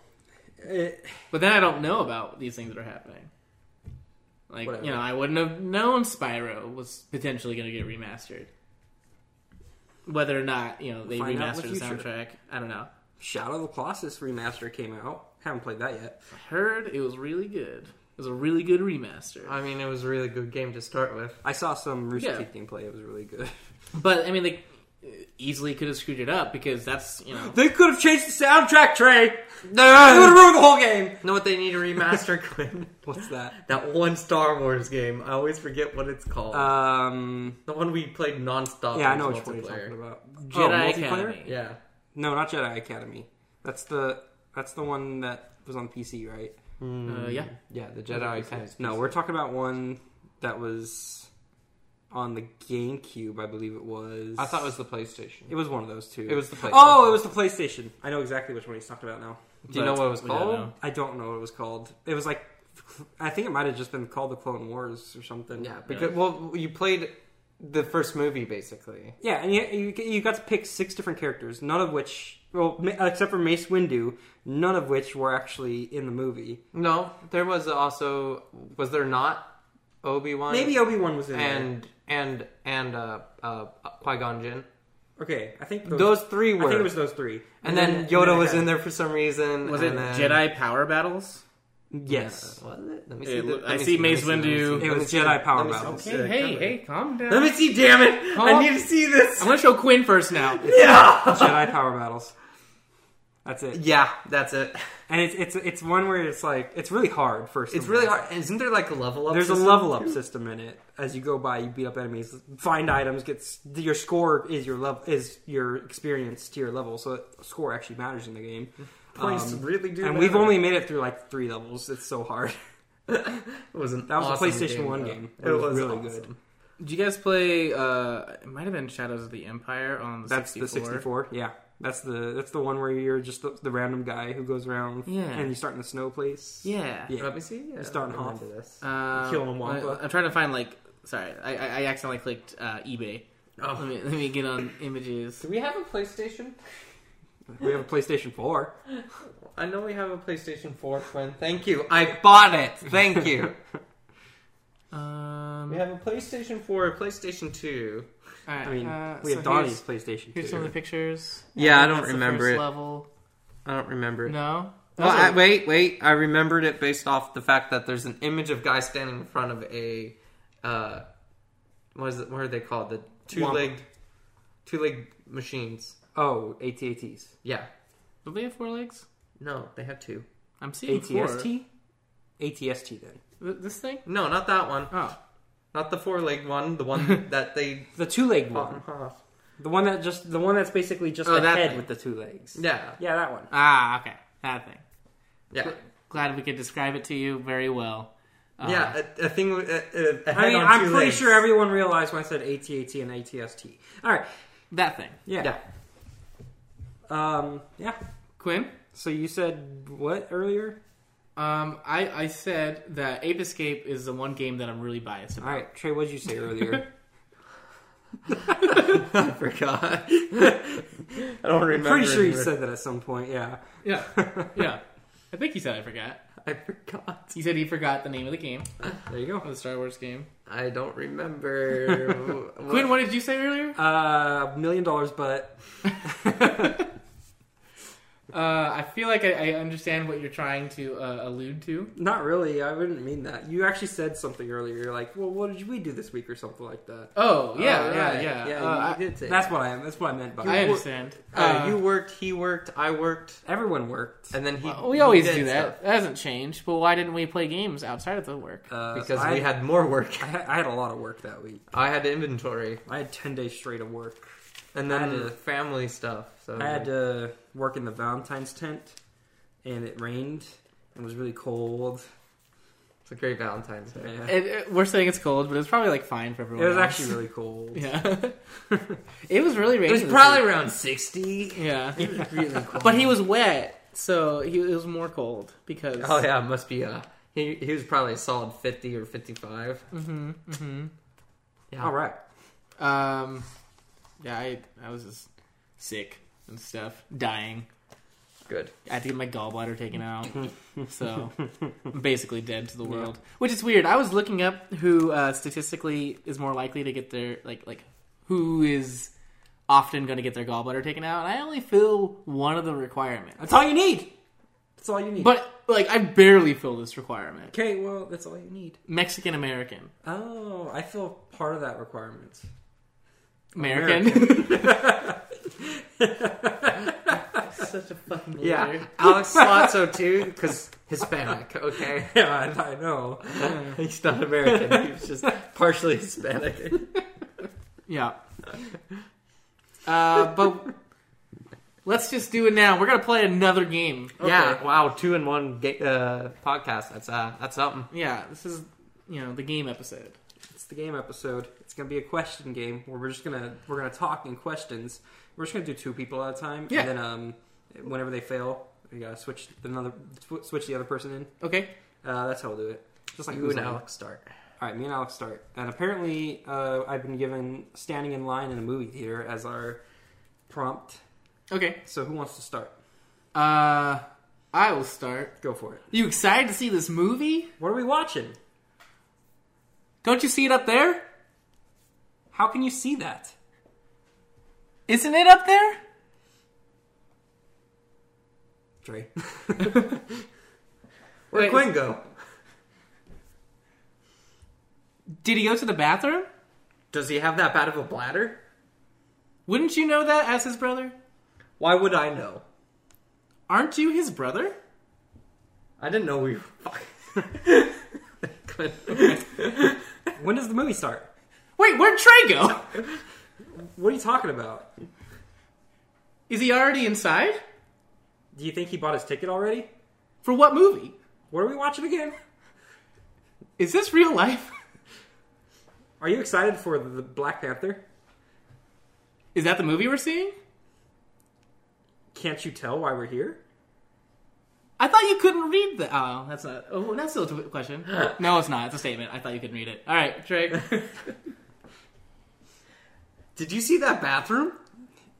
[SPEAKER 2] Eh, It,
[SPEAKER 3] but then I don't know about these things that are happening. Like
[SPEAKER 2] Whatever.
[SPEAKER 3] you know, I wouldn't have known Spyro was potentially going to get remastered. Whether or not you know they
[SPEAKER 2] find out in
[SPEAKER 3] remastered
[SPEAKER 2] the
[SPEAKER 3] the
[SPEAKER 2] future.
[SPEAKER 3] soundtrack, I don't know.
[SPEAKER 2] Shadow of the Colossus remaster came out. Haven't played that yet.
[SPEAKER 3] Heard it was really good. was a really good remaster.
[SPEAKER 1] I mean, it was a really good game to start with.
[SPEAKER 2] I saw some Rooster
[SPEAKER 3] Yeah.
[SPEAKER 2] Teeth gameplay. It was really good. *laughs*
[SPEAKER 3] But I mean, they easily could have screwed it up because that's you know
[SPEAKER 2] They could have changed the soundtrack, Trey. It would
[SPEAKER 1] No,
[SPEAKER 2] have ruined the whole game.
[SPEAKER 1] know what they need to
[SPEAKER 2] *laughs*
[SPEAKER 1] remaster, Quinn?
[SPEAKER 2] What's that?
[SPEAKER 1] That one Star Wars game. I always forget what it's called.
[SPEAKER 2] Um.
[SPEAKER 1] the one we played nonstop.
[SPEAKER 2] Yeah, I
[SPEAKER 1] as
[SPEAKER 2] know which one you're
[SPEAKER 1] multiplayer. Oh,
[SPEAKER 2] talking about.
[SPEAKER 3] Jedi
[SPEAKER 2] Oh, multiplayer?
[SPEAKER 3] Academy.
[SPEAKER 1] Yeah.
[SPEAKER 2] No, not Jedi Academy. That's the that's the one that was on PC, right?
[SPEAKER 3] Uh, yeah,
[SPEAKER 1] Yeah, the
[SPEAKER 2] Hmm. Jedi Academy. No, we're talking about one that was on the GameCube, I believe it was.
[SPEAKER 1] I thought it was the PlayStation.
[SPEAKER 2] It was one of those two.
[SPEAKER 1] It was the PlayStation.
[SPEAKER 2] Oh, it was the PlayStation. I know exactly which one he's talking about now.
[SPEAKER 1] Do you know what it was
[SPEAKER 3] We don't
[SPEAKER 1] called?
[SPEAKER 3] know.
[SPEAKER 2] I don't know what it was called. It was like I think it might have just been called the Clone Wars or something.
[SPEAKER 1] Yeah, because well, you played the first movie basically.
[SPEAKER 2] Yeah, and you, you, you got to pick six different characters, none of which, well, ma- except for Mace Windu, none of which were actually in the movie.
[SPEAKER 1] No, there was also was there not Obi Wan?
[SPEAKER 2] Maybe Obi Wan was in
[SPEAKER 1] and and and uh, uh, Qui Gon Jinn.
[SPEAKER 2] there. Okay, I think
[SPEAKER 1] Those three
[SPEAKER 2] I
[SPEAKER 1] were.
[SPEAKER 2] think it was those three.
[SPEAKER 1] and then Yoda was in there for some reason.
[SPEAKER 3] was it
[SPEAKER 1] and then- Uh,
[SPEAKER 3] Jedi Power Battles?
[SPEAKER 2] Yes.
[SPEAKER 1] Was it? Let me
[SPEAKER 3] It
[SPEAKER 1] the-
[SPEAKER 3] look-
[SPEAKER 1] let
[SPEAKER 3] I
[SPEAKER 1] me
[SPEAKER 3] see Mace
[SPEAKER 1] let me see,
[SPEAKER 3] Windu.
[SPEAKER 1] let me see,
[SPEAKER 2] It
[SPEAKER 1] let me
[SPEAKER 2] was
[SPEAKER 1] see,
[SPEAKER 2] Jedi Power
[SPEAKER 1] let me see,
[SPEAKER 2] battles.
[SPEAKER 1] let me see.
[SPEAKER 3] calm down.
[SPEAKER 1] Let me see, damn it!
[SPEAKER 3] Calm-
[SPEAKER 1] I need to see this.
[SPEAKER 3] I'm gonna show Quinn first now.
[SPEAKER 2] *laughs* Jedi Power Battles. That's it.
[SPEAKER 1] Yeah, that's it.
[SPEAKER 2] And it's it's it's one where it's like it's really hard. First,
[SPEAKER 1] It's really hard. Isn't there like a level up?
[SPEAKER 2] There's a
[SPEAKER 1] system?
[SPEAKER 2] level up system in it. As you go by, you beat up enemies, find items, get s- your score is your level is your experience to your level. So score actually matters in the game.
[SPEAKER 1] Points
[SPEAKER 2] Um,
[SPEAKER 1] really do.
[SPEAKER 2] and
[SPEAKER 1] matter.
[SPEAKER 2] we've only made it through like three levels. It's so hard.
[SPEAKER 1] It was an
[SPEAKER 2] That was a
[SPEAKER 1] awesome
[SPEAKER 2] PlayStation
[SPEAKER 1] game,
[SPEAKER 2] 1
[SPEAKER 1] though.
[SPEAKER 2] game.
[SPEAKER 1] It, was really good.
[SPEAKER 3] Did you guys play? uh It might have been Shadows of the Empire on the
[SPEAKER 2] That's
[SPEAKER 3] 64.
[SPEAKER 2] the 64. Yeah, that's the that's the one where you're just the, the random guy who goes around.
[SPEAKER 3] Yeah.
[SPEAKER 2] and you start in the snow place.
[SPEAKER 3] Yeah.
[SPEAKER 2] yeah.
[SPEAKER 1] Let me see. Yeah,
[SPEAKER 2] starting
[SPEAKER 1] I remember
[SPEAKER 2] off.
[SPEAKER 1] This.
[SPEAKER 3] Um,
[SPEAKER 2] Kill 'em, Wampa.
[SPEAKER 3] I, am trying to find like. Sorry, I, I I accidentally clicked uh, eBay.
[SPEAKER 2] Oh.
[SPEAKER 3] Let me let me get on images.
[SPEAKER 1] Do we have a PlayStation?
[SPEAKER 2] We have a PlayStation 4.
[SPEAKER 1] I know we have a PlayStation 4, Quinn. Thank you. I bought it. Thank *laughs* you.
[SPEAKER 3] Um,
[SPEAKER 1] we have a PlayStation 4, a PlayStation 2.
[SPEAKER 3] all right,
[SPEAKER 2] I mean,
[SPEAKER 3] uh,
[SPEAKER 2] we
[SPEAKER 3] so
[SPEAKER 2] have Donnie's
[SPEAKER 3] here's-
[SPEAKER 2] Playstation
[SPEAKER 3] Here's some of the
[SPEAKER 2] 2.
[SPEAKER 3] pictures.
[SPEAKER 1] Yeah, I don't
[SPEAKER 3] That's the
[SPEAKER 1] remember
[SPEAKER 3] first
[SPEAKER 1] it.
[SPEAKER 3] Level.
[SPEAKER 1] I don't remember it.
[SPEAKER 3] No.
[SPEAKER 1] Well,
[SPEAKER 3] Those are-
[SPEAKER 1] Oh, I, wait, wait. I remembered it based off the fact that there's an image of guy standing in front of a, uh, what is it? What are they called? The two-legged, two-legged machines.
[SPEAKER 2] Oh, ATATs.
[SPEAKER 1] Yeah.
[SPEAKER 3] do they have four legs?
[SPEAKER 1] No, they have two.
[SPEAKER 3] I'm seeing four. Th-
[SPEAKER 2] ATST? ATST then.
[SPEAKER 3] This thing.
[SPEAKER 1] No, not that one.
[SPEAKER 3] Oh,
[SPEAKER 1] Not the four-legged one. The one that they
[SPEAKER 2] The two-legged
[SPEAKER 1] bought
[SPEAKER 2] one.
[SPEAKER 1] in half.
[SPEAKER 2] The one that just the one that's basically just
[SPEAKER 3] Oh,
[SPEAKER 2] the
[SPEAKER 3] that
[SPEAKER 2] head
[SPEAKER 3] thing.
[SPEAKER 2] with the two legs.
[SPEAKER 1] Yeah.
[SPEAKER 2] Yeah, that one.
[SPEAKER 3] ah, okay, that thing.
[SPEAKER 1] Yeah.
[SPEAKER 3] Glad we could describe it to you very well. Uh,
[SPEAKER 1] Yeah, a, a thing. with- A, a, a
[SPEAKER 2] I
[SPEAKER 1] head
[SPEAKER 2] mean,
[SPEAKER 1] on
[SPEAKER 2] I'm
[SPEAKER 1] two
[SPEAKER 2] pretty
[SPEAKER 1] legs.
[SPEAKER 2] sure
[SPEAKER 1] *laughs*
[SPEAKER 2] everyone realized when I said ATAT and ATST. All right.
[SPEAKER 3] that thing.
[SPEAKER 2] Yeah.
[SPEAKER 1] Yeah.
[SPEAKER 2] Um, yeah.
[SPEAKER 3] Quinn,
[SPEAKER 2] So you said what earlier?
[SPEAKER 3] um, I I said that Ape Escape is the one game that I'm really biased
[SPEAKER 2] All
[SPEAKER 3] about.
[SPEAKER 2] right, Trey, what did you say earlier?
[SPEAKER 1] I forgot. I don't
[SPEAKER 2] I'm
[SPEAKER 1] remember.
[SPEAKER 2] pretty sure you
[SPEAKER 1] anymore.
[SPEAKER 2] said that at some point. Yeah.
[SPEAKER 1] *laughs*
[SPEAKER 3] Yeah, yeah. I think he said I forgot.
[SPEAKER 1] I forgot.
[SPEAKER 3] He said he forgot the name of the game,
[SPEAKER 2] There you go.
[SPEAKER 3] of the Star Wars game.
[SPEAKER 1] I don't remember. What-
[SPEAKER 3] Quinn, what did you say earlier?
[SPEAKER 2] Uh, million dollars, but
[SPEAKER 3] *laughs* Uh, I feel like I, I understand what you're trying to uh, allude to.
[SPEAKER 2] not really. I wouldn't mean that. You actually said something earlier. You're like, well, what did we do this week or something like that?
[SPEAKER 3] Oh, yeah,
[SPEAKER 1] Oh,
[SPEAKER 3] yeah,
[SPEAKER 1] right.
[SPEAKER 3] yeah.
[SPEAKER 1] Yeah,
[SPEAKER 3] Uh,
[SPEAKER 1] you
[SPEAKER 3] I-
[SPEAKER 1] did say
[SPEAKER 2] That's what I am. That's what I meant by
[SPEAKER 3] I,
[SPEAKER 2] it.
[SPEAKER 3] understand.
[SPEAKER 1] Uh,
[SPEAKER 3] Uh,
[SPEAKER 1] you worked, he worked, I worked,
[SPEAKER 2] Everyone worked.
[SPEAKER 1] and then he.
[SPEAKER 3] we
[SPEAKER 1] he
[SPEAKER 3] always
[SPEAKER 1] did
[SPEAKER 3] do that.
[SPEAKER 1] stuff.
[SPEAKER 3] That hasn't changed. But why didn't we play games outside of the work?
[SPEAKER 2] Uh,
[SPEAKER 1] because
[SPEAKER 2] I,
[SPEAKER 1] we had more work. *laughs*
[SPEAKER 2] I had, I had a lot of work that week.
[SPEAKER 1] I had inventory,
[SPEAKER 2] I had ten days straight of work.
[SPEAKER 1] and then
[SPEAKER 2] I had
[SPEAKER 1] the
[SPEAKER 2] to-
[SPEAKER 1] family stuff. So
[SPEAKER 2] I had to work in the Valentine's tent, and it rained and was really cold.
[SPEAKER 1] it's a great Valentine's Day.
[SPEAKER 2] Yeah.
[SPEAKER 3] It, it- we're saying it's cold, but it's probably like fine for
[SPEAKER 2] It
[SPEAKER 3] everyone.
[SPEAKER 2] was
[SPEAKER 3] else.
[SPEAKER 2] actually really cold.
[SPEAKER 3] *laughs*
[SPEAKER 2] *laughs*
[SPEAKER 3] yeah. *laughs* it was really
[SPEAKER 1] It
[SPEAKER 3] rainy.
[SPEAKER 1] was
[SPEAKER 3] this
[SPEAKER 1] probably
[SPEAKER 3] week.
[SPEAKER 1] around sixty.
[SPEAKER 3] *laughs* yeah,
[SPEAKER 1] really cold.
[SPEAKER 3] but he was wet, so he it was more cold because
[SPEAKER 1] Oh yeah, it must be uh He, he was probably a solid fifty or fifty-five.
[SPEAKER 5] Mm-hmm,
[SPEAKER 3] hmm hmm
[SPEAKER 1] Yeah.
[SPEAKER 2] All right.
[SPEAKER 3] Um, yeah, I I was just sick and stuff, dying.
[SPEAKER 1] Good.
[SPEAKER 3] I had to get my gallbladder taken out, so I'm basically dead to the world. Which is weird. I was looking up who uh, statistically is more likely to get their like like who is often going to get their gallbladder taken out, and I only fill one of the requirements.
[SPEAKER 2] That's all you need. That's all you need.
[SPEAKER 3] But like, I barely fill this requirement.
[SPEAKER 2] okay, well, that's all you need.
[SPEAKER 3] Mexican American,
[SPEAKER 2] Oh, I feel part of that requirement. *laughs*
[SPEAKER 3] American. Such a fucking
[SPEAKER 5] Yeah, *laughs* Alex Slotso too, because *laughs* Hispanic. Okay,
[SPEAKER 2] Yeah, I, I know.
[SPEAKER 5] he's not American. He's just partially Hispanic.
[SPEAKER 3] Yeah. Uh, but let's just do it now. We're gonna play another game.
[SPEAKER 5] *laughs* Yeah. Wow. Two in one ga- uh, podcast. That's uh, that's something.
[SPEAKER 3] Yeah. This is you know the game episode.
[SPEAKER 2] It's the game episode. It's gonna be a question game where we're just gonna we're gonna talk in questions. We're just gonna do two people at a time,
[SPEAKER 3] Yeah.
[SPEAKER 2] and then um, whenever they fail, you gotta switch the another sw- switch the other person in.
[SPEAKER 3] Okay.
[SPEAKER 2] Uh, that's how we'll do it. Just like
[SPEAKER 5] You
[SPEAKER 2] who's
[SPEAKER 5] and
[SPEAKER 2] on.
[SPEAKER 5] Alex start.
[SPEAKER 2] All right, me and Alex start. And apparently, uh, I've been given standing in line in a movie theater as our prompt.
[SPEAKER 3] Okay.
[SPEAKER 2] So who wants to start?
[SPEAKER 3] Uh, I will start.
[SPEAKER 2] Go for it.
[SPEAKER 3] You excited to see this movie?
[SPEAKER 2] What are we watching?
[SPEAKER 3] Don't you see it up there?
[SPEAKER 2] How can you see that?
[SPEAKER 3] Isn't it up there?
[SPEAKER 2] *laughs* Dre.
[SPEAKER 3] Wait,
[SPEAKER 5] Quinn, go.
[SPEAKER 3] did he go to the bathroom?
[SPEAKER 5] Does he have that bad of a bladder?
[SPEAKER 3] Wouldn't you know that as his brother?
[SPEAKER 5] Why would I know?
[SPEAKER 3] Aren't you his brother?
[SPEAKER 5] I didn't know we. were *laughs* Quinn.
[SPEAKER 2] when does the movie start?
[SPEAKER 3] Wait, where'd Trey go? *laughs*
[SPEAKER 2] What are you talking about?
[SPEAKER 3] Is he already inside?
[SPEAKER 2] Do you think he bought his ticket already?
[SPEAKER 3] For what movie?
[SPEAKER 2] What are we watching again?
[SPEAKER 3] Is this real life? *laughs*
[SPEAKER 2] Are you excited for the Black Panther?
[SPEAKER 3] Is that the movie we're seeing?
[SPEAKER 2] Can't you tell why we're here?
[SPEAKER 3] I thought you couldn't read the. Oh, that's not. Oh, that's still a tw- question. no, it's not. It's a statement. I thought you couldn't read it. All right,
[SPEAKER 2] *laughs*
[SPEAKER 3] Trey.
[SPEAKER 5] Did you see that bathroom?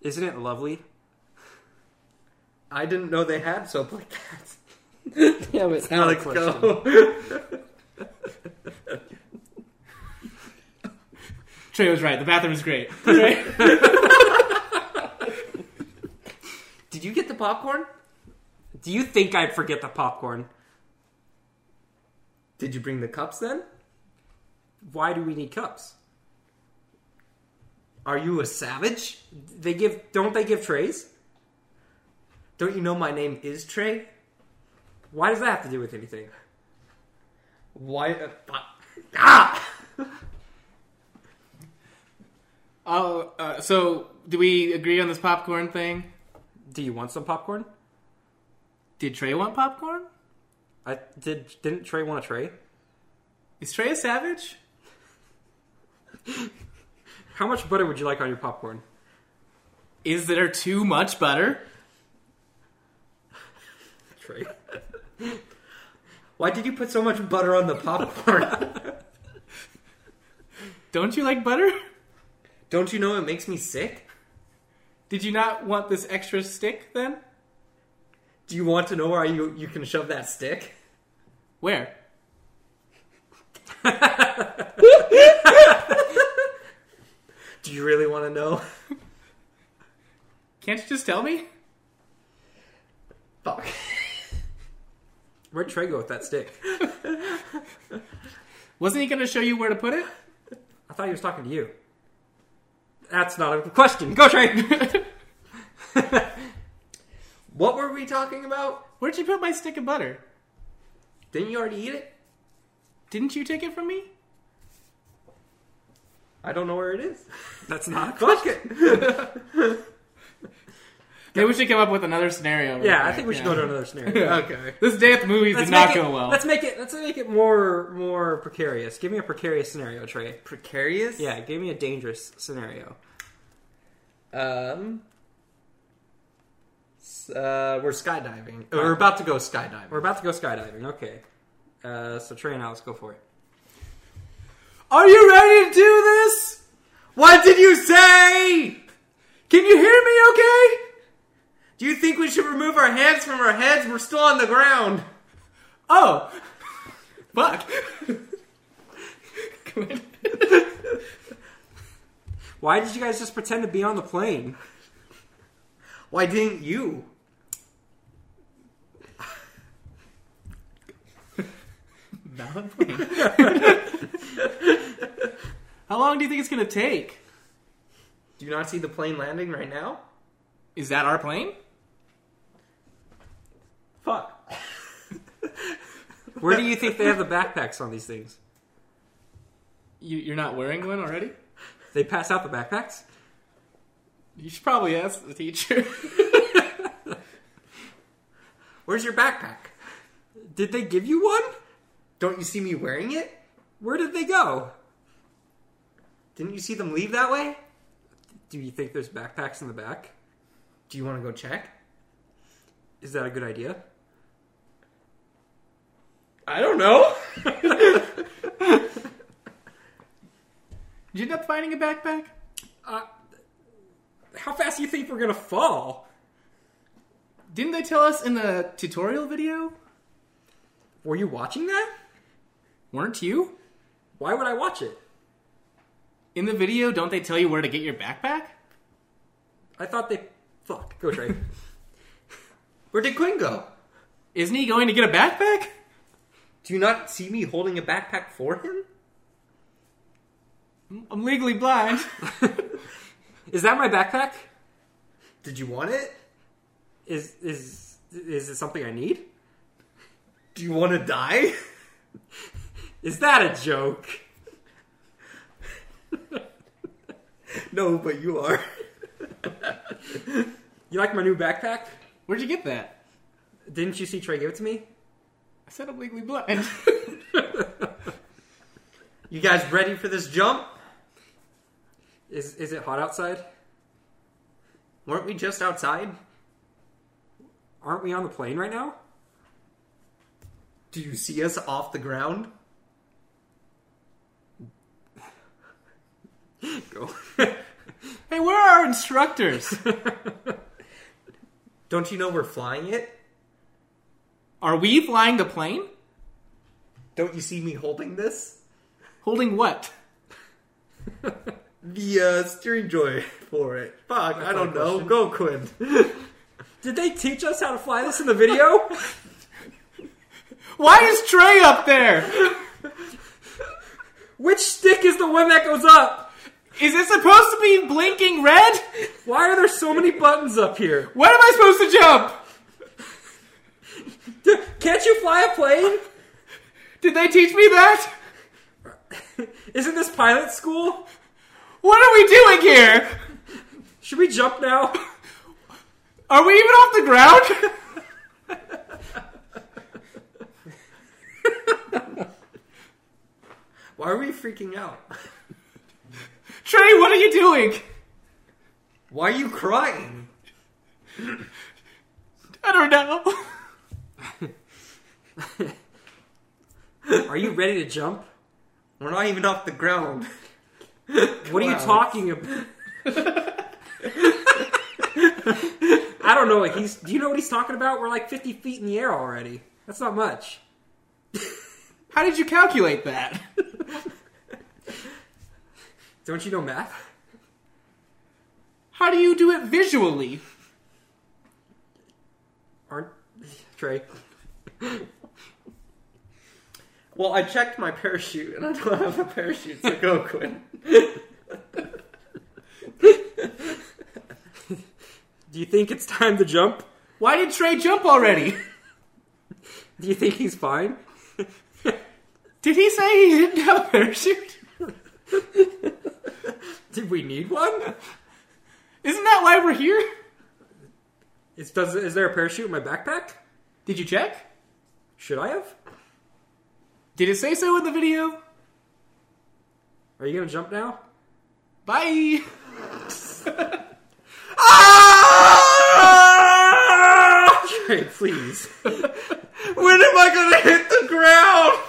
[SPEAKER 2] Isn't it lovely?
[SPEAKER 5] I didn't know they had soap like that.
[SPEAKER 2] Yeah, but
[SPEAKER 5] Alex, go.
[SPEAKER 3] Trey was right. The bathroom is great. Trey?
[SPEAKER 5] Did you get the popcorn?
[SPEAKER 2] Do you think I'd forget the popcorn?
[SPEAKER 5] Did you bring the cups then?
[SPEAKER 2] Why do we need cups?
[SPEAKER 5] Are you a savage?
[SPEAKER 2] They give don't they give trays?
[SPEAKER 5] Don't you know my name is Trey?
[SPEAKER 2] Why does that have to do with anything?
[SPEAKER 1] Why? Uh,
[SPEAKER 3] Oh, uh, so do we agree on this popcorn thing?
[SPEAKER 2] Do you want some popcorn?
[SPEAKER 3] Did Trey want popcorn?
[SPEAKER 2] I did. Didn't Trey want a tray?
[SPEAKER 3] Is Trey a savage?
[SPEAKER 2] How much butter would you like on your popcorn?
[SPEAKER 3] Is there too much butter?
[SPEAKER 2] Trey. *laughs*
[SPEAKER 5] Why did you put so much butter on the
[SPEAKER 2] *laughs*
[SPEAKER 5] popcorn?
[SPEAKER 3] Don't you like butter? *laughs*
[SPEAKER 5] Don't you know it makes me sick?
[SPEAKER 3] Did you not want this extra stick then?
[SPEAKER 5] Do you want to know where you, you can shove that stick?
[SPEAKER 3] Where?
[SPEAKER 5] Do you really want to know?
[SPEAKER 3] Can't you just tell me?
[SPEAKER 5] Fuck.
[SPEAKER 2] Where'd Trey go with that stick?
[SPEAKER 3] Wasn't he going to show you where to put it?
[SPEAKER 2] I thought he was talking to you. That's not a question. *laughs* Go, Trey.
[SPEAKER 5] What were we talking about?
[SPEAKER 3] *laughs* Where'd you put my stick of butter?
[SPEAKER 5] Didn't you already eat it?
[SPEAKER 3] Didn't you take it from me?
[SPEAKER 5] I don't know where it *laughs* is.
[SPEAKER 2] That's not. A
[SPEAKER 5] Fuck it.
[SPEAKER 3] Maybe we should come up with another scenario. real
[SPEAKER 2] yeah, I
[SPEAKER 3] quick,
[SPEAKER 2] think we should
[SPEAKER 3] yeah.
[SPEAKER 2] go to
[SPEAKER 3] *laughs*
[SPEAKER 2] another scenario.
[SPEAKER 5] Okay.
[SPEAKER 3] This day at the movies
[SPEAKER 2] Let's
[SPEAKER 3] did not
[SPEAKER 2] make it-
[SPEAKER 3] go well.
[SPEAKER 2] Let's make it. Let's make it more more precarious. Give me a precarious scenario, Trey.
[SPEAKER 1] precarious?
[SPEAKER 2] Yeah, give me a dangerous scenario.
[SPEAKER 1] Um. s- Uh, we're
[SPEAKER 5] We're skydiving. We're about to go skydiving.
[SPEAKER 2] We're about to go skydiving. Okay. Uh, so Trey and Alex go for it.
[SPEAKER 3] Are you ready to do this?
[SPEAKER 5] What did you say?
[SPEAKER 3] Can you hear me okay?
[SPEAKER 5] Do you think we should remove our hands from our heads? We're still on the ground. *laughs*
[SPEAKER 3] Oh. Fuck. Come on.
[SPEAKER 2] Why did you guys just pretend to be on the plane?
[SPEAKER 3] *laughs*
[SPEAKER 5] Why didn't you?
[SPEAKER 3] Valid point.
[SPEAKER 5] *laughs*
[SPEAKER 3] How long do you think it's gonna take?
[SPEAKER 1] Do you not see the plane landing right now?
[SPEAKER 3] Is that our plane?
[SPEAKER 1] Fuck.
[SPEAKER 2] Where do you think they have the backpacks on these things?
[SPEAKER 3] You, you're not wearing one already?
[SPEAKER 2] They pass out the backpacks?
[SPEAKER 3] You should probably ask the teacher. *laughs*
[SPEAKER 2] Where's your backpack? Did they give you one?
[SPEAKER 1] Don't you see me wearing it?
[SPEAKER 2] Where did they go?
[SPEAKER 1] Didn't you see them leave that way?
[SPEAKER 2] Do you think there's backpacks in the back?
[SPEAKER 1] Do you want to go check?
[SPEAKER 2] Is that a good idea?
[SPEAKER 1] I don't know.
[SPEAKER 3] Did you end up finding a backpack?
[SPEAKER 2] Uh, How fast do you think we're gonna fall?
[SPEAKER 3] Didn't they tell us in the tutorial video?
[SPEAKER 2] Were you watching that?
[SPEAKER 3] Weren't you?
[SPEAKER 2] Why would I watch it?
[SPEAKER 3] In the video, don't they tell you where to get your backpack?
[SPEAKER 2] I thought they. Fuck. Go
[SPEAKER 1] *laughs*
[SPEAKER 2] Trey.
[SPEAKER 1] Where did Quinn go?
[SPEAKER 3] Isn't he going to get a backpack?
[SPEAKER 1] Do you not see me holding a backpack for him?
[SPEAKER 3] I'm legally blind. *laughs*
[SPEAKER 2] is that my backpack?
[SPEAKER 1] Did you want it?
[SPEAKER 2] Is is is it something I need?
[SPEAKER 1] Do you want to die?
[SPEAKER 2] *laughs* Is that a joke?
[SPEAKER 1] *laughs* no, but you are.
[SPEAKER 2] *laughs* You like my new backpack?
[SPEAKER 3] Where'd you get that?
[SPEAKER 2] Didn't you see Trey give it to me?
[SPEAKER 3] I said I'm legally blind. *laughs*
[SPEAKER 1] You guys ready for this jump?
[SPEAKER 2] Is is it hot outside?
[SPEAKER 1] Weren't we just outside?
[SPEAKER 2] Aren't we on the plane right now?
[SPEAKER 1] Do you see us off the ground? *laughs*
[SPEAKER 2] Go.
[SPEAKER 3] hey, where are our instructors?
[SPEAKER 1] Don't you know we're flying it?
[SPEAKER 3] Are we flying the plane?
[SPEAKER 1] Don't you see me holding this?
[SPEAKER 3] Holding what?
[SPEAKER 1] The uh, steering joy for it. Fuck, I don't know. Go, Quinn. *laughs*
[SPEAKER 2] Did they teach us how to fly this in the video?
[SPEAKER 3] Why is Trey up there?
[SPEAKER 2] Which stick is the one that goes up?
[SPEAKER 3] Is it supposed to be blinking red?
[SPEAKER 2] Why are there so many buttons up here?
[SPEAKER 3] When am I supposed to jump?
[SPEAKER 2] D- Can't you fly a plane?
[SPEAKER 3] Did they teach me that?
[SPEAKER 2] Isn't this pilot school?
[SPEAKER 3] What are we doing here?
[SPEAKER 2] Should we jump now?
[SPEAKER 3] Are we even off the ground? *laughs*
[SPEAKER 1] Why are we freaking out?
[SPEAKER 3] Trey, what are you doing?
[SPEAKER 1] Why are you crying?
[SPEAKER 3] I don't know. *laughs*
[SPEAKER 2] Are you ready to jump?
[SPEAKER 1] We're not even off the ground.
[SPEAKER 2] What are you
[SPEAKER 1] Wow.
[SPEAKER 2] talking about? I don't know. Like he's. Do you know what he's talking about? We're like 50 feet in the air already. That's not much.
[SPEAKER 3] How did you calculate that?
[SPEAKER 2] Don't you know math?
[SPEAKER 3] How do you do it visually?
[SPEAKER 2] Aren't Trey?
[SPEAKER 1] Well, I checked my parachute and I don't have a parachute, so go, *laughs* Quinn.
[SPEAKER 2] Do you think it's time to jump?
[SPEAKER 3] Why did Trey jump already? *laughs*
[SPEAKER 2] Do you think he's fine?
[SPEAKER 3] Did he say he didn't have a parachute?
[SPEAKER 2] Did we need one?
[SPEAKER 3] Isn't that why we're here?
[SPEAKER 2] Is does is there a parachute in my backpack?
[SPEAKER 3] Did you check?
[SPEAKER 2] Should I have?
[SPEAKER 3] Did it say so in the video?
[SPEAKER 2] Are you gonna jump now?
[SPEAKER 3] Bye. *laughs* Ah!
[SPEAKER 2] *laughs* Trey, please.
[SPEAKER 1] When am I gonna hit the ground?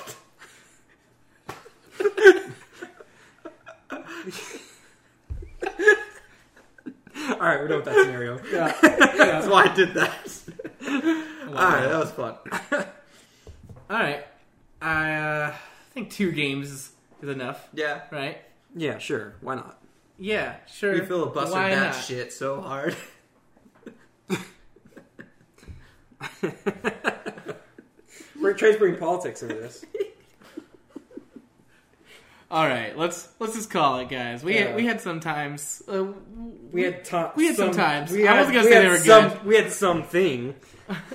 [SPEAKER 2] All right, we're done with that scenario.
[SPEAKER 1] That's why I did *laughs* that. Alright, that was fun.
[SPEAKER 3] All right. I uh, think two games is is enough,
[SPEAKER 1] Yeah.
[SPEAKER 3] right?
[SPEAKER 2] Yeah, sure. Why not?
[SPEAKER 3] Yeah, sure.
[SPEAKER 1] We filibustered
[SPEAKER 3] Why
[SPEAKER 1] that
[SPEAKER 3] not?
[SPEAKER 1] shit so hard.
[SPEAKER 2] We're- Trey's bringing politics into this.
[SPEAKER 3] All right, let's let's just call it, guys. We
[SPEAKER 1] Yeah.
[SPEAKER 3] had, we had some times. Uh, w-
[SPEAKER 2] We had time.
[SPEAKER 3] We had some times. I wasn't gonna say they were
[SPEAKER 2] some, We had something.
[SPEAKER 1] *laughs*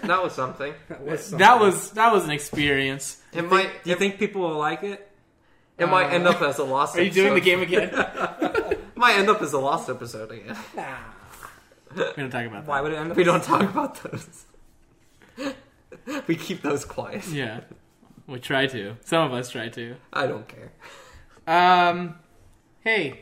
[SPEAKER 1] That was something.
[SPEAKER 2] That was.
[SPEAKER 3] that was that was an experience.
[SPEAKER 1] It might.
[SPEAKER 2] Do you think people will like it?
[SPEAKER 1] It might end up as a lost.
[SPEAKER 3] Are you doing
[SPEAKER 1] episode.
[SPEAKER 3] the game again? *laughs*
[SPEAKER 1] Might end up as a lost episode again.
[SPEAKER 3] We're gonna talk about that.
[SPEAKER 2] Why would it end up?
[SPEAKER 1] We don't talk about those. we keep those quiet.
[SPEAKER 3] Yeah, we try to. Some of us try to.
[SPEAKER 1] I don't care.
[SPEAKER 3] Um, hey,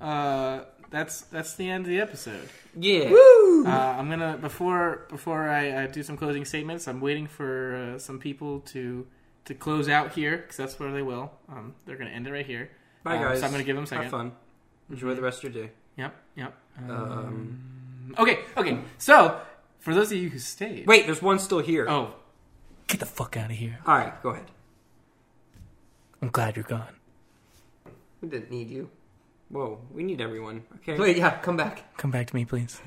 [SPEAKER 3] uh, that's that's the end of the episode.
[SPEAKER 2] Yeah.
[SPEAKER 3] Uh, I'm gonna before before I uh, do some closing statements. I'm waiting for uh, some people to to close out here because that's where they will. Um, they're gonna end it right here.
[SPEAKER 2] Bye
[SPEAKER 3] Um,
[SPEAKER 2] guys.
[SPEAKER 3] so I'm gonna give them a second.
[SPEAKER 2] Have fun. Enjoy the rest of your day.
[SPEAKER 3] Yep, yep.
[SPEAKER 2] Um,
[SPEAKER 3] Okay, okay. So for those of you who stayed,
[SPEAKER 2] wait, there's one still here.
[SPEAKER 3] Oh, get the fuck out of here!
[SPEAKER 2] All right, go ahead.
[SPEAKER 3] I'm glad you're gone.
[SPEAKER 1] We didn't need you.
[SPEAKER 2] Whoa, we need everyone. Okay.
[SPEAKER 1] Wait, yeah, come back,
[SPEAKER 3] Come back to me, please.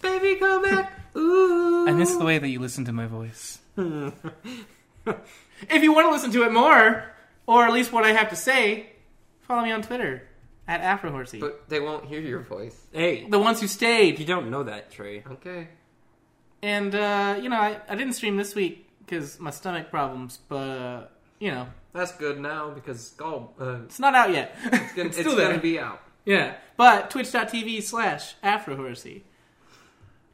[SPEAKER 1] baby, come back. *laughs* Ooh.
[SPEAKER 3] I miss the way that you listen to my *laughs* voice. if you want to listen to it more, or at least what I have to say, follow me on Twitter at AfroHorsey.
[SPEAKER 1] But they won't hear your voice.
[SPEAKER 2] Hey,
[SPEAKER 3] the ones who stayed.
[SPEAKER 2] you don't know that, Trey.
[SPEAKER 1] Okay.
[SPEAKER 3] And, uh, you know, I, I didn't stream this week because my stomach problems, but, uh, you know,
[SPEAKER 1] That's good now because Skull, uh,
[SPEAKER 3] it's not out yet. *laughs* It's,
[SPEAKER 1] gonna, it's,
[SPEAKER 3] still there.
[SPEAKER 1] gonna be out.
[SPEAKER 3] Yeah. But twitch.tv slash AfroHorsey.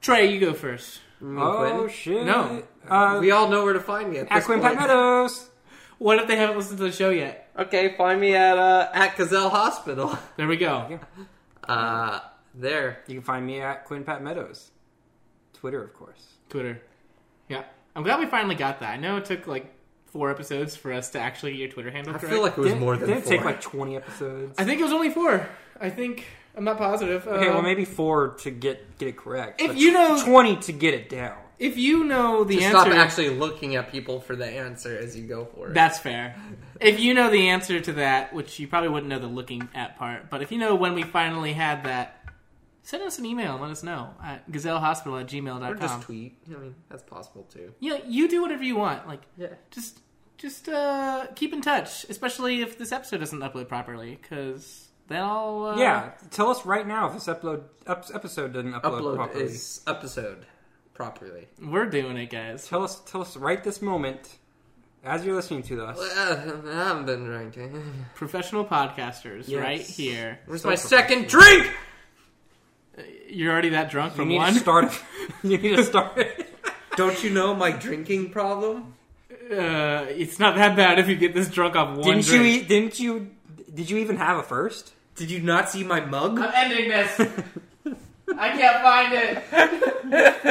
[SPEAKER 3] Trey, you go first.
[SPEAKER 2] Oh shit.
[SPEAKER 3] No.
[SPEAKER 2] Uh,
[SPEAKER 1] we all know where to find me at
[SPEAKER 2] at
[SPEAKER 1] this
[SPEAKER 2] Quinn
[SPEAKER 1] point.
[SPEAKER 2] Palmettos.
[SPEAKER 3] What if they haven't listened to the show yet?
[SPEAKER 1] Okay, find me at uh, at Gazelle Hospital. *laughs*
[SPEAKER 3] There we go.
[SPEAKER 1] Uh, there.
[SPEAKER 2] You can find me at Quinn Pat Meadows. Twitter, of course.
[SPEAKER 3] Twitter. Yeah. I'm glad we finally got that. I know it took like four episodes for us to actually get your Twitter handle
[SPEAKER 1] I
[SPEAKER 3] correct.
[SPEAKER 1] feel like it was
[SPEAKER 2] Didn't-
[SPEAKER 1] more than
[SPEAKER 2] didn't it
[SPEAKER 1] four.
[SPEAKER 2] take like 20 episodes.
[SPEAKER 3] I think it was only four. I think I'm not positive.
[SPEAKER 2] okay,
[SPEAKER 3] Uh,
[SPEAKER 2] well maybe four to get get it correct.
[SPEAKER 3] If
[SPEAKER 2] but
[SPEAKER 3] you know-
[SPEAKER 2] 20 to get it down.
[SPEAKER 3] if you know the
[SPEAKER 1] Just
[SPEAKER 3] answer,
[SPEAKER 1] stop actually looking at people for the answer as you go for it.
[SPEAKER 3] that's fair. If you know the answer to that, which you probably wouldn't know the looking at part, but if you know when we finally had that, send us an email and let us know at gazellehospital at
[SPEAKER 1] or just
[SPEAKER 3] gmail.com.
[SPEAKER 1] tweet. I mean, that's possible too.
[SPEAKER 3] You know, you do whatever you want. Like,
[SPEAKER 1] Yeah.
[SPEAKER 3] just just uh, keep in touch, especially if this episode doesn't upload properly, because then I'll uh,
[SPEAKER 2] yeah, tell us right now if this upload up, episode doesn't upload,
[SPEAKER 1] Upload
[SPEAKER 2] properly.
[SPEAKER 1] is episode properly.
[SPEAKER 3] We're doing it, guys.
[SPEAKER 2] Tell us tell us right this moment as you're listening to us.
[SPEAKER 1] Well, *laughs* I haven't been drinking.
[SPEAKER 3] Professional podcasters,
[SPEAKER 2] Yes.
[SPEAKER 3] right here.
[SPEAKER 1] Where's
[SPEAKER 2] So
[SPEAKER 1] my
[SPEAKER 2] professional.
[SPEAKER 1] second drink?
[SPEAKER 3] You're already that drunk
[SPEAKER 2] You
[SPEAKER 3] from
[SPEAKER 2] need
[SPEAKER 3] one.
[SPEAKER 2] to start
[SPEAKER 3] *laughs*
[SPEAKER 2] You need to start
[SPEAKER 1] Don't you know my drinking problem?
[SPEAKER 3] Uh, it's not that bad if you get this drunk off one.
[SPEAKER 2] Didn't you
[SPEAKER 3] drink.
[SPEAKER 2] eat, didn't you did you even have a first?
[SPEAKER 1] Did you not see my mug?
[SPEAKER 2] *laughs*
[SPEAKER 3] I'm ending this. I can't find it.